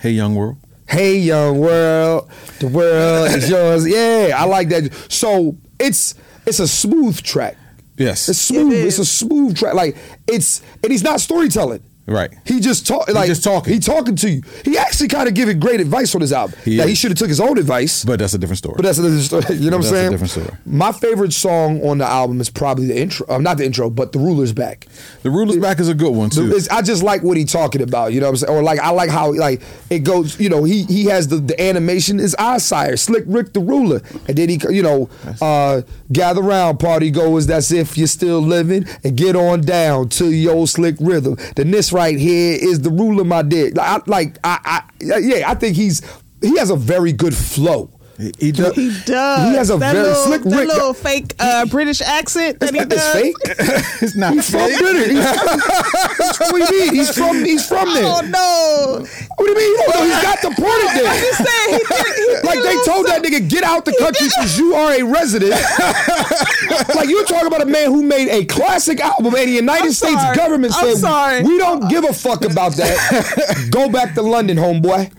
Speaker 4: Hey, young world.
Speaker 3: Hey, young world, the world is yours. Yeah, I like that. So it's it's a smooth track.
Speaker 4: Yes.
Speaker 3: It's smooth.
Speaker 5: It
Speaker 3: it's a
Speaker 5: is.
Speaker 3: smooth track. Like it's and he's not storytelling.
Speaker 4: Right.
Speaker 3: He just talk like
Speaker 4: just talking.
Speaker 3: He talking to you. He actually kind of giving great advice on his album.
Speaker 4: He
Speaker 3: Now, he
Speaker 4: is.
Speaker 3: should have took his own advice.
Speaker 4: But that's a different story.
Speaker 3: But that's another story. You know what
Speaker 4: That's
Speaker 3: I'm
Speaker 4: a
Speaker 3: saying?
Speaker 4: different story.
Speaker 3: My favorite song on the album is probably the intro. Um, not the intro, but the ruler's back.
Speaker 4: the ruler's back is a good one
Speaker 3: The-
Speaker 4: too.
Speaker 3: it's- I just like what he talking about. You know what I'm saying? Or like I like how like it goes. You know, he he has the the animation is I sire slick Rick the ruler, and then he you know uh, gather round party goers. That's if you're still living, and get on down to your old slick rhythm. Then this right here is the ruler, my dick. Like I, like I, I yeah, I think he's he has a very good flow.
Speaker 4: He- he does-
Speaker 5: He does.
Speaker 3: He has a
Speaker 5: that
Speaker 3: very
Speaker 5: little,
Speaker 3: slick
Speaker 5: that
Speaker 3: Rick-
Speaker 5: little fake uh, British accent that he
Speaker 3: It's
Speaker 5: does.
Speaker 3: fake.
Speaker 4: it's not
Speaker 3: He's from
Speaker 4: fake.
Speaker 3: British. He's from, that's what we mean. He's from. He's from there.
Speaker 5: Oh no!
Speaker 3: What do you mean? Oh, no, he's got deported there.
Speaker 5: I'm just saying, he did- he did
Speaker 3: like
Speaker 5: a
Speaker 3: they
Speaker 5: little
Speaker 3: told that nigga get out the country because you are a resident. like you're talking about a man who made a classic album and the United
Speaker 5: I'm
Speaker 3: States
Speaker 5: sorry.
Speaker 3: government
Speaker 5: I'm
Speaker 3: said
Speaker 5: sorry.
Speaker 3: we don't give a fuck about that. Go back to London, homeboy.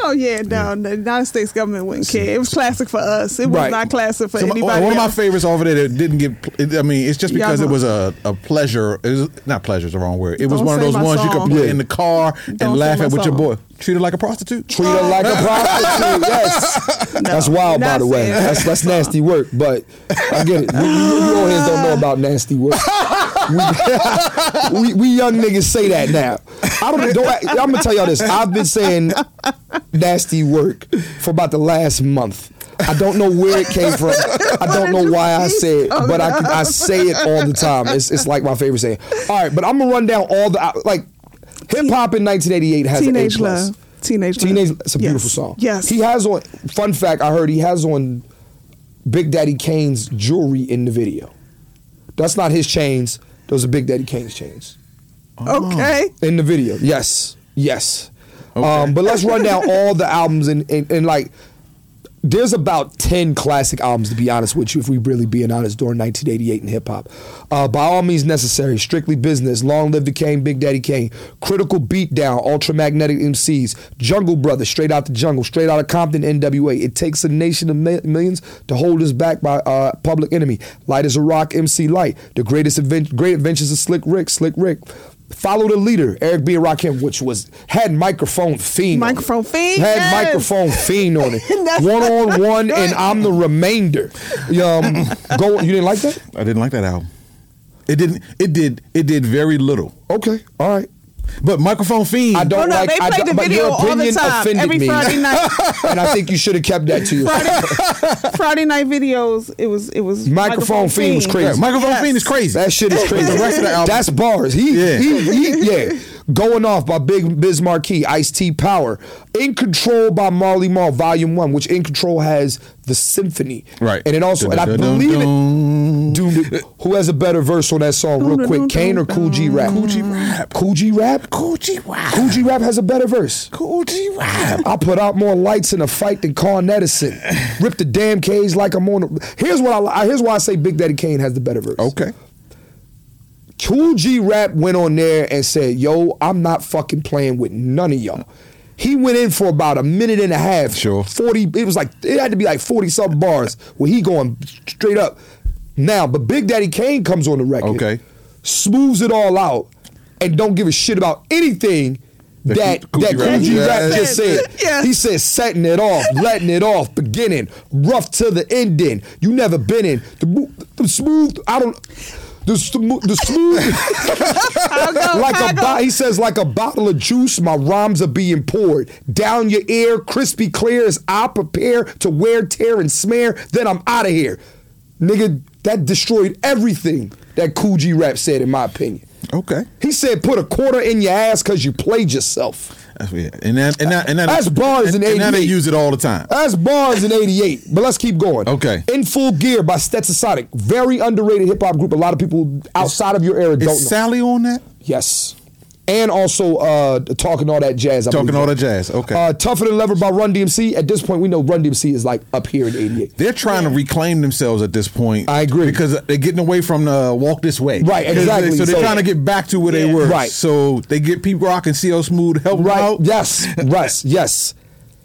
Speaker 5: Oh yeah, no, the United States government wouldn't care. It was classic for us. It was
Speaker 3: Right. oh,
Speaker 5: not classic for
Speaker 4: So my-
Speaker 5: anybody.
Speaker 4: one of my
Speaker 5: else.
Speaker 4: favorites over there that didn't get. I mean, it's just
Speaker 5: Yeah,
Speaker 4: because
Speaker 5: I'm
Speaker 4: it
Speaker 5: a-
Speaker 4: was a, a pleasure. It was, not pleasure is the wrong word. It was
Speaker 5: Don't
Speaker 4: one of
Speaker 5: say
Speaker 4: those
Speaker 5: my
Speaker 4: ones you
Speaker 5: song.
Speaker 4: could play
Speaker 3: Yeah.
Speaker 4: in the car
Speaker 5: Don't
Speaker 4: and
Speaker 5: say
Speaker 4: laugh
Speaker 5: my
Speaker 4: at with your
Speaker 5: song.
Speaker 4: boy. Treat her like a prostitute.
Speaker 3: Treat her like a prostitute. Yes, that's wild. By
Speaker 5: not
Speaker 3: the way,
Speaker 5: saying
Speaker 3: that's
Speaker 5: that.
Speaker 3: that's nasty work. But I get it. You, you, you old heads don't know about nasty work. We, we, we young niggas say that now. I don't. don't I'm gonna tell y'all this. I've been saying nasty work for about the last month. I don't know where it came from. I don't know why I say it, but I, I say it all the time. It's, it's like my favorite saying. All right, but I'm gonna run down all the like hip hop in 1988 has
Speaker 5: Teenage
Speaker 3: an A plus.
Speaker 5: Love. Teenage Love.
Speaker 3: Teenage. It's a beautiful
Speaker 5: Yes.
Speaker 3: song.
Speaker 5: Yes.
Speaker 3: He has on. Fun fact: I heard he has on Big Daddy Kane's jewelry in the video. That's not his chains. Those are Big Daddy Kane's chains
Speaker 5: Okay.
Speaker 3: in the video. Yes, yes. Um, but let's run down all the albums and, and, and like. There's about ten classic albums to be honest with you, if we really being honest during 1988 in hip hop. Uh, by all means necessary, strictly business, long live the King, Big Daddy Kane, critical beatdown, ultramagnetic MCs, Jungle Brothers, straight out the jungle, straight out of Compton, NWA. It takes a nation of mi- millions to hold us back by uh, Public Enemy, Light as a Rock, MC Light, The Greatest Advent- Great Adventures of Slick Rick, Slick Rick. Follow the leader, Eric B. and Rakim, which was had microphone fiend. on it.
Speaker 5: Microphone Fiend,
Speaker 3: had
Speaker 5: yes.
Speaker 3: microphone fiend on it. one on one, and I'm the remainder. Um, go. You didn't like that?
Speaker 4: I didn't like that album. It didn't. It did. It did very little.
Speaker 3: Okay, all right.
Speaker 4: But microphone fiend.
Speaker 3: I
Speaker 5: Oh
Speaker 3: don't
Speaker 5: no,
Speaker 3: like.
Speaker 5: they
Speaker 3: I
Speaker 5: played
Speaker 3: don't-
Speaker 5: the
Speaker 3: but
Speaker 5: video
Speaker 3: your
Speaker 5: all the
Speaker 3: opinion
Speaker 5: time.
Speaker 3: offended
Speaker 5: Every
Speaker 3: me,
Speaker 5: Friday night.
Speaker 3: and I think you should have kept that to yourself.
Speaker 5: Friday, Friday night videos. It was it was
Speaker 3: Microphone Fiend was crazy.
Speaker 4: Yeah, microphone
Speaker 5: Yes.
Speaker 4: fiend is crazy.
Speaker 3: That shit is crazy.
Speaker 4: The rest of the album-
Speaker 3: That's bars. He,
Speaker 4: Yeah.
Speaker 3: he, he- yeah. Going off by Big Biz Marquee, Ice T Power. In Control by Marley Marl, Volume 1, which In Control has the symphony.
Speaker 4: Right.
Speaker 3: And it also, and I
Speaker 4: Dun-dun-dun-dun.
Speaker 3: believe it. Dude, who has a better verse on that song, real quick? Kane or Cool G Rap? Cool G Rap. Cool G Rap? Cool
Speaker 4: Gucci rap.
Speaker 3: G Rap has a better verse.
Speaker 4: Gucci rap.
Speaker 3: I put out more lights in a fight than Con Edison. Rip the damn cage like I'm on. A, here's what I li- here's why I say Big Daddy Kane has the better verse.
Speaker 4: Okay.
Speaker 3: Cool G Rap went on there and said, "Yo, I'm not fucking playing with none of y'all." He went in for about a minute and a half.
Speaker 4: Sure.
Speaker 3: Forty. It was like it had to be like forty something bars where he going straight up. Now, but Big Daddy Kane comes on the record.
Speaker 4: Okay.
Speaker 3: Smooths it all out and don't give a shit about anything.
Speaker 4: That
Speaker 3: That
Speaker 4: Cool-
Speaker 3: that
Speaker 4: Cool G
Speaker 3: Cool G
Speaker 4: Rap.
Speaker 3: Rap just
Speaker 5: Yeah.
Speaker 3: said.
Speaker 5: Yeah.
Speaker 3: He said setting it off, letting it off, beginning rough to the ending. You never been in the, mo- the smooth. I don't. The, sm- the smooth,
Speaker 5: I'll go,
Speaker 3: like
Speaker 5: I'll
Speaker 3: a
Speaker 5: go.
Speaker 3: bo- he says, like a bottle of juice. My rhymes are being poured down your ear, crispy clear as I prepare to wear, tear, and smear. Then I'm out of here, nigga. That destroyed everything that Cool G Rap said, in my opinion.
Speaker 4: Okay.
Speaker 3: He said, "Put a quarter in your ass because you played yourself."
Speaker 4: That's yeah. And that, and that, and that,
Speaker 3: That's bars
Speaker 4: and,
Speaker 3: in
Speaker 4: and now they
Speaker 3: 88.
Speaker 4: use it all the time.
Speaker 3: That's bars in '88, but let's keep going.
Speaker 4: Okay.
Speaker 3: In Full Gear by Stetsasonic, very underrated hip hop group. A lot of people outside of your era don't know.
Speaker 4: Is Sally on that?
Speaker 3: yes, and also uh, talking all that jazz. I
Speaker 4: Talking
Speaker 3: believe.
Speaker 4: all that jazz. Okay.
Speaker 3: Uh, Tougher than Leather by Run DMC. At this point, we know Run DMC is like up here in '88.
Speaker 4: They're trying to reclaim themselves at this point.
Speaker 3: I agree.
Speaker 4: because they're getting away from the walk this way.
Speaker 3: Right,
Speaker 4: Because
Speaker 3: exactly.
Speaker 4: They, so they're
Speaker 3: So-
Speaker 4: trying to get back to where they were.
Speaker 3: Right.
Speaker 4: So they get Pete Rock and CL Smooth help them
Speaker 3: Right.
Speaker 4: out.
Speaker 3: Yes. Yes. Yes.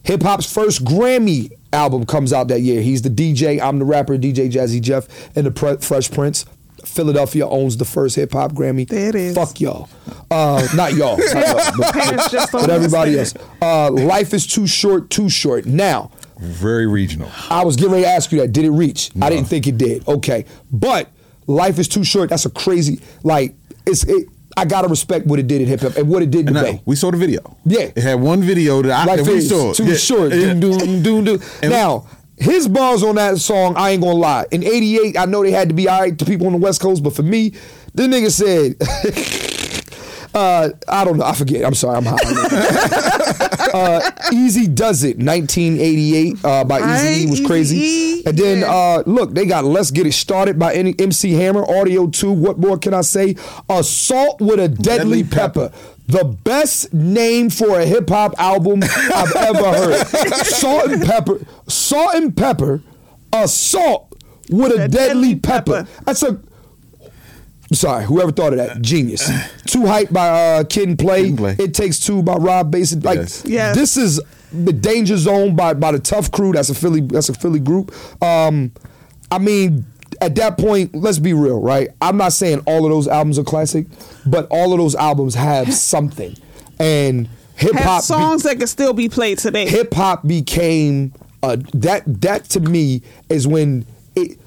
Speaker 3: Hip hop's first Grammy album comes out that year. He's the DJ. I'm the rapper. DJ Jazzy Jeff and the Pre- Fresh Prince. Philadelphia owns the first hip hop Grammy.
Speaker 5: There it is.
Speaker 3: Fuck y'all. Uh, not y'all. not y'all, but,
Speaker 5: Parents just don't
Speaker 3: but everybody else.
Speaker 5: understand.
Speaker 3: Uh, life is too short, too short. Now,
Speaker 4: Very regional.
Speaker 3: I was getting ready to ask you that. Did it reach? I didn't think it did. Okay, but life is too short. That's a crazy. Like it's. It, I gotta respect what it did in hip hop and what it did
Speaker 4: And now,
Speaker 3: today.
Speaker 4: we saw the video.
Speaker 3: Yeah.
Speaker 4: It had one video that I
Speaker 3: Life
Speaker 4: that we
Speaker 3: is
Speaker 4: saw.
Speaker 3: too
Speaker 4: Yeah,
Speaker 3: short.
Speaker 4: yeah.
Speaker 3: Doom, doom, doom, doom.
Speaker 4: And-
Speaker 3: Now, his bars on that song, I ain't gonna lie. In '88, I know they had to be all right to people on the West Coast, but for me, the nigga said, uh, I don't know, I forget. I'm sorry, I'm high. uh, Easy Does It, 1988 uh, by
Speaker 5: Right,
Speaker 3: Easy E was
Speaker 5: Eazy-E,
Speaker 3: crazy. and then,
Speaker 5: yeah.
Speaker 3: uh, look, they got Let's Get It Started by any MC Hammer, Audio 2, What More Can I Say? Assault with a Deadly,
Speaker 4: Deadly Pepper.
Speaker 3: pepper. The best name for a hip hop album I've ever heard. salt and pepper. Salt and pepper. Assault with a,
Speaker 5: A
Speaker 3: deadly
Speaker 5: deadly
Speaker 3: pepper.
Speaker 5: pepper.
Speaker 3: That's a. I'm sorry, whoever thought of that, genius. Too hype by uh, Kid and Play.
Speaker 4: Kid and Play.
Speaker 3: It takes two by Rob Basin. Like
Speaker 4: Yes.
Speaker 5: Yes.
Speaker 3: this is the danger zone by by the tough crew. That's a Philly. That's a Philly group. Um, I mean, at that point, let's be real, right? I'm not saying all of those albums are classic, but all of those albums have something, and hip
Speaker 5: Have
Speaker 3: hop
Speaker 5: songs that can still be played today.
Speaker 3: hip hop became uh, that that to me is when it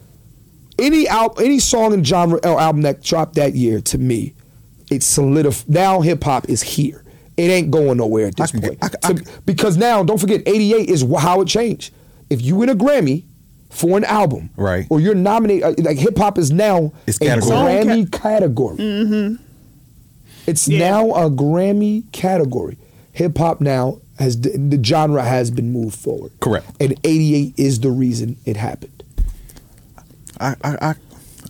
Speaker 3: any out any song and genre or album that dropped that year to me it solidified now hip hop is here it ain't going nowhere at this
Speaker 4: can
Speaker 3: point
Speaker 4: get- I- I
Speaker 3: To- because now don't forget 88 is wh- how it changed if you win a Grammy for an album
Speaker 4: Right.
Speaker 3: or you're nominated uh, like hip hop is now
Speaker 4: It's
Speaker 3: a
Speaker 4: category.
Speaker 3: Grammy category it's
Speaker 5: Yeah.
Speaker 3: now a Grammy category. Hip hop now has the, the genre has been moved forward.
Speaker 4: Correct.
Speaker 3: And '88 is the reason it happened.
Speaker 4: I, I, I, I,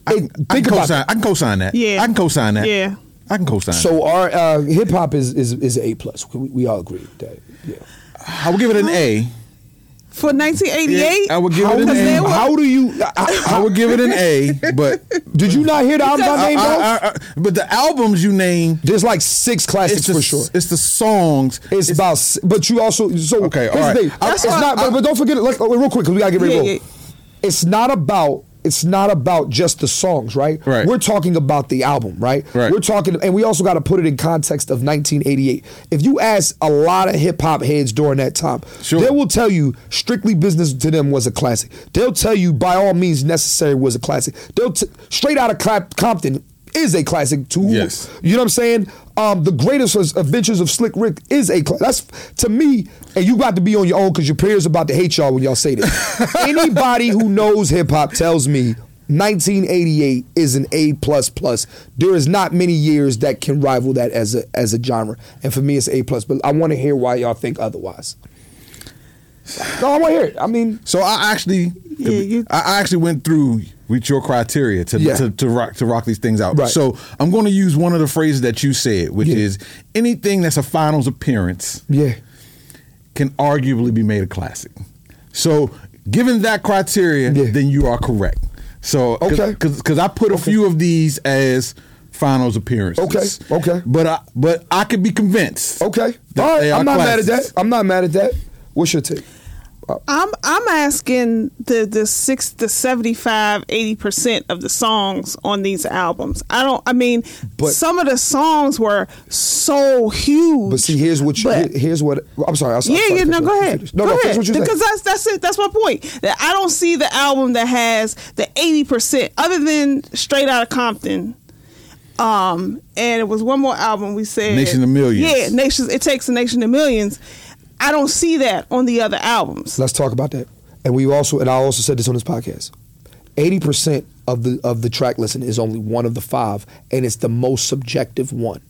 Speaker 3: Hey,
Speaker 4: I can
Speaker 3: think about
Speaker 4: co-sign.
Speaker 3: it.
Speaker 4: I can co-sign that.
Speaker 5: Yeah.
Speaker 4: I can co-sign that.
Speaker 5: Yeah.
Speaker 4: I can co-sign.
Speaker 3: So our uh, hip hop is is is a plus. We, we all agree with that. Yeah.
Speaker 4: I would give it an A.
Speaker 5: For 1988,
Speaker 4: Yeah, I would give
Speaker 3: How,
Speaker 4: it
Speaker 3: do
Speaker 4: an
Speaker 5: Because
Speaker 4: A.
Speaker 5: they
Speaker 3: you,
Speaker 5: were-
Speaker 3: how do you? I- I-
Speaker 4: I would give it an A, but
Speaker 3: did you not hear the albums I
Speaker 4: I,
Speaker 3: named? though?
Speaker 4: I, I, but the albums you name,
Speaker 3: There's like six classics
Speaker 4: it's the,
Speaker 3: for sure.
Speaker 4: It's the songs.
Speaker 3: It's, about, s- but you also so.
Speaker 4: Okay,
Speaker 3: here's
Speaker 4: all right.
Speaker 3: the thing.
Speaker 4: That's
Speaker 3: It's not, but, but don't forget. Let's, oh, real quick, because we gotta get ready. to
Speaker 5: Yeah,
Speaker 3: roll.
Speaker 5: yeah.
Speaker 3: It's not about. It's not about just the songs, right?
Speaker 4: Right.
Speaker 3: We're talking about the album, right?
Speaker 4: Right.
Speaker 3: We're talking, and we also got to put it in context of 1988. If you ask a lot of hip hop heads during that time,
Speaker 4: Sure.
Speaker 3: they will tell you "Strictly Business" to them was a classic. They'll tell you "By All Means Necessary" was a classic. They'll t- straight out of Clap- Compton is a classic too.
Speaker 4: Yes.
Speaker 3: You know what I'm saying? Um, the greatest was adventures of Slick Rick is a cla- that's to me, and you got to be on your own because your peers about to hate y'all when y'all say this. Anybody who knows hip hop tells me 1988 is an A plus plus. There is not many years that can rival that as a as a genre, and for me, it's A plus. But I want to hear why y'all think otherwise. No, I want to hear it. I mean,
Speaker 4: So I actually,
Speaker 5: Yeah, you-
Speaker 4: I I actually went through with your criteria to
Speaker 3: Yeah.
Speaker 4: to, to rock to rock these things out.
Speaker 3: Right.
Speaker 4: So I'm going to use one of the phrases that you said, which
Speaker 3: Yeah.
Speaker 4: is anything that's a finals appearance
Speaker 3: yeah,
Speaker 4: can arguably be made a classic. So given that criteria,
Speaker 3: Yeah.
Speaker 4: then you are correct. So
Speaker 3: Okay.
Speaker 4: because I put a few of these as finals appearances.
Speaker 3: Okay, okay.
Speaker 4: But I but I could be convinced.
Speaker 3: okay.
Speaker 4: that
Speaker 3: All right,
Speaker 4: they are
Speaker 3: I'm not mad at
Speaker 4: classics.
Speaker 3: that. I'm not mad at that. What's your take?
Speaker 5: I'm I'm asking the the six the 75 80 percent of the songs on these albums. I don't. I mean,
Speaker 3: But-
Speaker 5: some of the songs were so huge.
Speaker 3: But see, here's what you,
Speaker 5: But-
Speaker 3: here- here's what I'm sorry. I'm sorry
Speaker 5: yeah, yeah,
Speaker 3: finish
Speaker 5: no,
Speaker 3: what-
Speaker 5: go
Speaker 3: finish.
Speaker 5: ahead.
Speaker 3: No,
Speaker 5: go
Speaker 3: no,
Speaker 5: ahead.
Speaker 3: finish what you said.
Speaker 5: because that's that's it. That's my point. That I don't see the album that has the eighty percent, other than Straight Outta Compton. Um, and it was one more album we said
Speaker 4: Nation of Millions.
Speaker 5: Yeah, Nations. It takes a Nation of Millions. I don't see that on the other albums.
Speaker 3: Let's talk about that. And we also, and I also said this on this podcast. Eighty percent of the of the track listen is only one of the five, and it's the most subjective one.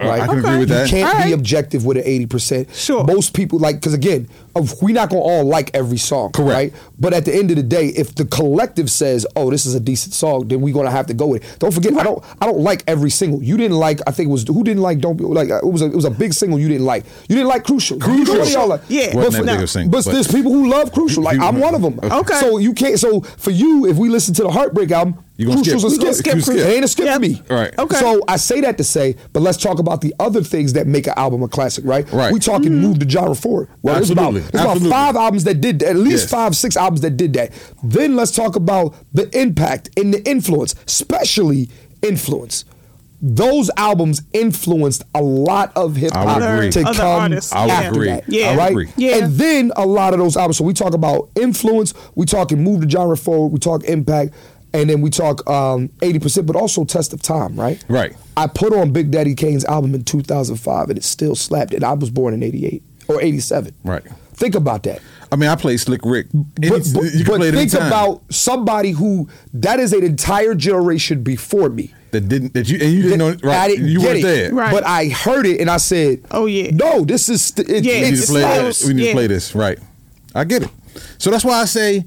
Speaker 3: Right?
Speaker 4: Uh, I can
Speaker 5: agree with
Speaker 3: You
Speaker 5: that.
Speaker 3: can't be
Speaker 5: Alright.
Speaker 3: objective with an eighty percent.
Speaker 5: Sure.
Speaker 3: Most people like because again, of- we not gonna all like every song.
Speaker 4: Correct.
Speaker 3: Right? But at the end of the day, if the collective says, "Oh, this is a decent song," then we're gonna have to go with it. Don't forget, I don't I don't like every single. You didn't like. I think it was who didn't like. Don't be like. uh, It was a, it was a big single you didn't like. You didn't like Crucial.
Speaker 4: Crucial.
Speaker 3: Nobody y'all like.
Speaker 4: Wasn't
Speaker 5: Yeah.
Speaker 3: But
Speaker 4: that
Speaker 3: for-
Speaker 4: big of a single,
Speaker 3: But
Speaker 4: but-
Speaker 3: there's people who love Crucial. Like
Speaker 4: You-
Speaker 3: I'm one of them.
Speaker 4: Okay.
Speaker 5: Okay.
Speaker 3: So you can't. So for you, if we listen to the Heartbreak album,
Speaker 4: You gonna skip?
Speaker 3: Crucial's a
Speaker 4: You
Speaker 3: skip.
Speaker 4: skip, skip.
Speaker 3: It ain't a skip
Speaker 5: Yep.
Speaker 3: to me.
Speaker 4: Right.
Speaker 5: Okay.
Speaker 3: So I say that to say, but let's talk about the other things that make an album a classic, right?
Speaker 4: Right.
Speaker 3: We talking
Speaker 5: Mm-hmm.
Speaker 3: move the genre forward. Well, there's about,
Speaker 4: Absolutely.
Speaker 3: there's about
Speaker 4: Absolutely.
Speaker 3: five albums that did that, at least
Speaker 4: Yes.
Speaker 3: five, six albums that did that. Then let's talk about the impact and the influence, especially influence. Those albums influenced a lot of hip hop
Speaker 4: agree.
Speaker 3: to
Speaker 5: Other
Speaker 3: come
Speaker 5: artists,
Speaker 4: I would
Speaker 3: after
Speaker 4: agree.
Speaker 3: that.
Speaker 5: Yeah.
Speaker 3: All right.
Speaker 4: agree.
Speaker 5: Yeah.
Speaker 3: And then a lot of those albums. So we talk about influence, we talk and move the genre forward, we talk impact, and then we talk um, 80%, but also test of time, right?
Speaker 4: Right.
Speaker 3: I put on Big Daddy Kane's album in 2005 and it still slapped, and I was born in 88 or 87.
Speaker 4: Right.
Speaker 3: Think about that.
Speaker 4: I mean, I play Slick Rick. Any-
Speaker 3: But, but-
Speaker 4: you can
Speaker 3: but
Speaker 4: play it
Speaker 3: think
Speaker 4: anytime.
Speaker 3: about somebody who that is an entire generation before me.
Speaker 4: that didn't that you and you didn't know
Speaker 3: that I
Speaker 4: right
Speaker 3: didn't
Speaker 4: you
Speaker 3: get
Speaker 4: weren't
Speaker 3: it,
Speaker 4: there
Speaker 5: Right.
Speaker 3: but I heard it and I said,
Speaker 5: Oh, yeah.
Speaker 3: no, this is st- it,
Speaker 5: Yeah.
Speaker 4: we need
Speaker 3: it's
Speaker 4: to play
Speaker 5: slaps.
Speaker 4: that. we need
Speaker 5: Yeah.
Speaker 4: to play this right I get it so that's why I say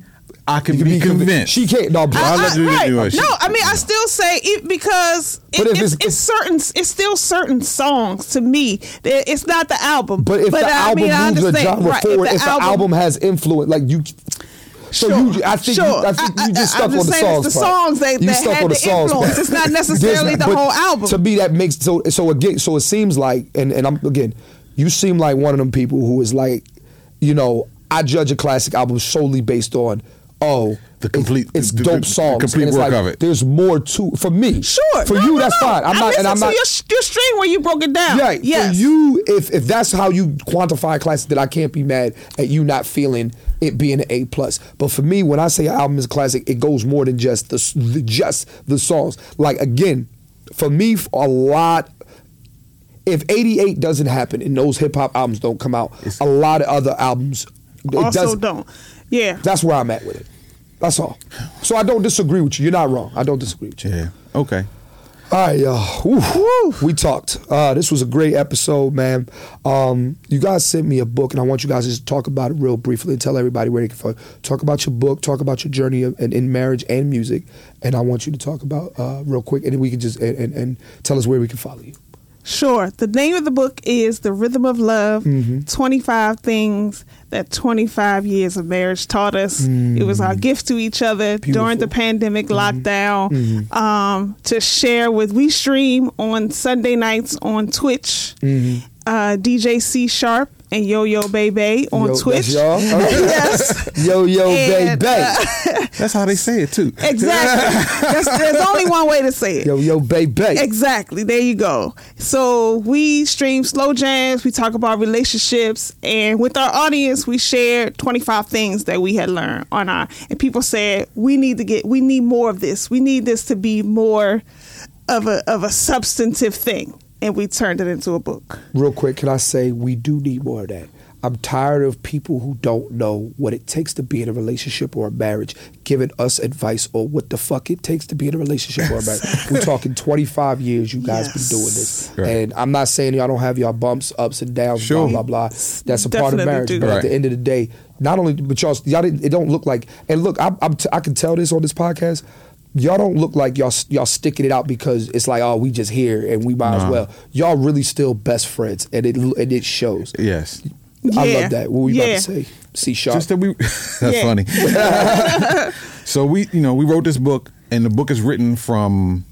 Speaker 4: I can be convinced
Speaker 3: She can't. No, bro.
Speaker 4: I- I'll let you
Speaker 5: right.
Speaker 4: do it.
Speaker 5: No, I mean I still say it because it,
Speaker 3: But if
Speaker 5: it's,
Speaker 3: it's-
Speaker 5: it's, certain. It's still certain songs to me. that It's not the album,
Speaker 3: But if the
Speaker 5: I
Speaker 3: album
Speaker 5: mean, I
Speaker 3: moves the
Speaker 5: understand.
Speaker 3: genre
Speaker 5: Right,
Speaker 3: forward,
Speaker 5: if
Speaker 3: if the album has influence, like you. So you, I think, you, I think you just
Speaker 5: I- I-
Speaker 3: stuck
Speaker 5: I'm
Speaker 3: on the
Speaker 5: saying
Speaker 3: songs.
Speaker 5: it's The
Speaker 3: part.
Speaker 5: songs that,
Speaker 3: you
Speaker 5: that
Speaker 3: stuck
Speaker 5: had
Speaker 3: on the,
Speaker 5: the,
Speaker 3: songs.
Speaker 5: influence.
Speaker 3: part.
Speaker 5: It's not
Speaker 3: There's
Speaker 5: necessarily the
Speaker 3: but
Speaker 5: whole album.
Speaker 3: To me, that makes so. So again, so it seems like, and and I'm again, you seem like one of them people who is like, you know, I judge a classic album solely based on, oh.
Speaker 4: The complete-
Speaker 3: it- it's
Speaker 4: the- the-
Speaker 3: dope
Speaker 4: the
Speaker 3: songs.
Speaker 4: complete
Speaker 3: and it's
Speaker 4: work
Speaker 3: like,
Speaker 4: of it.
Speaker 3: There's more to for me.
Speaker 5: Sure.
Speaker 3: for
Speaker 5: No,
Speaker 3: you
Speaker 5: no,
Speaker 3: that's
Speaker 5: no.
Speaker 3: fine. I'm not,
Speaker 5: I
Speaker 3: and
Speaker 5: listened
Speaker 3: I'm
Speaker 5: to
Speaker 3: not.
Speaker 5: your, sh- your string where you broke it down.
Speaker 3: Yeah,
Speaker 5: Yes.
Speaker 3: For you, if if that's how you quantify a classic, then I can't be mad at you not feeling it being an A plus. But for me, when I say an album is a classic, it goes more than just the, s- the just the songs. Like again, for me, f- a lot. If '88 doesn't happen and those hip hop albums don't come out, a lot of other albums it
Speaker 5: also
Speaker 3: doesn't.
Speaker 5: don't. Yeah.
Speaker 3: That's where I'm at with it. That's all. So I don't disagree with you. You're not wrong. I don't disagree with you.
Speaker 4: yeah okay
Speaker 3: All right, y'all. Woo. We talked. Uh, this was a great episode, man. Um, you guys sent me a book, and I want you guys to just talk about it real briefly and tell everybody where they can find. Talk about your book. Talk about your journey of, in, in marriage and music, and I want you to talk about uh, real quick, and then we can just and, and, and tell us where we can follow you.
Speaker 5: Sure. The name of the book is The Rhythm of Love
Speaker 3: Mm-hmm.
Speaker 5: 25 Things That 25 Years of Marriage Taught Us. It was
Speaker 3: Mm.
Speaker 5: our gift to each other during the pandemic
Speaker 3: Mm-hmm.
Speaker 5: lockdown Um, to share with. We stream on Sunday nights on Twitch,
Speaker 3: Mm-hmm.
Speaker 5: uh, DJ C Sharp and Yo Yo Bay Bay on
Speaker 3: Yo, that's
Speaker 5: Twitch.
Speaker 3: y'all. Okay.
Speaker 5: yes.
Speaker 3: Yo, yo,
Speaker 5: And, uh,
Speaker 3: baby.
Speaker 4: that's how they say it too
Speaker 5: Exactly. That's, there's only one way to say it.
Speaker 3: yo, yo, baby.
Speaker 5: Exactly. There you go. So we stream slow jams. We talk about relationships, and with our audience, we shared 25 things that we had learned on our. And people said we need to get, we need more of this. We need this to be more of a of a substantive thing. And we turned it into a book.
Speaker 3: real quick, can I say we do need more of that? I'm tired of people who don't know what it takes to be in a relationship or a marriage giving us advice or what the fuck it takes to be in a relationship or a marriage. We're talking 25 years you guys
Speaker 5: Yes.
Speaker 3: been doing this.
Speaker 4: Right.
Speaker 3: And I'm not saying y'all don't have y'all bumps, ups and downs,
Speaker 4: Sure.
Speaker 3: blah, blah, blah. That's a part of
Speaker 5: Definitely
Speaker 3: marriage.
Speaker 5: do.
Speaker 3: But at the
Speaker 4: Right.
Speaker 3: end of the day, not only, but y'all, y'all didn't, it don't look like, and look, I, I'm t- I can tell this on this podcast. Y'all don't look like y'all y'all sticking it out because it's like oh we just here and we might as well. Y'all really still best friends and it and it shows.
Speaker 4: yes
Speaker 3: I
Speaker 5: Yeah.
Speaker 3: love that. What were you
Speaker 5: Yeah.
Speaker 3: about to say? C sharp.
Speaker 4: just that we that's
Speaker 5: Yeah.
Speaker 4: funny so we you know we wrote this book and the book is written from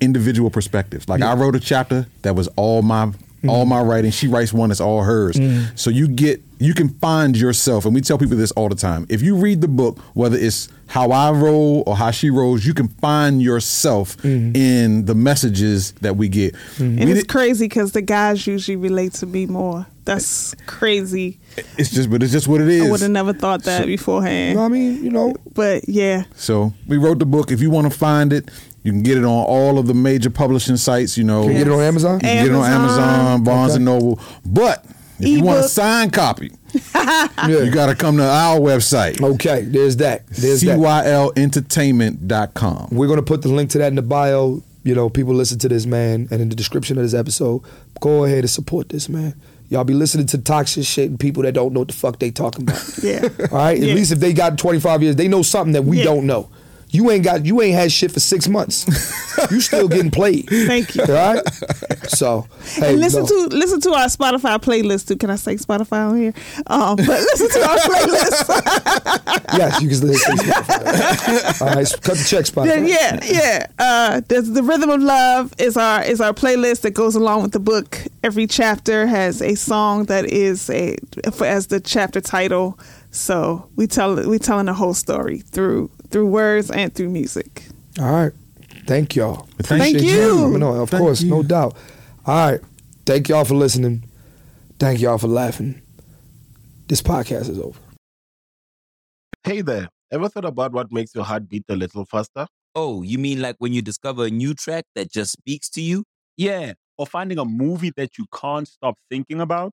Speaker 4: individual perspectives like i wrote a chapter that was all my all my writing she writes one that's all hers so you get you can find yourself and we tell people this all the time if you read the book whether it's how i roll or how she rolls you can find yourself in the messages that we get We
Speaker 5: And it's
Speaker 4: did-
Speaker 5: crazy because the guys usually relate to me more. That's crazy.
Speaker 4: it's just but it's just what it is
Speaker 5: I would have never thought that beforehand.
Speaker 3: you know what I mean? You know,
Speaker 5: But yeah,
Speaker 4: So we wrote the book. If you want to find it, you can get it on all of the major publishing sites. You know,
Speaker 3: Can you get it on Amazon?
Speaker 4: You can get it on
Speaker 5: Amazon.
Speaker 4: Amazon, Barnes and Noble. But if you want a
Speaker 5: Ebook.
Speaker 4: signed copy,
Speaker 3: Yeah.
Speaker 4: you got to come to our website,
Speaker 3: okay, there's that. Oh, There's that.
Speaker 4: cylentertainment.com.
Speaker 3: We're gonna put the link to that in the bio. You know, people listen to this man, and in the description of this episode, go ahead and support this man. Y'all be listening to toxic shit and people that don't know what the fuck they talking about.
Speaker 5: yeah.
Speaker 3: All right. At
Speaker 5: Yeah.
Speaker 3: least if they got 25 years, they know something that we
Speaker 5: Yeah.
Speaker 3: don't know. You ain't got you ain't had shit for six months. you still getting played.
Speaker 5: Thank you.
Speaker 3: All right. So hey,
Speaker 5: and listen
Speaker 3: no.
Speaker 5: to listen to our Spotify playlist too. Can I say Spotify on here? Um, but listen to our playlist.
Speaker 3: yes, you can listen. to Spotify. All right, cut the check, Spotify.
Speaker 5: Then, yeah, yeah. Uh, there's the rhythm of love is our is our playlist that goes along with the book. Every chapter has a song that is a for, as the chapter title. So we tell we telling the whole story through through words and through music.
Speaker 3: All right. Thank y'all.
Speaker 7: Thank
Speaker 3: Appreciate
Speaker 5: you.
Speaker 3: coming on. Of
Speaker 7: Thank
Speaker 3: course, no
Speaker 7: you.
Speaker 3: doubt. All right. Thank y'all for listening. Thank y'all for laughing. This podcast is over.
Speaker 4: Hey there, ever thought about what makes your heart beat a little faster?
Speaker 6: Oh, you mean like when you discover a new track that just speaks to you?
Speaker 8: Yeah, or finding a movie that you can't stop thinking about?